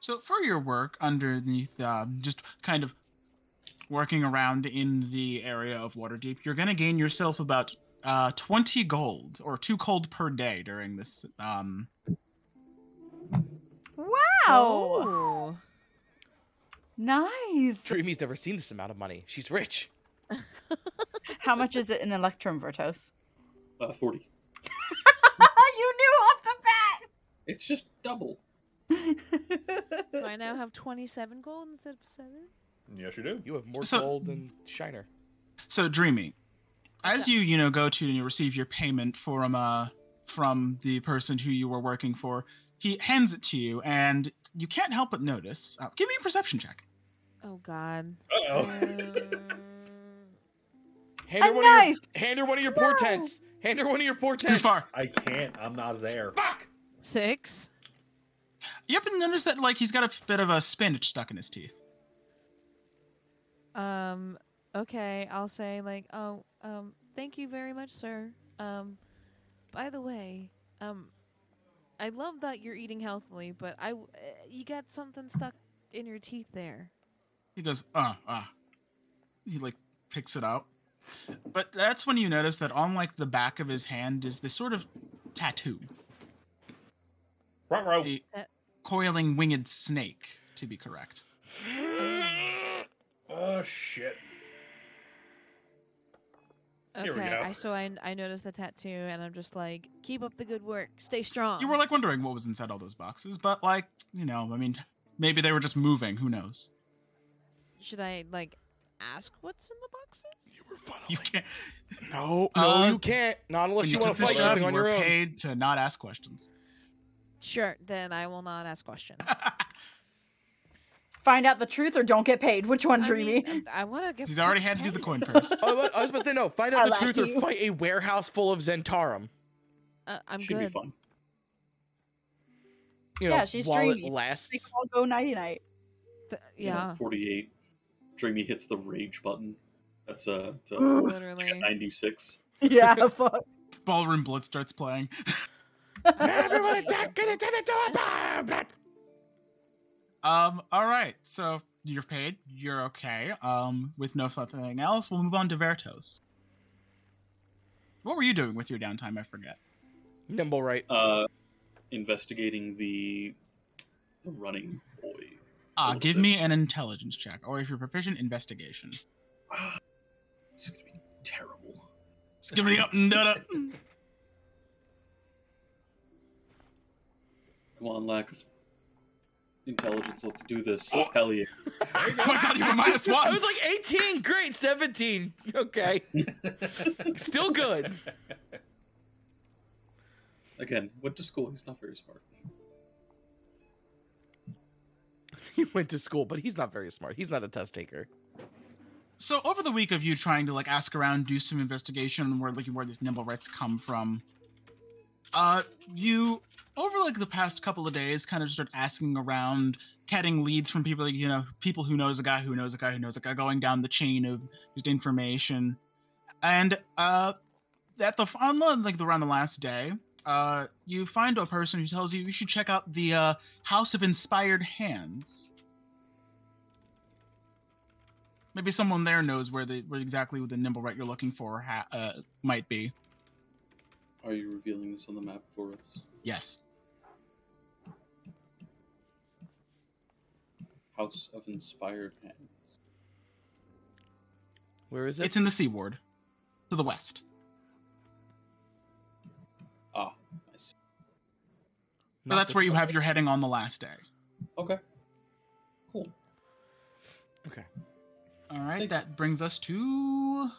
S1: So for your work underneath, uh, just kind of working around in the area of Waterdeep, you're gonna gain yourself about uh, 20 gold or two gold per day during this. Um,
S7: Oh.
S5: Wow. Nice.
S2: Dreamy's never seen this amount of money. She's rich.
S5: How much is it in Electrum Vertos?
S4: Uh, 40.
S5: you knew off the bat.
S4: It's just double.
S7: Do I now have 27 gold instead of 7?
S6: Yes, you do.
S2: You have more
S1: So-
S2: gold than Shiner.
S1: so dreamy, as you you know go to and you receive your payment from uh from the person who you were working for, he hands it to you and you can't help but notice. Uh, give me a perception check.
S7: Oh, God.
S6: Uh-oh.
S7: Um,
S2: Hand her
S5: A
S2: one
S5: knife!
S2: of your hand her one of your portents. Hand her one of your portents.
S1: Too far.
S6: I can't. I'm not there.
S7: six.
S1: You happen to notice that like he's got a bit of a spinach stuck in his teeth.
S7: Um, okay, I'll say like, oh, um, thank you very much, sir. Um, by the way, um, I love that you're eating healthily, but I, w- uh, you got something stuck in your teeth there.
S1: He goes, uh, uh. He like picks it out. But that's when you notice that on like the back of his hand is this sort of tattoo,
S6: Ruh, row.
S1: a coiling winged snake, to be correct.
S6: Oh shit. Here we
S7: Okay,
S6: go.
S7: I so I, I noticed the tattoo, and I'm just like, keep up the good work, stay strong.
S1: You were like wondering what was inside all those boxes, but like, you know, I mean, Maybe they were just moving. Who knows?
S3: Should I like ask what's in the boxes?
S8: You were funneling.
S1: You can't.
S2: No, no,
S1: Uh,
S2: you can't. Not unless
S1: When you
S2: you, want
S1: took
S2: to
S1: this
S2: fight
S1: job,
S2: something
S1: you
S2: on
S1: were
S2: your own.
S1: paid to not ask questions.
S3: Sure, then I will not ask questions.
S5: Find out the truth or don't get paid. Which one,
S3: I
S5: Dreamy?
S3: mean, I want to get.
S1: He's already had to do
S3: paid.
S1: the coin purse.
S2: Oh, I was- I was about to say no. Find
S5: I
S2: out the
S5: like
S2: truth
S5: you.
S2: or fight a warehouse full of Zentarum.
S3: Uh, I'm
S4: Should be
S3: good.
S4: fun.
S2: You know,
S5: Yeah, she's
S2: while
S5: dreamy.
S2: it
S5: They
S2: lasts.
S5: can all go nighty night.
S3: Th-
S4: You know,
S3: yeah,
S4: 48. Dreamy hits the rage button. That's a, it's a
S3: literally.
S4: 96.
S5: Yeah, fuck.
S1: Ballroom Blitz starts playing.
S2: Everyone attack! Get into the door!
S1: Um, all right. So you're paid. You're okay. Um, with no nothing else, we'll move on to Vertos. What were you doing with your downtime? I forget.
S2: Nimble, right?
S4: Uh, investigating the the running boy.
S1: Ah,
S4: little
S1: give
S4: bit.
S1: me an intelligence check, or if you're proficient, investigation.
S4: It's gonna be terrible.
S1: Skibbity up and da
S4: Come on, lack of intelligence. Let's do this. Hell yeah.
S1: Oh my god, you have a minus
S2: I
S1: one.
S2: was like 18, great, 17. Okay. Still good.
S4: Again, went to school. He's not very smart.
S2: He went to school, but he's not very smart. He's not a test taker.
S1: So over the week of you trying to like ask around, do some investigation on where like where these nimble rats come from, uh, you over like the past couple of days kind of start asking around, getting leads from people you know, people who knows a guy who knows a guy who knows a guy, going down the chain of just information, and uh, at the on the, like around the last day, uh, you find a person who tells you you should check out the uh, House of Inspired Hands. Maybe someone there knows where the where exactly the nimble rat you're looking for ha- uh, might be.
S4: Are you revealing this on the map for us?
S1: Yes.
S4: House of Inspired Hands.
S2: Where is
S1: It's in the seaward. To the west.
S4: Ah, I see.
S1: But that's where you have your heading on the last day.
S4: Okay. Cool.
S2: Okay.
S1: Alright,
S4: Thank-
S1: that brings us to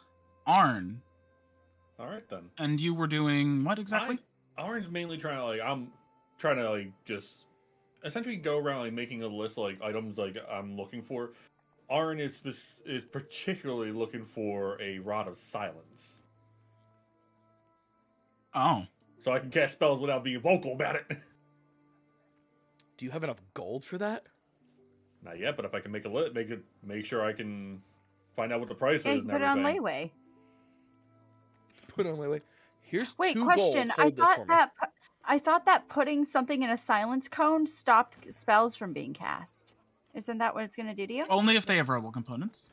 S1: Arn.
S6: All right then.
S1: And you were doing what exactly?
S6: I, Orin's mainly trying to like I'm trying to like just essentially go around like making a list of, like items like I'm looking for. Orin is spec- is particularly looking for a rod of silence,
S1: Oh.
S6: so I can cast spells without being vocal about it.
S2: Do you have enough gold for that?
S6: Not yet, but if I can make a list, make it make sure I can find out what the price
S5: Yeah, you
S6: is. And
S5: put it on
S6: everything.
S5: layway.
S2: Put it on my way. Here's
S5: Wait,
S2: two
S5: question.
S2: Gold.
S5: I
S2: Hold this for
S5: thought
S2: me.
S5: that pu- I thought that putting something in a silence cone stopped c- spells from being cast. Isn't that what it's going to do to you?
S1: Oh, Only if they have verbal components.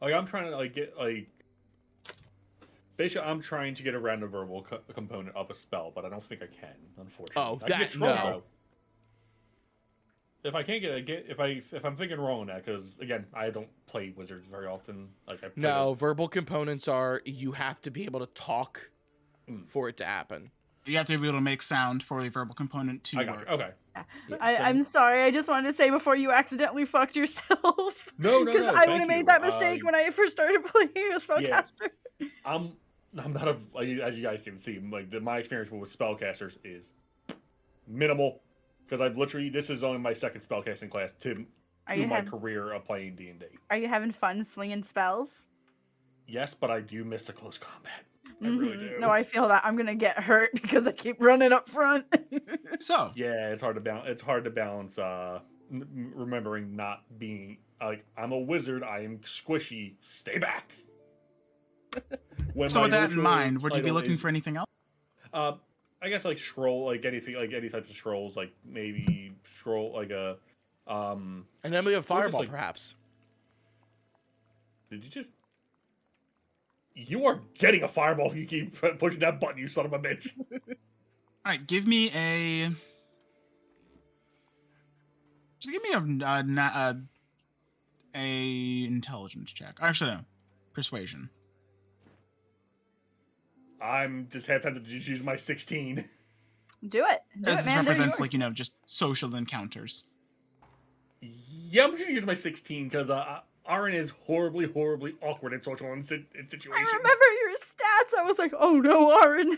S6: Like I'm trying to like get like basically I'm trying to get around the verbal co- component of a spell, but I don't think I can, unfortunately.
S2: Oh,
S6: I can get
S2: that-
S6: trouble,
S2: no.
S6: though. If I can't get, I get if I if I'm thinking wrong on that because again I don't play wizards very often. Like I play
S2: No, verbal components are you have to be able to talk
S6: Mm.
S2: for it to happen.
S1: You have to be able to make sound for the verbal component to
S6: with- I got Oh.
S1: work.
S6: you. Okay.
S5: I, I'm sorry. I just wanted to say before you accidentally fucked yourself.
S6: No, no,
S5: Because
S6: no,
S5: I
S6: thank
S5: would have
S6: you.
S5: made that mistake
S6: I-
S5: when I first started playing as
S6: Yeah.
S5: spellcaster.
S6: I'm I'm not a like, as you guys can see like the, my experience with spellcasters is minimal because I've literally this is only my second spellcasting class to,
S5: Are
S6: to
S5: you
S6: my
S5: hav-
S6: career of playing D and D.
S5: Are you having fun slinging spells?
S6: Yes, but I do miss the close combat. I
S5: Mhm.
S6: really do.
S5: No, I feel that I'm going to get hurt because I keep running up front.
S1: So
S6: Yeah, it's hard to balance. It's hard to balance. Uh, n- m- remembering not being like I'm a wizard. I am squishy. Stay back. When
S1: so
S6: my
S1: with that in
S6: ritual
S1: mind, would you be
S6: title
S1: looking
S6: is-
S1: for anything else?
S6: Uh, I guess like scroll, like anything, like any types of scrolls, like maybe scroll, like a. Um,
S2: And then we have
S6: Or just,
S2: fireball,
S6: like-
S2: perhaps.
S6: did you just? You are getting a fireball if you keep pu- pushing that button, you son of a bitch.
S1: Alright, give me a just give me a uh, na- uh, a intelligence check. Actually, no, persuasion.
S6: I'm just half tempted to just use my 16.
S5: Do it. Do
S1: As
S5: it,
S1: this
S5: man. They're
S1: represents,
S5: yours.
S1: like, you know, just social encounters.
S6: Yeah, I'm just gonna use my 16 because uh, Aaron is horribly, horribly awkward in social in, sit- in
S5: I
S6: situations.
S5: remember your stats. I was like, oh no, Aaron.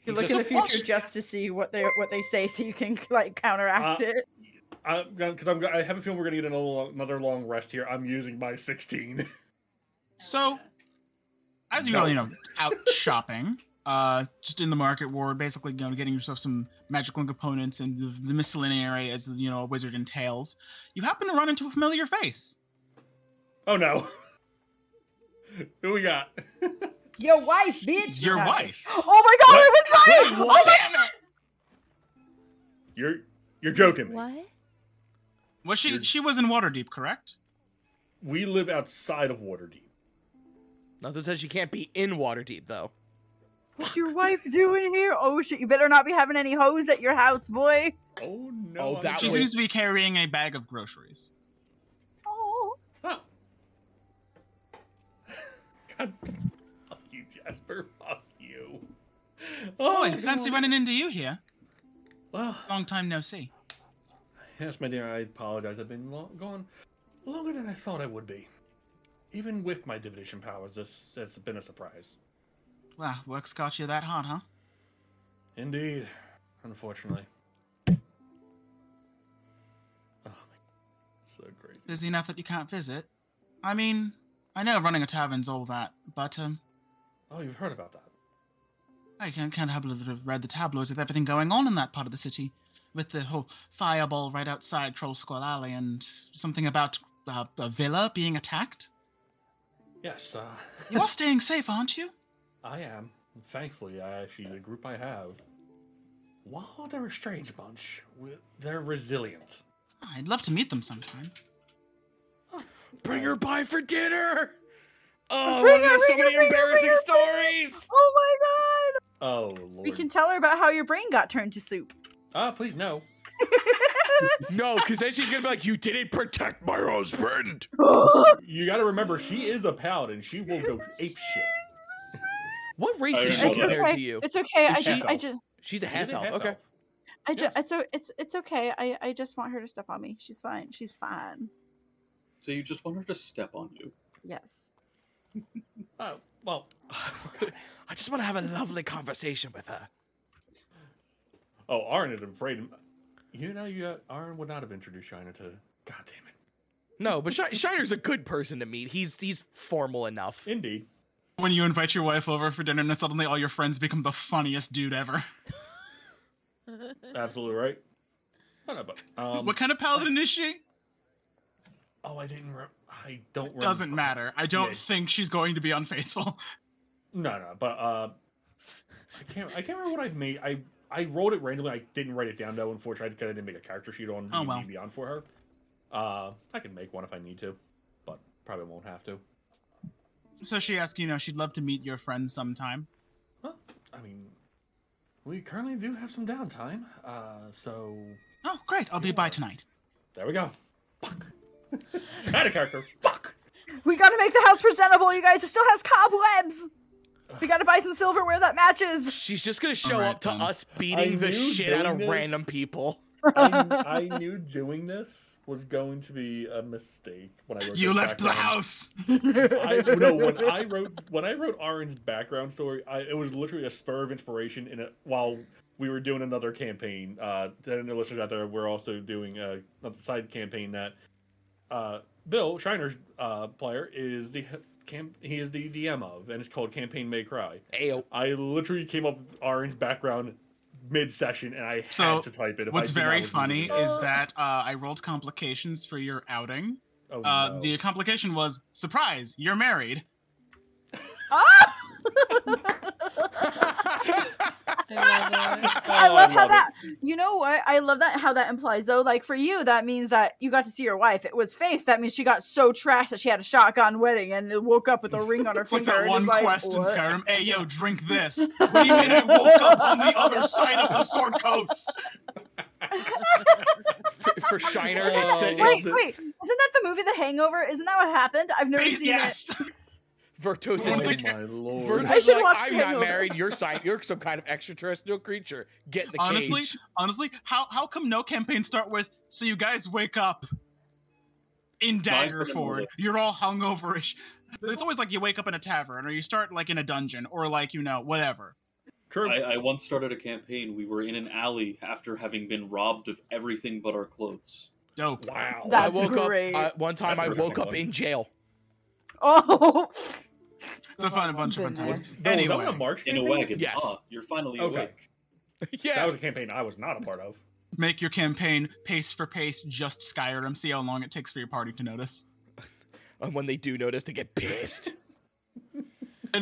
S8: He
S5: You look
S8: just
S5: in the
S8: flushed.
S5: future just to see what they what they say, so you can like counteract
S6: Uh,
S5: it.
S6: because I'm, go- I have a feeling we're gonna get another long, another long rest here. I'm using my 16.
S1: So, as you
S6: No.
S1: are, you know, out shopping, uh, just in the market ward, basically, you know, getting yourself some magical components and the, the miscellaneous areas, you know, a wizard entails, you happen to run into a familiar face.
S6: oh no, who we got?
S5: Your wife, bitch.
S1: Your
S5: Not-
S1: wife.
S5: Oh my god, it was right.
S1: What?
S5: Oh my-
S6: You're you're joking. me.
S3: What?
S1: Was she?
S6: You're-
S1: She was in Waterdeep, correct?
S6: We live outside of Waterdeep.
S2: Nothing says you can't be in Waterdeep though.
S5: What's your wife doing here? Oh shit! You better not be having any hoes at your house, boy.
S6: Oh no.
S2: Oh,
S6: I'm
S2: that
S1: She
S6: joking.
S2: was-
S1: seems to be carrying a bag of groceries.
S5: Oh,
S6: Huh. God, fuck you, Jasper. Fuck you.
S1: Oh,
S6: Oh, Ah.
S1: I fancy
S6: God.
S1: running into you here.
S6: Well,
S1: Long time no see.
S6: yes, my dear. I apologize. I've been long, gone longer than I thought I would be. Even with my divination powers, this has been a surprise.
S1: Wow, work's got you that hard, huh?
S6: Indeed, unfortunately. Oh my, so crazy.
S1: Busy enough that you can't visit. I mean, I know running a tavern's all that, but um,
S6: Oh, you've heard about that.
S1: I can't, can't help but have read the tabloids with everything going on in that part of the city, with the whole fireball right outside Troll Squall Alley and something about uh, a villa being attacked.
S6: Yes, uh,
S1: You are staying safe, aren't you?
S6: I am. Thankfully, I, she's a group I have. While they're a strange bunch, we- they're resilient.
S1: I'd love to meet them sometime.
S2: Bring her by for dinner. Oh, I
S5: Bring
S2: wanna
S5: her,
S2: know so
S5: bring her,
S2: many
S5: bring her,
S2: embarrassing
S5: bring her,
S2: stories.
S5: oh my god!
S6: Oh lord.
S5: We can tell her about how your brain got turned to soup.
S6: Ah, please no.
S2: No, because then she's gonna be like, "You didn't protect my husband."
S6: You got to remember, she is a paladin. She will go ape shit.
S2: What race
S4: I
S2: is she
S4: remember that.
S2: compared
S5: okay.
S2: to you?
S5: It's okay. I
S6: It's
S5: just, I
S6: half-elf.
S5: just,
S2: She's a
S6: She is
S2: half elf. Okay.
S6: half-elf.
S5: I just,
S6: Yes.
S5: it's, o- it's, it's okay. I, I just want her to step on me. She's fine. She's fine.
S4: So you just want her to step on you.
S5: Yes.
S6: Oh well.
S2: I just want to have a lovely conversation with her.
S6: oh, Arn is afraid. of- You know, you got, Arn would not have introduced Shiner to. God damn it.
S2: No, but Shi- Shiner's a good person to meet. He's he's formal enough.
S6: Indeed.
S1: When you invite your wife over for dinner and then suddenly all your friends become the funniest dude ever.
S6: Absolutely right. No, no, but um,
S1: what kind of paladin is she?
S6: oh, I didn't. Re- I don't. remember.
S1: Doesn't matter. I don't
S6: Yeah.
S1: think she's going to be unfaithful.
S6: No, no, but uh, I can't. I can't remember what I made. I I rolled it randomly. I didn't write it down though. Unfortunately, because I didn't make a character sheet on
S1: Oh,
S6: D&D
S1: well.
S6: Beyond for her. Uh, I can make one if I need to, but probably won't have to.
S1: So she asked, you know, she'd love to meet your friends sometime.
S6: Huh? I mean, we currently do have some downtime. Uh, so
S1: Oh, great. I'll be by tonight.
S6: there we go. Fuck. Out of character. Fuck.
S5: We gotta make the house presentable, you guys. It still has cobwebs. We gotta buy some silverware that matches.
S2: She's just gonna show
S1: Alright, um,
S2: up to
S1: then.
S2: us beating the
S6: knew
S2: shit out of
S6: Jonas-
S2: random people.
S6: I, I knew doing this was going to be a mistake when I wrote
S1: You
S6: this
S1: left the
S6: background.
S1: house.
S6: I, no, when I wrote when I wrote Aaron's background story, I, it was literally a spur of inspiration. In a, while we were doing another campaign, uh, to the listeners out there, we're also doing a, a side campaign that uh, Bill Shiner's uh, player is the camp. He is the DM of, and it's called Campaign May Cry.
S2: Ayo.
S6: I literally came up with Aaron's background mid session, and I had
S1: So,
S6: to type it. if I
S1: What's
S6: did not, I
S1: very
S6: was
S1: funny
S6: losing it.
S1: is that uh, I rolled complications for your outing.
S6: Oh,
S1: Uh,
S6: no.
S1: The complication was surprise, you're married.
S5: Ah! I love how
S6: Oh, love it.
S5: that. You know what? I love that how that implies though. Like for you, that means that you got to see your wife. It was Faith. That means she got so trashed that she had a shotgun wedding and then woke up with a ring on her
S1: It's like
S5: finger.
S1: that
S5: and
S1: one
S5: is like,
S1: quest in
S5: "What?"
S1: Skyrim. Hey, yo, drink this. What do you mean I woke up on the other side of the Sword Coast?
S2: For, for Shiner,
S5: Isn't
S2: it's
S6: Oh,
S5: that,
S2: the,
S6: yeah.
S5: wait, wait! Isn't that the movie The Hangover? Isn't that what happened? I've never
S1: Bas-
S5: seen it.
S1: yes.
S2: Vertos
S6: Oh
S2: is like,
S6: my lord.
S2: Vertos
S5: I
S2: is
S5: should
S2: like,
S5: watch
S2: I'm not
S5: Panhandle."
S2: married. You're sign. You're some kind of extraterrestrial creature. Get in the
S1: honestly,
S2: cage.
S1: honestly, how how come no campaigns start with so you guys wake up in Daggerford? You're all hungoverish. It's always like you wake up in a tavern, or you start like in a dungeon, or like you know whatever.
S6: True.
S4: I, I once started a campaign. We were in an alley after having been robbed of everything but our clothes.
S1: Dope.
S6: wow.
S5: That-
S2: I
S5: That's
S2: woke
S5: great.
S2: up uh, one time.
S6: That's
S2: I woke up
S6: ridiculous.
S2: in jail.
S5: Oh,
S1: So fun, a bunch of
S5: Been
S1: fun
S5: there.
S1: times.
S6: No, was that
S1: anyway.
S6: one of March
S4: In a
S6: campaigns?
S4: wagon.
S2: Yes.
S4: Ah, you're finally
S6: Okay.
S4: awake.
S6: That
S2: yeah,
S6: was a campaign I was not a part of.
S1: Make your campaign pace for pace, just Skyrim. See how long it takes for your party to notice,
S2: and when they do notice, they get pissed.
S1: and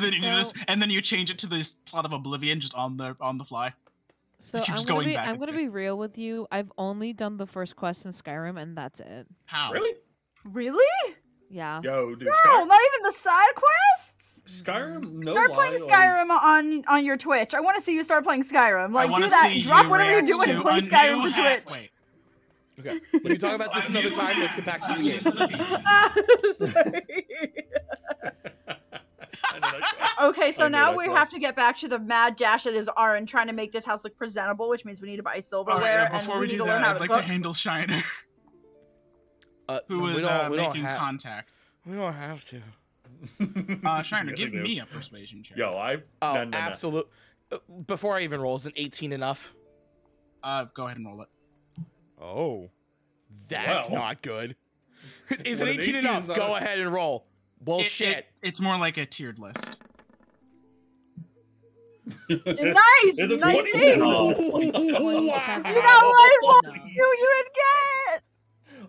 S1: then you
S3: Well-
S1: notice, and then you change it to this plot of Oblivion just on the on the fly.
S3: So
S1: It keeps
S3: I'm gonna
S1: going
S3: be
S1: back
S3: I'm
S1: and
S3: gonna
S1: forth.
S3: be real with you. I've only done the first quest in Skyrim, and that's it.
S1: How?
S6: Really?
S5: really?
S3: Yeah.
S6: Yo, Oh, dude.
S5: No,
S6: Skyrim.
S5: not even the side quests.
S6: Skyrim. No
S5: start playing
S6: lie,
S5: Skyrim on on your Twitch. I want to see you start playing Skyrim. Like,
S1: wanna
S5: do that.
S1: see
S5: and Drop
S1: you
S5: whatever you're
S1: react
S5: doing
S1: to
S5: and play
S1: a
S5: Skyrim
S1: new
S5: for
S1: hat-
S5: Twitch.
S1: Wait.
S2: Okay, we can talk about this
S1: A
S2: another
S1: new
S2: time. Let's
S1: hat
S2: get back to the
S1: touches
S2: game.
S1: game.
S5: Ah, sorry.
S6: I know that quest.
S5: okay, so
S6: I knew
S5: now
S6: that
S5: we
S6: quest.
S5: have to get back to the mad dash that is Arin trying to make this house look presentable, which means we need to buy
S1: All
S5: silverware
S1: right, yeah,
S5: and
S1: before
S5: we,
S1: we do
S5: need to
S1: that,
S5: learn how
S1: I'd
S5: to
S1: like
S5: cook.
S1: to handle Shiner,
S2: Uh,
S1: who
S2: no,
S1: is
S2: we don't,
S1: uh,
S2: we don't
S1: making
S2: have,
S1: contact.
S2: We don't have to.
S1: Uh, Shiner,
S6: Yes, I
S1: give
S6: do.
S1: me a persuasion check.
S6: Yo, I.
S2: Oh,
S6: nah, nah, nah.
S2: absolute. Uh, Before I even roll, is an 18 enough?
S1: Uh, go ahead and roll it.
S2: Oh, that's
S6: Well.
S2: not good. is
S6: What
S2: an
S6: an
S2: 18
S6: 18
S2: enough?
S6: is not-
S2: Go ahead and roll. Well,
S1: It-
S2: shit.
S1: it- it's more like a tiered list.
S5: nice,
S6: It's a 20.
S5: nineteen.
S4: Oh,
S1: Oh,
S5: You know
S6: Oh.
S5: what? Well,
S3: No.
S5: you you would get it.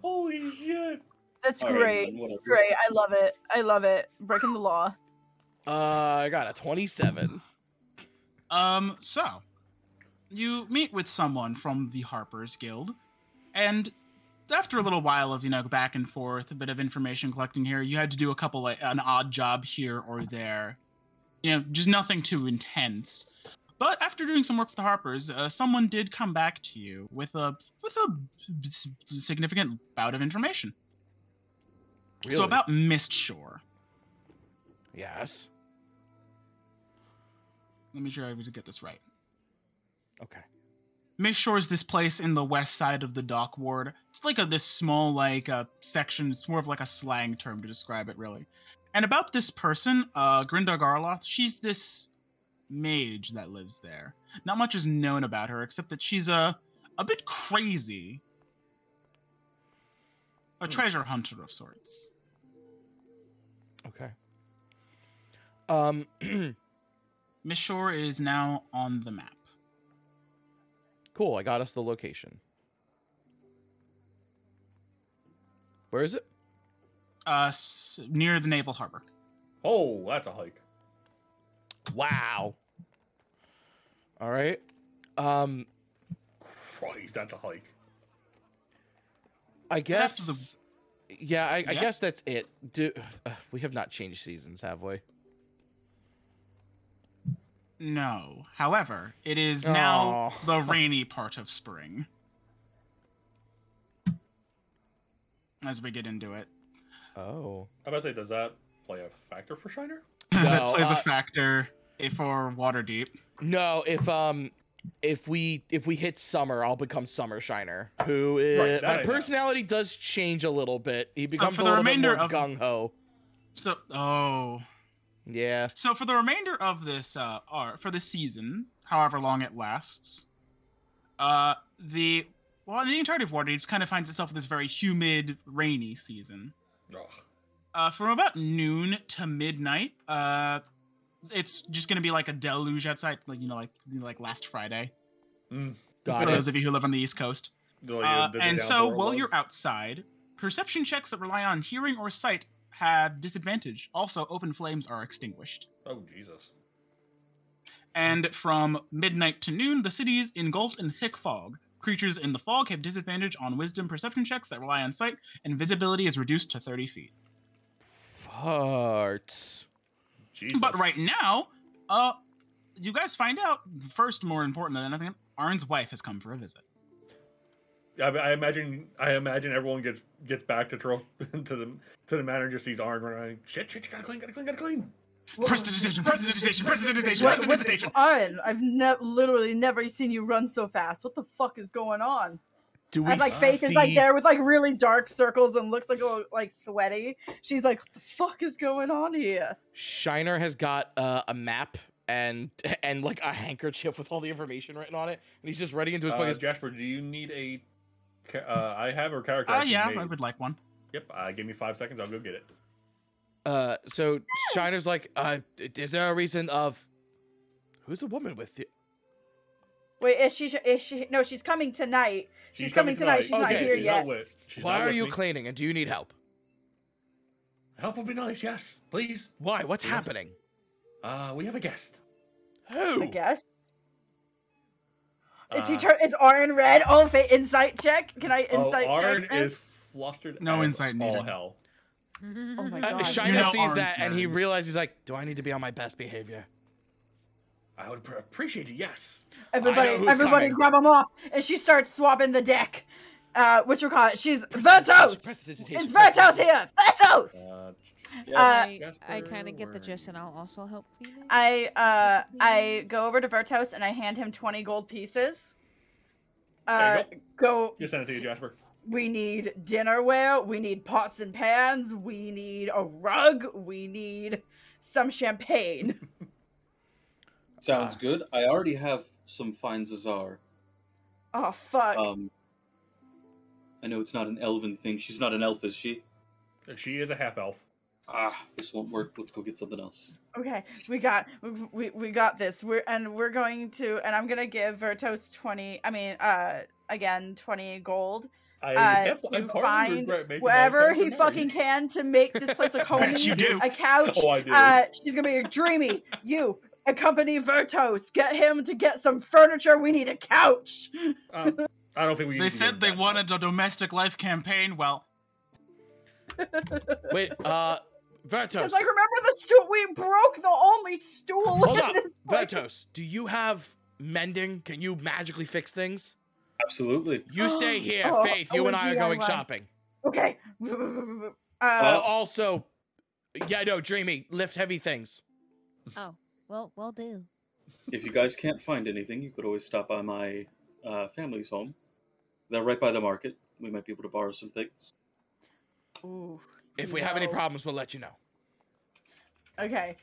S6: Holy shit.
S5: That's
S4: All right,
S5: great.
S4: then, whatever.
S5: Great. I love it. I love it. Breaking the law.
S2: Uh, I got a 27.
S1: Um, so you meet with someone from the Harper's Guild, and after a little while of you know back and forth, a bit of information collecting here, you had to do a couple like an odd job here or there, you know, just nothing too intense. But after doing some work for the Harpers, uh, someone did come back to you with a with a s- significant bout of information. So
S2: Really?
S1: about Mistshore.
S2: Yes.
S1: Let me try to get this right.
S2: Okay.
S1: Mistshore is this place in the west side of the dock ward. It's like a this small like uh, section. It's more of like a slang term to describe it, really. And about this person, uh, Grinda Garloth, she's this mage that lives there. Not much is known about her except that she's a a bit crazy, a treasure hunter of sorts.
S2: Okay. Um,
S1: Mistshore is now on the map.
S2: cool. I got us the location. Where is it?
S1: Uh, s- near the naval harbor.
S6: Oh, that's a hike.
S2: Wow. All right. Um,
S6: Christ, that's a hike.
S2: I
S1: that's
S2: guess.
S1: the-
S2: yeah, I, I
S1: Yes?
S2: guess that's it. Do uh, we have not changed seasons, have we?
S1: No. However, it is now
S2: Aw.
S1: the rainy part of spring. As we get into it,
S2: Oh.
S6: I about to say, does that play a factor for Shiner?
S2: No,
S1: that plays
S2: uh,
S1: a factor for Waterdeep.
S2: No, if um if we if we hit summer, I'll become Summer Shiner. Who is
S6: Right, that I
S2: my
S6: know.
S2: personality does change a little bit. He becomes
S1: for the
S2: a little bit
S1: remainder
S2: more
S1: of-
S2: gung ho.
S1: So, oh,
S2: Yeah.
S1: so for the remainder of this, uh, or for this season, however long it lasts, uh, the well, the entirety of Waterdeep kind of finds itself in this very humid, rainy season.
S6: Ugh.
S1: uh, from about noon to midnight. Uh, it's just gonna be like a deluge outside, like you know, like like last Friday.
S6: Mm.
S1: For
S2: Got it. Oh,
S1: those of you who live on the East Coast.
S6: Like,
S1: Uh,
S6: the- the
S1: and so
S6: downpour
S1: while
S6: was.
S1: you're outside, perception checks that rely on hearing or sight have disadvantage. Also, open flames are extinguished.
S6: Oh, Jesus.
S1: And from midnight to noon, the city is engulfed in thick fog. Creatures in the fog have disadvantage on wisdom perception checks that rely on sight, and visibility is reduced to 30 feet.
S2: Farts.
S6: Jesus.
S1: But right now, uh, you guys find out first, more important than anything, Arn's wife has come for a visit.
S6: I, I imagine I imagine everyone gets gets back to Turl to the to the manager sees Arn running around, shit shit you gotta clean gotta clean gotta clean.
S1: Prestidigitation, prestidigitation, prestidigitation,
S5: What, what's
S1: prestidigitation.
S5: on? I've ne- literally never seen you run so fast. What the fuck is going on?
S2: Do we
S5: As like Faith
S2: see?
S5: is like there with like really dark circles and looks like a, like sweaty. She's like, what the fuck is going on here?
S2: Shiner has got uh, a map and and like a handkerchief with all the information written on it, and he's just ready into his
S6: Uh,
S2: pocket.
S6: Jasper, do you need a? ca- Uh, I have a character.
S1: Oh,
S6: she's
S1: yeah,
S6: made.
S1: I would like one.
S6: Yep. Uh, give me five seconds. I'll go get it.
S2: Uh, so Shiner's like, uh, is there a reason of who's the woman with you?
S5: Wait, is she? Is she? No, she's coming tonight. She's, coming, tonight. She's not
S2: Okay,
S5: here
S6: she's
S5: yet.
S6: Not with, she's
S2: Why
S6: not
S2: are
S6: with
S2: you
S6: me.
S2: cleaning, and do you need help?
S6: Help would be nice. Yes, please.
S2: Why? What's
S6: Yes.
S2: happening?
S6: Uh, we have a guest.
S2: Who?
S5: I guess. Is he?
S6: Uh,
S5: Tur- is Aaron red? Oh, fa- insight check. Can I
S6: Oh,
S5: insight
S6: Arn
S5: check? that?
S6: is flustered.
S1: No
S6: as
S1: insight
S6: All
S1: needed.
S6: hell.
S5: Oh my
S2: Uh,
S5: god.
S2: Shiner
S1: You know
S2: sees
S1: Orange
S2: that, and he
S1: Man.
S2: realizes he's like, do I need to be on my best behavior?
S6: I would pr- appreciate it. Yes.
S5: Everybody,
S2: who's
S5: everybody,
S2: coming.
S5: grab 'em grab them off, and she starts swapping the deck. Uh, what you call it? She's Vertos.
S2: Prestidigitation,
S5: It's Vertos
S2: prestidigitation.
S5: here. Vertos.
S6: Uh, yes,
S5: Uh,
S3: I, I kind of get the gist, and I'll also help clean it.
S5: I uh, I go over to Vertos and I hand him twenty gold pieces.
S6: There
S5: Uh,
S6: you
S5: go.
S6: Just send it to you, Jasper.
S5: We need dinnerware. We need pots and pans. We need a rug. We need some champagne.
S4: Sounds
S2: Ah.
S4: good. I already have some fine Zazar.
S5: Oh fuck!
S4: Um, I know it's not an elven thing. She's not an elf, is she?
S6: She is a half elf.
S4: Ah, this won't work. Let's go get something else.
S5: Okay, we got we- we we got this. We're and we're going to and I'm gonna give Vertos twenty. I mean, uh, again twenty gold.
S6: I
S5: Uh,
S6: kept. I
S5: you
S6: partly
S5: find
S6: regret making
S5: Wherever
S6: that
S5: he
S6: character
S5: fucking
S6: married.
S5: can to make this place a home.
S1: Bet you do.
S5: A couch.
S6: Oh, I do.
S5: Uh, she's gonna be a dreamy. You accompany Vertos. Get him to get some furniture. We need a couch.
S6: Um, I don't think we. need
S1: They
S6: to do
S1: said they
S6: that.
S1: wanted a domestic life campaign. Well,
S2: Wait, uh, Vertos.
S5: Because like remember the stool? We broke the only stool
S2: Hold
S5: in
S2: up,
S5: this place.
S2: Vertos. Do you have mending? Can you magically fix things?
S4: Absolutely.
S2: You stay here,
S5: Oh,
S2: Faith. You
S5: oh,
S2: and I are going
S5: DIY.
S2: shopping.
S5: Okay.
S2: Uh,
S5: Uh,
S2: also, yeah, no, Dreamy, lift heavy things.
S3: Oh, well, we'll do.
S4: If you guys can't find anything, you could always stop by my uh, family's home. They're right by the market. We might be able to borrow some things.
S5: ooh,
S2: If we have any
S5: no.
S2: problems, we'll let you know.
S5: Okay.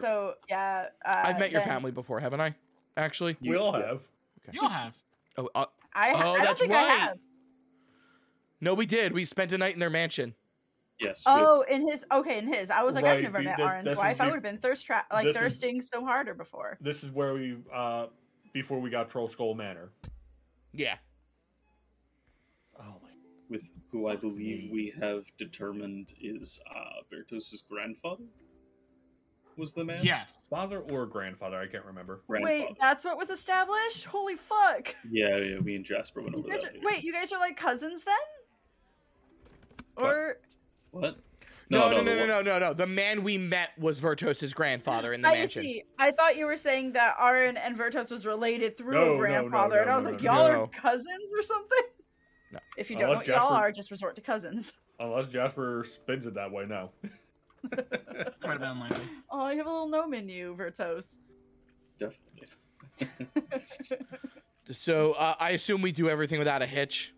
S5: So yeah, uh,
S2: I've met your
S5: then
S2: family before, haven't I? Actually,
S6: We all have.
S1: you'll have.
S2: oh, uh,
S5: I, ha-
S2: Oh,
S5: I don't
S2: that's
S5: think I
S2: right.
S5: have.
S2: no, we did. We spent a night in their mansion.
S4: Yes.
S5: Oh,
S4: with-
S5: in his okay, in his. I was like, I've
S6: Right,
S5: never
S6: be-
S5: met
S6: this-
S5: Aaron's
S6: this would
S5: wife. I
S6: be-
S5: would have been thirst trap, like
S6: this is-
S5: thirsting so harder before.
S6: This is where we. Uh, before we got Troll Skull Manor.
S2: Yeah.
S6: Oh my.
S4: with who I believe we have determined is uh, Vertos' grandfather. Was the man?
S1: Yes.
S6: Father or grandfather, I can't remember.
S4: Grandfather.
S5: Wait, that's what was established. Holy fuck!
S4: Yeah, yeah. Me and Jasper went
S5: You
S4: over
S5: guys
S4: that.
S5: are,
S4: later.
S5: wait, you guys are like cousins then?
S4: What?
S5: Or
S4: What?
S2: No, no, no,
S4: the
S2: no, no,
S4: one-
S2: no, no. The man we met was Vertos' grandfather in the
S5: I
S2: mansion.
S5: see. I thought you were saying that Aaron and Vertos was related through
S6: No, no,
S5: a
S6: no,
S5: grandfather,
S6: no,
S5: and I was
S6: no,
S5: like,
S6: no,
S5: y'all
S2: no.
S5: are cousins or something.
S2: No.
S5: If you don't
S6: Unless
S5: know what y'all
S6: Jasper-
S5: are, just resort to cousins.
S6: Unless Jasper spins it that way, no.
S1: Quite a bit unlikely.
S5: Oh, you have a little gnome in you, Vertos.
S4: Definitely.
S2: So uh, I assume we do everything without a hitch.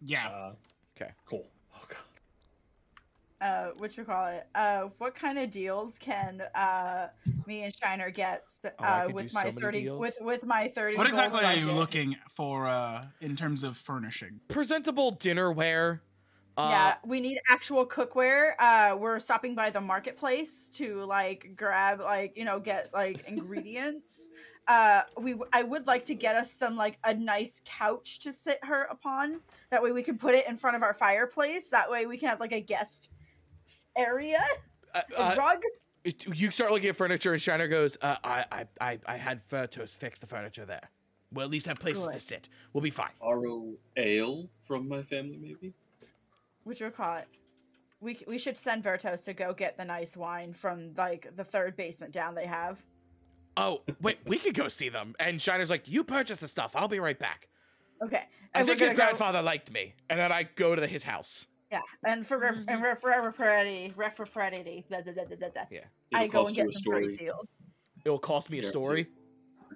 S1: Yeah.
S6: Uh,
S2: Okay.
S6: Cool. Oh god.
S5: uh, what you call it? Uh, what kind of deals can uh, me and Shiner get sp-
S2: Oh, I
S5: uh,
S2: could do
S5: with
S2: so
S5: my
S2: many
S5: thirty
S2: deals.
S5: with with my thirty?
S1: What
S5: gold
S1: exactly are you
S5: budget?
S1: looking for uh, in terms of furnishing?
S2: Presentable dinnerware. Uh,
S5: yeah, we need actual cookware. Uh, we're stopping by the marketplace to like grab like you know get like ingredients. Uh, we w- I would like to get us some like a nice couch to sit her upon. That way we can put it in front of our fireplace. That way we can have like a guest area,
S2: uh,
S5: a
S2: uh,
S5: rug.
S2: it- you start looking at furniture, and Shiner goes, uh, I, I, I, I had Vertos fix the furniture there. We'll at least have places to
S5: Good.
S2: sit. We'll be fine.
S4: Borrow ale from my family, maybe.
S5: Which you call it? We c- we should send Vertos to go get the nice wine from like the third basement down they have.
S2: Oh, wait, we could go see them. And Shiner's like, You purchase the stuff. I'll be right back.
S5: Okay.
S2: I
S5: and we're
S2: think his
S5: gonna go-
S2: grandfather liked me, and then I go to his house.
S5: Yeah, and for ref-
S1: Mm-hmm.
S5: and ref- forever parody, ref for parody, da, da, da, da, da, da.
S2: Yeah.
S5: I
S4: It'll
S5: go
S4: cost
S5: and
S4: you
S5: get
S4: a
S5: some great
S4: story.
S5: deals.
S2: It will cost me a
S4: Yeah.
S2: story.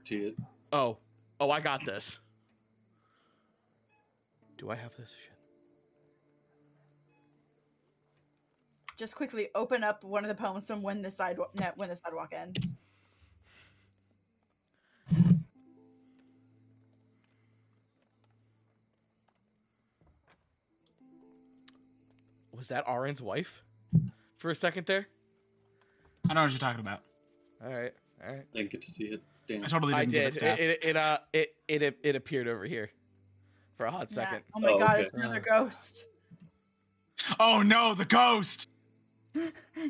S4: to it.
S2: Oh, oh, I got this. Do I have this shit?
S5: Just quickly open up one of the poems from when the sidewalk no, when the sidewalk ends.
S2: Was that Aaron's wife? For a second there.
S1: I know what you're talking about.
S2: All right, all right.
S4: I didn't get to see it. Damn.
S1: I totally
S2: I
S1: didn't
S2: did.
S1: give it
S2: It,
S1: stats.
S2: it, it uh it it ap- it appeared over here, for a hot
S5: Yeah.
S2: second.
S5: Oh my
S4: Oh,
S5: god,
S4: okay.
S5: it's another ghost.
S1: Oh no, the ghost!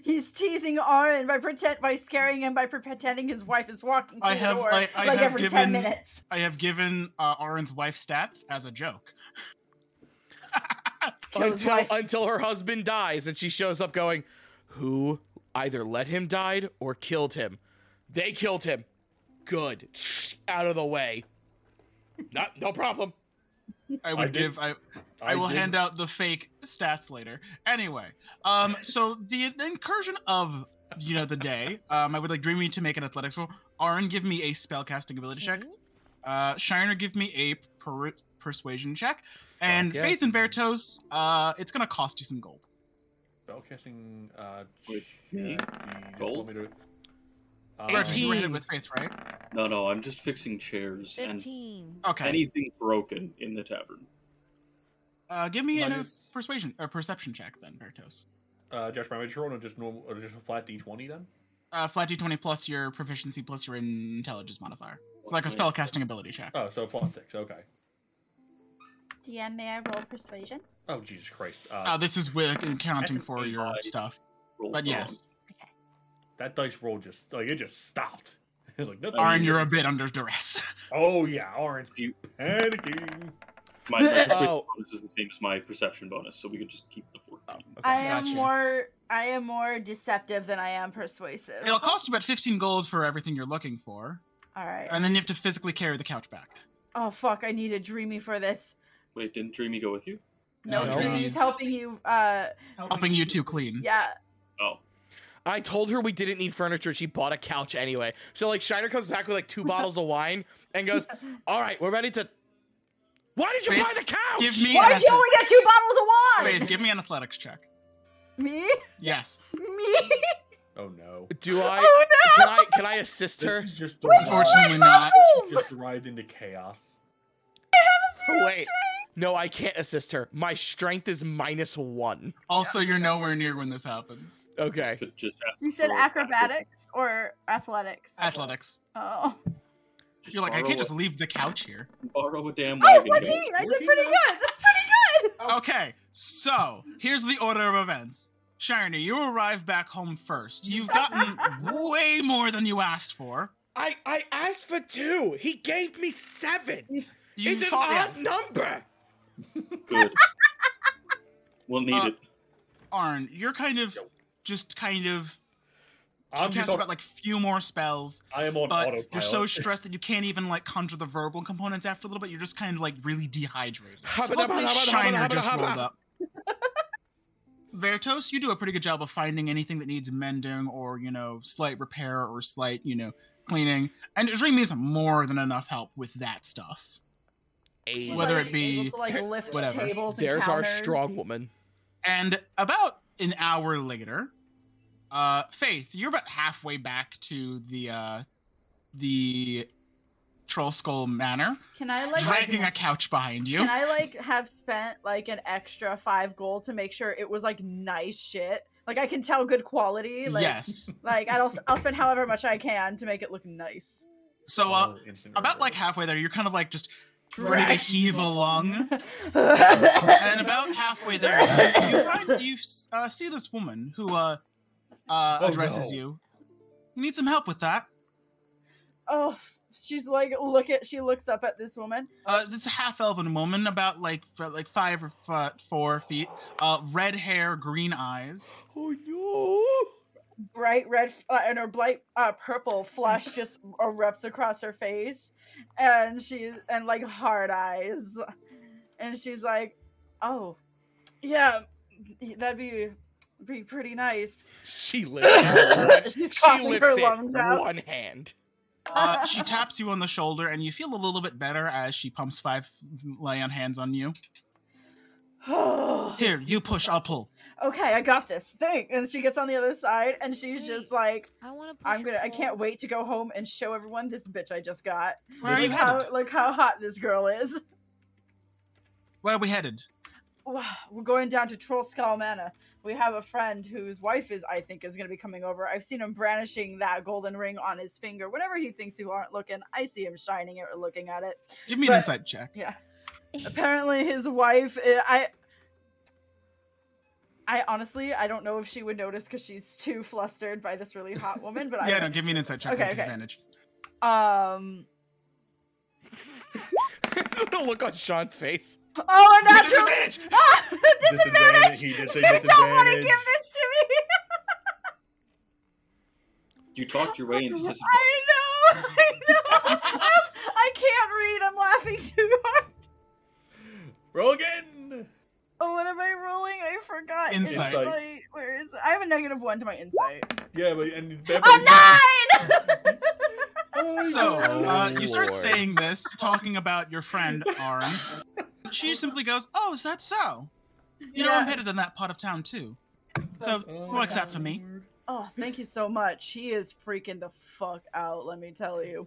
S5: He's teasing Aaron by pretend by scaring him by pre- pretending his wife is walking through
S1: I have-
S5: the door
S1: I- I
S5: like
S1: have
S5: every ten
S1: given-
S5: minutes.
S1: I have given uh, Aaron's wife stats as a joke.
S5: Kill his
S2: until
S5: wife.
S2: until her husband dies and she shows up going, "Who either let him died or killed him? They killed him. Good. Out of the way. Not no problem.
S1: I would
S6: did-
S1: give. I, I will
S6: did-
S1: hand out the fake stats later. Anyway, um, so the, the incursion of you know the day, um, I would like Dreamy to make an athletics roll. Aaron, give me a spellcasting ability check. Uh, Shiner, give me a per- persuasion check. and
S2: yes.
S1: Faith and Vertos, uh, it's gonna cost you some gold.
S6: Spellcasting. Uh,
S4: Wait,
S6: ch-
S4: me?
S6: uh, you just
S4: Gold?
S6: want me to- Uh,
S1: Vertos, you were hit
S2: 18.
S1: with Faith, right?
S4: No, no, I'm just fixing chairs and
S7: Fifteen.
S1: Okay.
S4: anything broken in the tavern.
S1: uh, give me a
S6: Minus-
S1: persuasion or perception check then, Vertos.
S6: Uh, Josh, am I just rolling or just normal or just a flat d20 then?
S1: Uh, flat d20 plus your proficiency plus your intelligence modifier. It's like a
S4: Okay.
S1: spellcasting ability check.
S6: Oh, so plus six. Okay.
S5: DM, may I roll persuasion?
S6: Oh, Jesus Christ. Uh,
S1: Uh, this is with
S6: That's
S1: accounting
S6: an
S1: for your
S4: AI.
S1: stuff.
S4: Roll
S1: But
S4: thrown.
S1: yes,
S6: that dice roll just like it just stopped. It's like nope.
S4: I mean,
S1: Arn, you're a bit under duress.
S6: Oh yeah, orange
S4: You-
S6: panicking.
S4: My, my persuasion
S2: Oh.
S4: bonus is the same as my perception bonus, so we could just keep the four.
S1: Oh.
S5: I am
S1: Gotcha.
S5: more I am more deceptive than I am persuasive.
S1: It'll cost you about 15 gold for everything you're looking for,
S5: All right.
S1: and then you have to physically carry the couch back.
S5: Oh fuck! I need a dreamy for this.
S4: Wait, didn't Dreamy go with you?
S5: No,
S1: No,
S5: dreamy's
S1: Dreamy's-
S5: helping you. Uh,
S1: Helping you two clean.
S5: yeah.
S4: Oh,
S2: I told her we didn't need furniture. She bought a couch anyway. So like Shiner comes back with like two bottles of wine and goes, "All right, we're ready to." Why did you
S1: Faith,
S2: buy the couch?
S1: Give me, an
S5: Why'd you
S1: athle-
S5: only get two bottles of wine?
S1: Wait, give me an athletics check.
S5: Me?
S1: Yes.
S5: Me?
S6: Oh no.
S2: Do I?
S5: Oh no!
S2: Can I? Can I assist her?
S6: This is just
S1: Unfortunately
S5: My
S1: not.
S5: muscles!
S6: just derived into chaos.
S2: Oh, wait. No, I can't assist her. My strength is minus one.
S1: Also, you're nowhere near when this happens.
S2: Okay.
S4: could just ask
S5: You said
S4: for
S5: acrobatics or athletics?
S1: Athletics.
S5: Oh,
S4: Just
S1: You're like, I
S4: borrow
S1: can't just
S4: a-
S1: leave the couch here.
S4: borrow a damn
S5: I
S4: wagon.
S5: have 14. I did
S6: 14?
S5: pretty good. That's pretty good.
S1: Okay, so here's the order of events. Shiny, you arrive back home first. You've gotten way more than you asked for.
S2: I I asked for two. He gave me seven.
S1: You
S2: it's an
S1: thought- yeah.
S2: odd number.
S4: Good. we'll need
S1: Uh,
S4: it.
S1: Arn, you're kind of just kind of
S6: I'm
S1: you
S6: just
S1: cast
S6: on,
S1: about like few more spells,
S6: I am on
S1: but
S6: autopilot.
S1: you're so stressed that you can't even like conjure the verbal components after a little bit. You're just kind of like really dehydrated. Luckily, Shiner just rolled up. Vertos, you do a pretty good job of finding anything that needs mending or you know slight repair or slight you know cleaning, and Dreamy is more than enough help with that stuff.
S5: She's
S1: Whether
S5: like
S1: it be-
S5: able to, like lift
S1: whatever.
S5: tables and
S2: There's our
S5: counters.
S2: strong woman.
S1: And about an hour later, uh, Faith, you're about halfway back to the uh, the Troll Skull Manor,
S5: Can I like?
S1: dragging a couch behind you.
S5: Can I like have spent like an extra five gold to make sure it was like nice shit? Like I can tell good quality. Like,
S1: yes.
S5: Like I'll I'll spend however much I can to make it look nice.
S1: So uh,
S6: Oh, instant
S1: about like
S6: regret.
S1: halfway there, you're kind of like just ready to heave a lung. and about halfway there, you, find, you uh, see this woman who uh, uh,
S6: Oh,
S1: addresses
S6: no.
S1: you. You need some help with that.
S5: oh, she's like look at. She looks up at this woman.
S1: Uh, it's a half elven woman, about like f like five or f- four feet. Uh, red hair, green eyes.
S2: Oh no.
S5: bright red f- uh, and her bright uh, purple flush just erupts across her face, and she's and like hard eyes, and she's like, "Oh, yeah, that'd be be pretty nice."
S2: She lifts.
S5: she's
S2: she
S5: coughing her
S2: lifts
S5: lungs
S2: it
S5: out.
S2: one hand.
S1: Uh, she taps you on the shoulder, and you feel a little bit better as she pumps five lay on hands on you. Here, you push, I'll pull.
S5: okay, I got this. Thing, and she gets on the other side, and she's just like.
S3: I want to.
S5: I'm gonna. I can't wait to go home and show everyone this bitch I just got.
S1: Where are
S5: Look
S1: you
S5: how,
S1: headed?
S5: look how hot this girl is.
S1: Where are we headed?
S5: Wow, We're going down to Troll Skull Manor. We have a friend whose wife is, I think, is gonna be coming over. I've seen him brandishing that golden ring on his finger. Whenever he thinks people aren't looking, I see him shining it or looking at it.
S1: Give me
S5: But-
S1: an insight check.
S5: Yeah. Apparently, his wife. i- I. I honestly, I don't know if she would notice because she's too flustered by this really hot woman. But
S1: Yeah, no, give me an insight check
S5: Okay,
S1: with
S5: okay.
S1: disadvantage.
S5: I, um,
S2: the look on Sean's face.
S5: Oh, a natural
S1: Disadvantage!
S5: Ah,
S6: Disadvantage,
S5: disadvantage.
S6: he did say
S5: You don't want to
S6: disadvantage.
S5: give this to me.
S4: You talked your way into
S5: I know.
S4: disadvantage.
S5: I know. That's- I can't read. I'm laughing too hard.
S6: Roll again.
S5: Oh, what am I rolling? I forgot. It's
S1: Insight.
S5: like- where is? I have a negative one to my insight.
S6: Yeah, but and
S5: A nine.
S1: So, uh,
S2: Oh,
S1: you start
S2: Lord.
S1: saying this, talking about your friend, Aram. She simply goes, Oh, is that so? You know, I'm
S5: Yeah.
S1: headed in that part of town too. So, what's that for me?
S5: Oh, thank you so much. He is freaking the fuck out, let me tell you.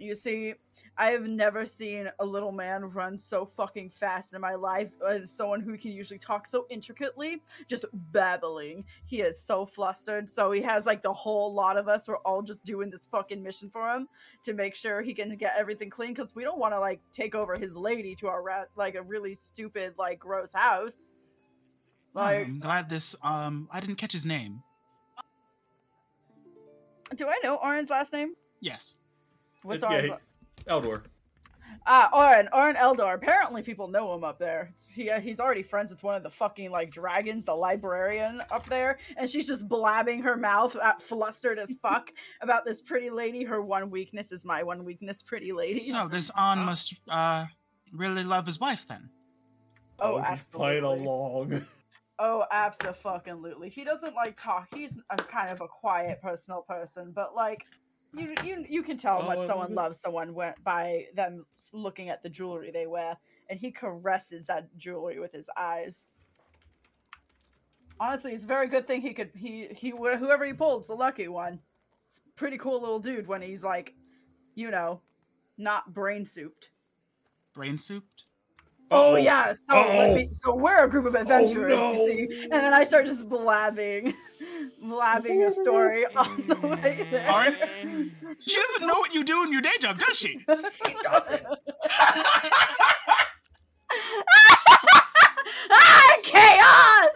S5: You see, I have never seen a little man run so fucking fast in my life. Uh, someone who can usually talk so intricately, just babbling. He is so flustered. So he has like the whole lot of us. We're all just doing this fucking mission for him to make sure he can get everything clean because we don't want to like take over his lady to our rat, like a really stupid, like gross house.
S1: Oh,
S5: Like,
S1: I'm glad this, um, I didn't catch his name.
S5: do I know Oren's last name?
S1: Yes.
S5: What's
S6: yeah,
S5: Oren's
S6: he-
S5: la-
S6: Eldor.
S5: Ah, Oren, Oren Eldar. Apparently, people know him up there. It's- He, uh, he's already friends with one of the fucking like dragons, the librarian up there, and she's just blabbing her mouth, uh, flustered as fuck, about this pretty lady. Her one weakness is my one weakness, pretty ladies.
S1: So, this Arn must, uh, really love his wife then.
S5: oh,
S6: he's playing
S5: absolutely.
S6: along.
S5: Oh, absolutely. He doesn't like talk. He's a kind of a quiet, personal person, but like. You, you, you can tell how
S6: Oh,
S5: much
S6: I love
S5: someone
S6: it.
S5: loves someone when, by them s- looking at the jewelry they wear, and he caresses that jewelry with his eyes. Honestly, it's a very good thing he could he he wh- whoever he pulled's a lucky one. It's a pretty cool little dude when he's like, you know, not brain souped.
S1: Brain souped?
S5: Oh, yeah, so let
S6: Uh-oh.
S5: me- so we're a group of adventurers,
S6: no.
S5: you see, and then I start just blabbing, blabbing a story on the way there.
S1: Alright. She doesn't know what you do in your day job, does she?
S6: He doesn't.
S5: ah, chaos!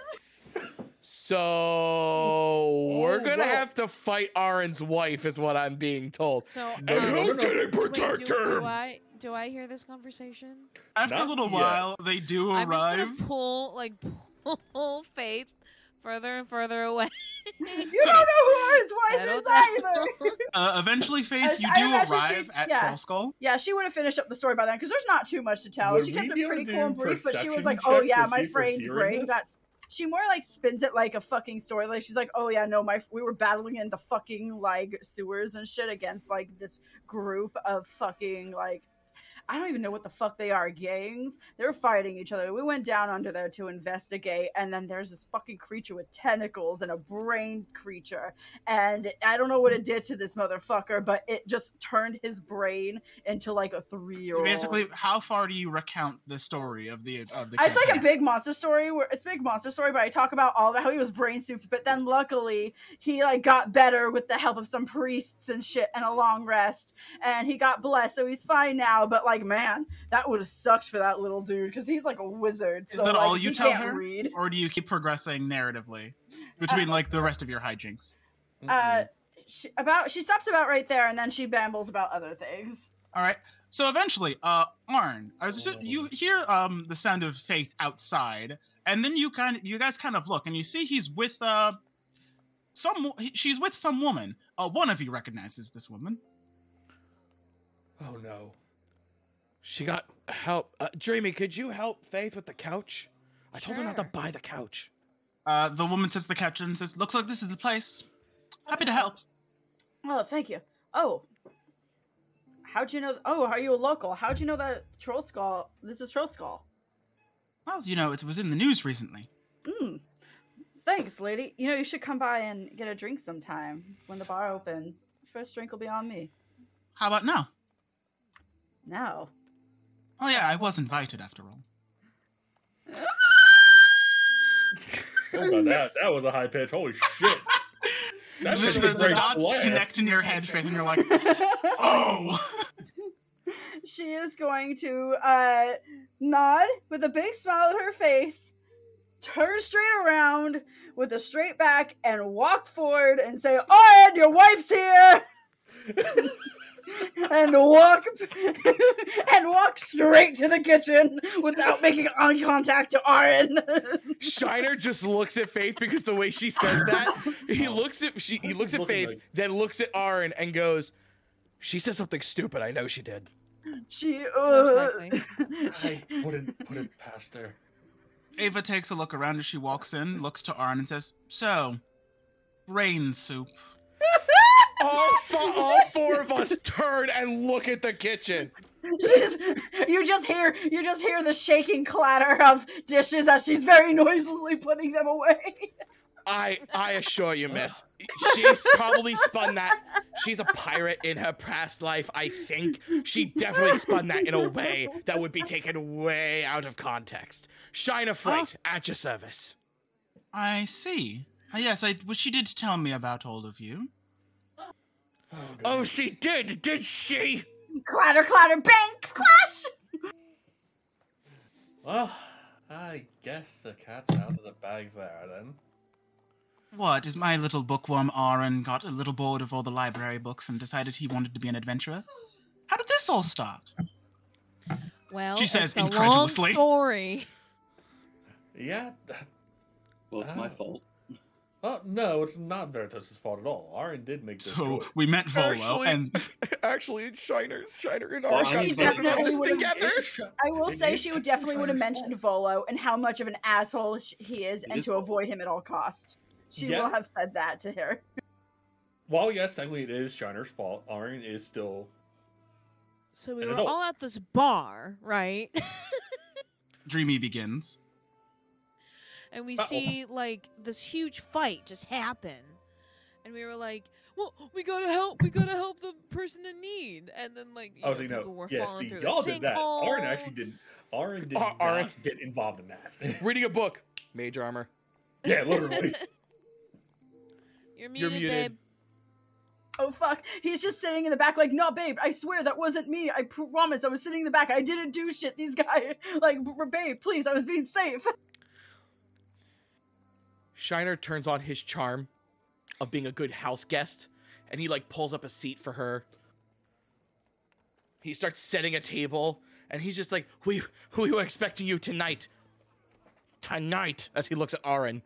S2: So we're gonna
S6: wow.
S2: have to fight Aaron's wife, is what I'm being told.
S3: So, um,
S6: And who
S3: wait,
S6: did it
S3: do, do I do I hear this conversation?
S1: After a
S6: Not
S1: little
S6: yet.
S1: while, they do
S3: I'm just
S1: arrive.
S3: gonna pull like pull Faith further and further away.
S5: You don't know who his wife
S3: Settle
S5: is
S3: down.
S5: either.
S1: Uh, eventually, Faith,
S5: As-
S1: you
S5: I
S1: do
S5: imagine she-
S1: arrive at
S5: yeah.
S1: Troll Skull.
S5: Yeah, she would have finished up the story by then because there's not too much to tell.
S6: Would
S5: she kept
S6: we
S5: it
S6: be able
S5: pretty
S6: to
S5: cool
S6: do
S5: and brief, but she was
S6: perception
S5: like, "Oh
S6: checks
S5: yeah,
S6: to
S5: my
S6: see if we're
S5: friend's
S6: hearing
S5: brain
S6: this?"
S5: got." She more like spins it like a fucking story. Like she's like, "Oh yeah, no, my we were battling in the fucking like sewers and shit against like this group of fucking like." I don't even know what the fuck they are, gangs. They're fighting each other. We went down under there to investigate, and then there's this fucking creature with tentacles and a brain creature. And I don't know what it did to this motherfucker, but it just turned his brain into like a three year old.
S1: Basically, how far do you recount the story of the of the?
S5: It's like a
S1: campaign?
S5: big monster story where it's a big monster story, but I talk about all about how he was brain souped, but then luckily he like got better with the help of some priests and shit and a long rest, and he got blessed, so he's fine now. But like, man, that would have sucked for that little dude because he's like a wizard.
S1: Is
S5: So
S1: that
S5: like,
S1: all you
S5: he
S1: tell
S5: can't
S1: her?
S5: read.
S1: or do you keep progressing narratively between like the rest of your hijinks?
S5: Uh, she, about she stops about right there, and then she bambles about other things.
S1: All right. So eventually, uh, Arn, I was just, you hear um the sound of Faith outside, and then you kind of you guys kind of look and you see he's with uh some. wo- She's with some woman. Uh, one of you recognizes this woman.
S6: Oh no.
S8: She got help. Uh, Dreamy, could you help Faith with the couch? I told her not to
S3: Sure.
S8: buy the couch.
S1: Uh, the woman sits at the couch and says, "Looks like this is the place. Happy to help."
S5: Oh, thank you. Oh, how'd you know? Oh, are you a local? How'd you know that Troll Skull? This is Troll Skull.
S1: Well, you know, it was in the news recently.
S5: Mm. Thanks, lady. You know, you should come by and get a drink sometime when the bar opens. First drink will be on me.
S1: How about now?
S5: Now.
S1: Oh yeah, I was invited after all.
S6: Oh, now that that was a high pitch. Holy shit.
S1: The,
S6: That should
S1: the-
S6: be
S1: the
S6: great
S1: dots
S6: blast.
S1: connect in your head, Faith, and you're like, "Oh."
S5: she is going to uh, nod with a big smile on her face, turn straight around with a straight back, and walk forward and say, "Oh, and your wife's here." and walk and walk straight to the kitchen without making eye contact to Aaron.
S2: Shiner just looks at Faith because the way she says that, he looks at she he looks
S6: What's it
S2: at
S6: looking
S2: Faith,
S6: like?
S2: then looks at Aaron and goes,
S8: She said something stupid. I know she did.
S5: she uh,
S3: Most likely.
S6: I wouldn't put it past her.
S1: Ava takes a look around as she walks in, looks to Arn, and says, "So, brain soup."
S2: all, fo- all four of us turn and look at the kitchen.
S5: She's, you just hear you just hear the shaking clatter of dishes as she's very noiselessly putting them away.
S2: I I assure you, miss, she's probably spun that. She's a pirate in her past life, I think. She definitely spun that in a way that would be taken way out of context. Shiner Freight, at your service.
S1: I see. Ah, Yes, I. Well, she did tell me about all of you.
S2: Oh, she did, did she?
S5: clatter, clatter, bang, clash.
S6: Well, I guess the cat's out of the bag there then.
S1: What is my little bookworm Aaron got a little bored of all the library books and decided he wanted to be an adventurer? How did this all start?
S3: Well,
S1: She says
S3: it's a long
S1: incredulously.
S3: story.
S6: Yeah. that-
S4: Well, it's my
S6: Ah.
S4: fault.
S6: Oh no, it's not Veritas' fault at all. Aaron did make this
S1: So
S6: choice.
S1: we met Volo,
S2: Actually-
S1: and
S2: Actually, it's Shiner's. Shiner and
S4: Well,
S2: Arsh
S4: she
S2: got something on
S5: definitely
S2: this
S5: would've-
S2: together.
S6: It is Shi-
S5: I will
S6: it
S5: say
S6: is
S5: she would
S6: technically
S5: definitely would have
S6: Shiner's
S5: mentioned
S6: fault.
S5: Volo and how much of an asshole sh- he is, and
S4: is-
S5: to avoid him at all cost. She
S6: Yeah.
S5: will have said that to her.
S6: While yes, technically it is Shiner's fault. Aaron is still
S3: So we
S6: An
S3: were
S6: adult.
S3: all at this bar, right?
S1: Dreamy begins.
S3: and we
S6: Uh-oh.
S3: see like this huge fight just happen and we were like well we gotta help we gotta help the person in need and then like you
S6: Oh,
S3: know,
S6: so you
S3: people
S6: know,
S3: were
S6: yeah,
S3: falling
S6: see,
S3: through the
S6: y'all did that. Aaron
S3: sinkhole.
S6: actually didn't. Aaron did
S2: Ar-
S6: not
S2: Aaron-
S6: get involved in that.
S2: Reading a book. Mage armor.
S6: yeah, literally.
S3: you're muted,
S2: You're muted.
S3: babe.
S5: Oh fuck! He's just sitting in the back, like, no, babe. I swear that wasn't me. I promise. I was sitting in the back. I didn't do shit. These guys, like, babe, please. I was being safe.
S2: Shiner turns on his charm of being a good house guest, and he like pulls up a seat for her. He starts setting a table, and he's just like, "We we were expecting you tonight, tonight." As he looks at Aaron,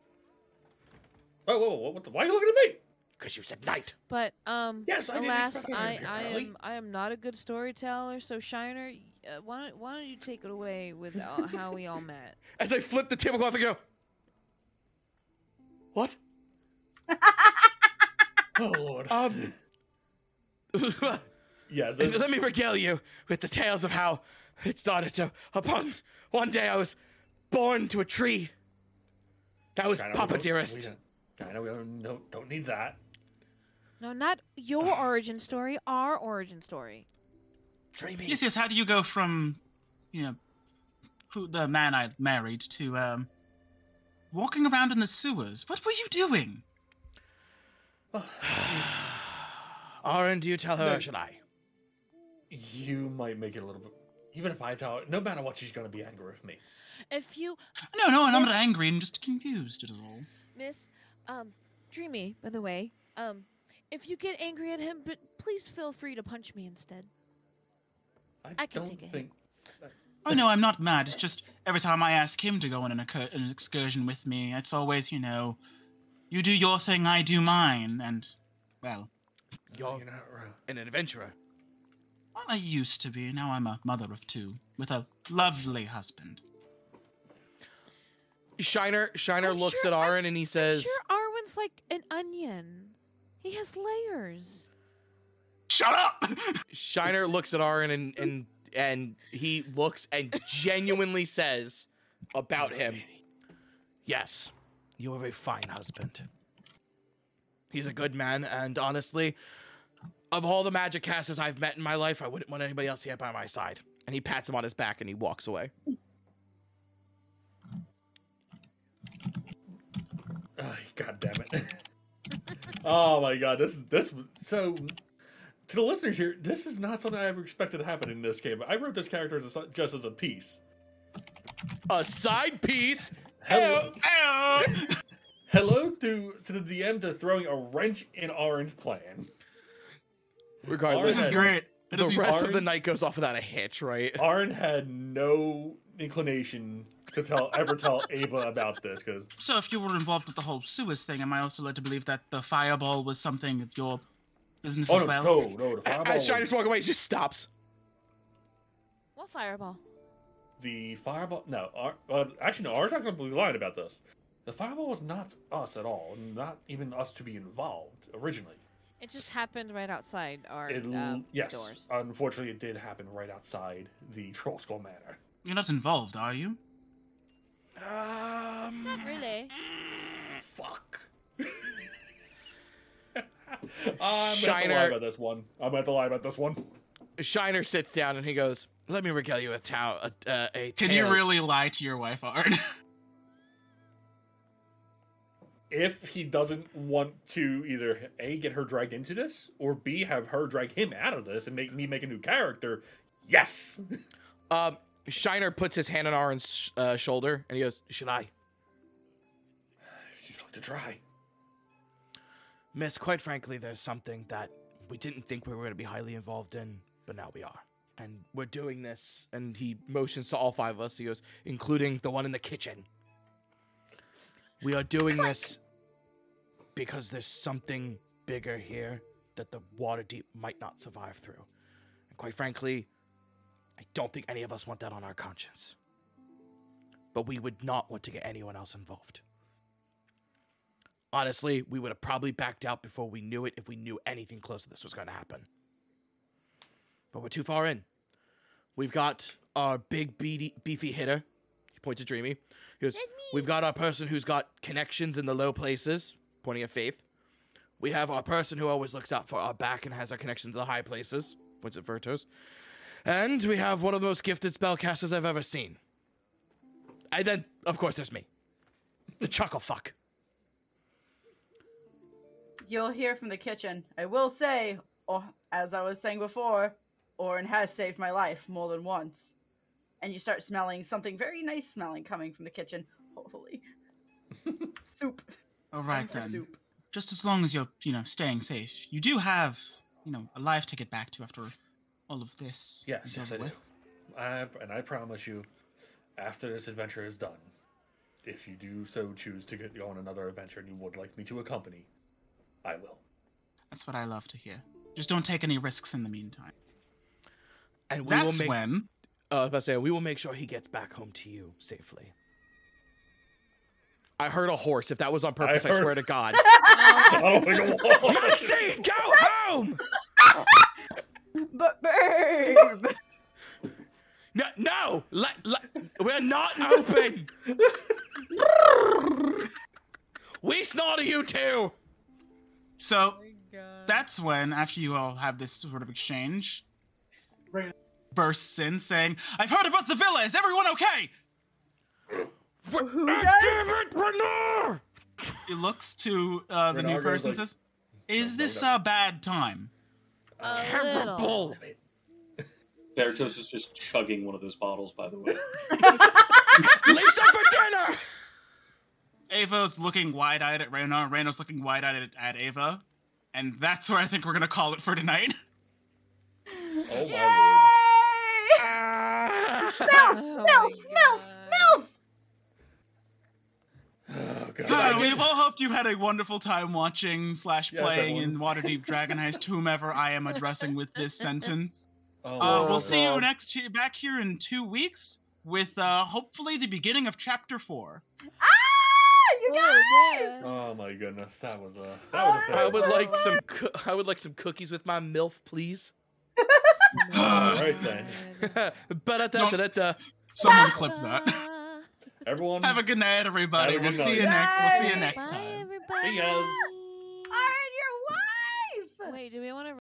S6: Whoa, whoa, whoa! What the, why are you looking at me?
S2: because you said night.
S3: but um
S6: Yes, I didn't
S3: alas
S6: expect
S3: i
S6: anything,
S3: i
S6: Ellie.
S3: am i am not a good storyteller so shiner y- uh, why don't why don't you take it away with uh, how we all met
S2: As I flip the tablecloth, I go, "What?"
S6: Oh lord.
S2: Um,
S6: yes. that's-
S2: let me regale you with the tales of how it started. So, upon one day, I was born to a tree. That was
S6: China, we
S2: Papa
S6: don't-
S2: Dearest.
S6: we don't- China, we don't, no, don't need that.
S3: no not your origin story our origin story
S2: Dreamy.
S1: Yes, yes. How do you go from, you know, who the man I married to um, walking around in the sewers? What were you doing?
S2: Aaron, do you tell her
S6: No.
S2: or should I?
S6: You might make it a little bit. Even if I tell, no matter what, she's gonna be angry with me.
S3: if you
S1: No, no, and I'm not angry. I'm just confused at all.
S3: Miss, um, Dreamy, by the way, um, if you get angry at him, but please feel free to punch me instead. I can
S6: don't
S3: take a hit.
S6: think.
S1: Oh no, I'm not mad. It's just every time I ask him to go on an, occur- an excursion with me, it's always, you know, you do your thing, I do mine, and well,
S8: You're
S6: You're not wrong.
S8: an adventurer.
S1: well, I used to be. Now I'm a mother of two with a lovely husband.
S2: Shiner Shiner
S3: I'm
S2: looks
S3: Oh, sure-
S2: at
S3: I'm-
S2: Aaron and he says,
S3: Sure, Arwen's like an onion. He has layers.
S1: Shut up!
S2: Shiner looks at Aaron and and and he looks and genuinely says about him.
S8: Yes, you are a fine husband.
S2: He's a good man, and honestly, of all the magic casters I've met in my life, I wouldn't want anybody else here by my side. And he pats him on his back and he walks away.
S6: Ugh, God damn it. oh my god, this is this was so to the listeners here, this is not something I ever expected to happen in this game. I wrote this character as a, just as a piece.
S2: A side piece.
S6: Hello,
S1: Ew.
S6: hello to to the DM to throwing a wrench in Orange plan.
S2: Regardless,
S1: this is great. It
S2: the
S1: is-
S2: rest
S6: are-
S2: of the night goes off without a hitch, right?
S6: Arn had no inclination to tell ever tell Ava about this because
S1: so, if you were involved with the whole sewers thing, am I also led to believe that the fireball was something of your business
S6: oh
S1: as
S6: no
S1: well?
S6: no no the fireball
S2: As Shiner's
S6: was,
S2: walking away, he just stops.
S3: What fireball?
S6: the fireball no Ar, uh, actually no Arn's not going to be lying about this. The fireball was not us at all, not even us to be involved originally.
S3: It just happened right outside our
S6: It,
S3: um,
S6: yes,
S3: doors.
S6: unfortunately, it did happen right outside the Troll Skull Manor.
S1: You're not involved, are you?
S3: Not really.
S6: Fuck. I'm gonna have to lie
S2: Shiner-
S6: about this one. I'm gonna have to lie about this one.
S2: Shiner sits down and he goes, "Let me regale you a tale. A, uh, a
S1: Can
S2: tale."
S1: you really lie to your wife, Arn?
S6: If he doesn't want to either a get her dragged into this, or b have her drag him out of this and make me make a new character, yes.
S2: Um, Shiner puts his hand on Aaron's sh- uh, shoulder and he goes, "Should I,
S6: If you'd like to try,
S8: Miss, quite frankly, there's something that we didn't think we were going to be highly involved in, but now we are.
S2: and we're doing this. And he motions to all five of us. He goes, including the one in the kitchen.
S8: We are doing this because there's something bigger here that the water deep might not survive through. And quite frankly, I don't think any of us want that on our conscience. But we would not want to get anyone else involved. Honestly, we would have probably backed out before we knew it if we knew anything close to this was going to happen. But we're too far in.
S2: We've got our big beady, beefy hitter. He points at Dreamy. He goes, We've got our person who's got connections in the low places, pointing at Faith. We have our person who always looks out for our back and has our connection to the high places, points at Vertos. And we have one of the most gifted spellcasters I've ever seen. And then, of course, there's me.
S8: The chuckle fuck.
S5: You'll hear from the kitchen. I will say, oh, as I was saying before, Orin has saved my life more than once. And you start smelling something very nice smelling coming from the kitchen, hopefully. soup.
S1: All
S5: Time
S1: right
S5: for
S1: then.
S5: soup.
S1: Just as long as you're, you know, staying safe. You do have, you know, a life to get back to after all of this.
S6: yes,
S1: is
S6: yes,
S1: over
S6: I do.
S1: with.
S6: I, and I promise you, after this adventure is done, if you do so choose to get go on another adventure and you would like me to accompany, I will.
S1: That's what I love to hear. Just don't take any risks in the meantime.
S8: And we will
S1: That's
S8: make
S1: when.
S2: Uh, I was about to say,
S8: we
S2: we,
S8: will make sure he gets back home to you safely.
S2: I heard a horse. If that was on purpose, I,
S6: heard-
S2: swear to God.
S6: Oh my god!
S8: Mercy, go home!
S5: But babe,
S8: No, no, let, let, we're not open. we snort at you too.
S1: So that's when, after you all have this sort of exchange, Rhaena bursts in saying, I've heard about the villa. Is everyone okay?
S5: who
S8: Ah,
S2: Ah,
S5: does?
S1: He looks to uh, the new
S6: Renato goes
S1: person and
S6: like,
S1: says, Is
S6: "Don't know
S1: this
S6: that."
S1: a bad time?
S3: A little.
S2: Terrible.
S4: Veritos is just chugging one of those bottles, by the way.
S8: Lisa for dinner.
S1: Ava's looking wide eyed at Reyna, Reyna's looking wide eyed at, at Ava, and that's where I think we're gonna call it for tonight.
S6: Oh my
S5: Milf,
S3: Oh my
S8: Ah.
S5: milf, milf,
S3: God.
S5: milf.
S6: lord! Oh god.
S1: Hi,
S2: I
S1: we've
S2: guess-
S1: all hoped you had a wonderful time watching slash
S6: Yes,
S1: playing in
S6: everyone.
S1: Waterdeep Dragon Heist, whomever I am addressing with this sentence.
S6: Oh,
S1: Uh,
S6: my
S1: we'll see you
S6: God.
S1: next he- back here in two weeks with uh, hopefully the beginning of chapter four.
S5: Ah, you
S3: Oh,
S5: guys!
S3: man.
S6: Oh my goodness, that was a that was a
S2: I
S6: thing.
S2: would like some. Coo- I would like some cookies with my milf, please.
S6: Alright then.
S2: Ba-da-da-da-da-da.
S1: Someone clip that.
S6: Everyone
S1: Have a good night, everybody.
S6: Have a
S1: we'll
S6: good
S1: see you
S5: night.
S1: next. We'll see you
S5: Bye.
S1: next
S3: Bye,
S1: time.
S3: everybody.
S6: guys.
S5: Iron your wife!
S3: Wait, do we want to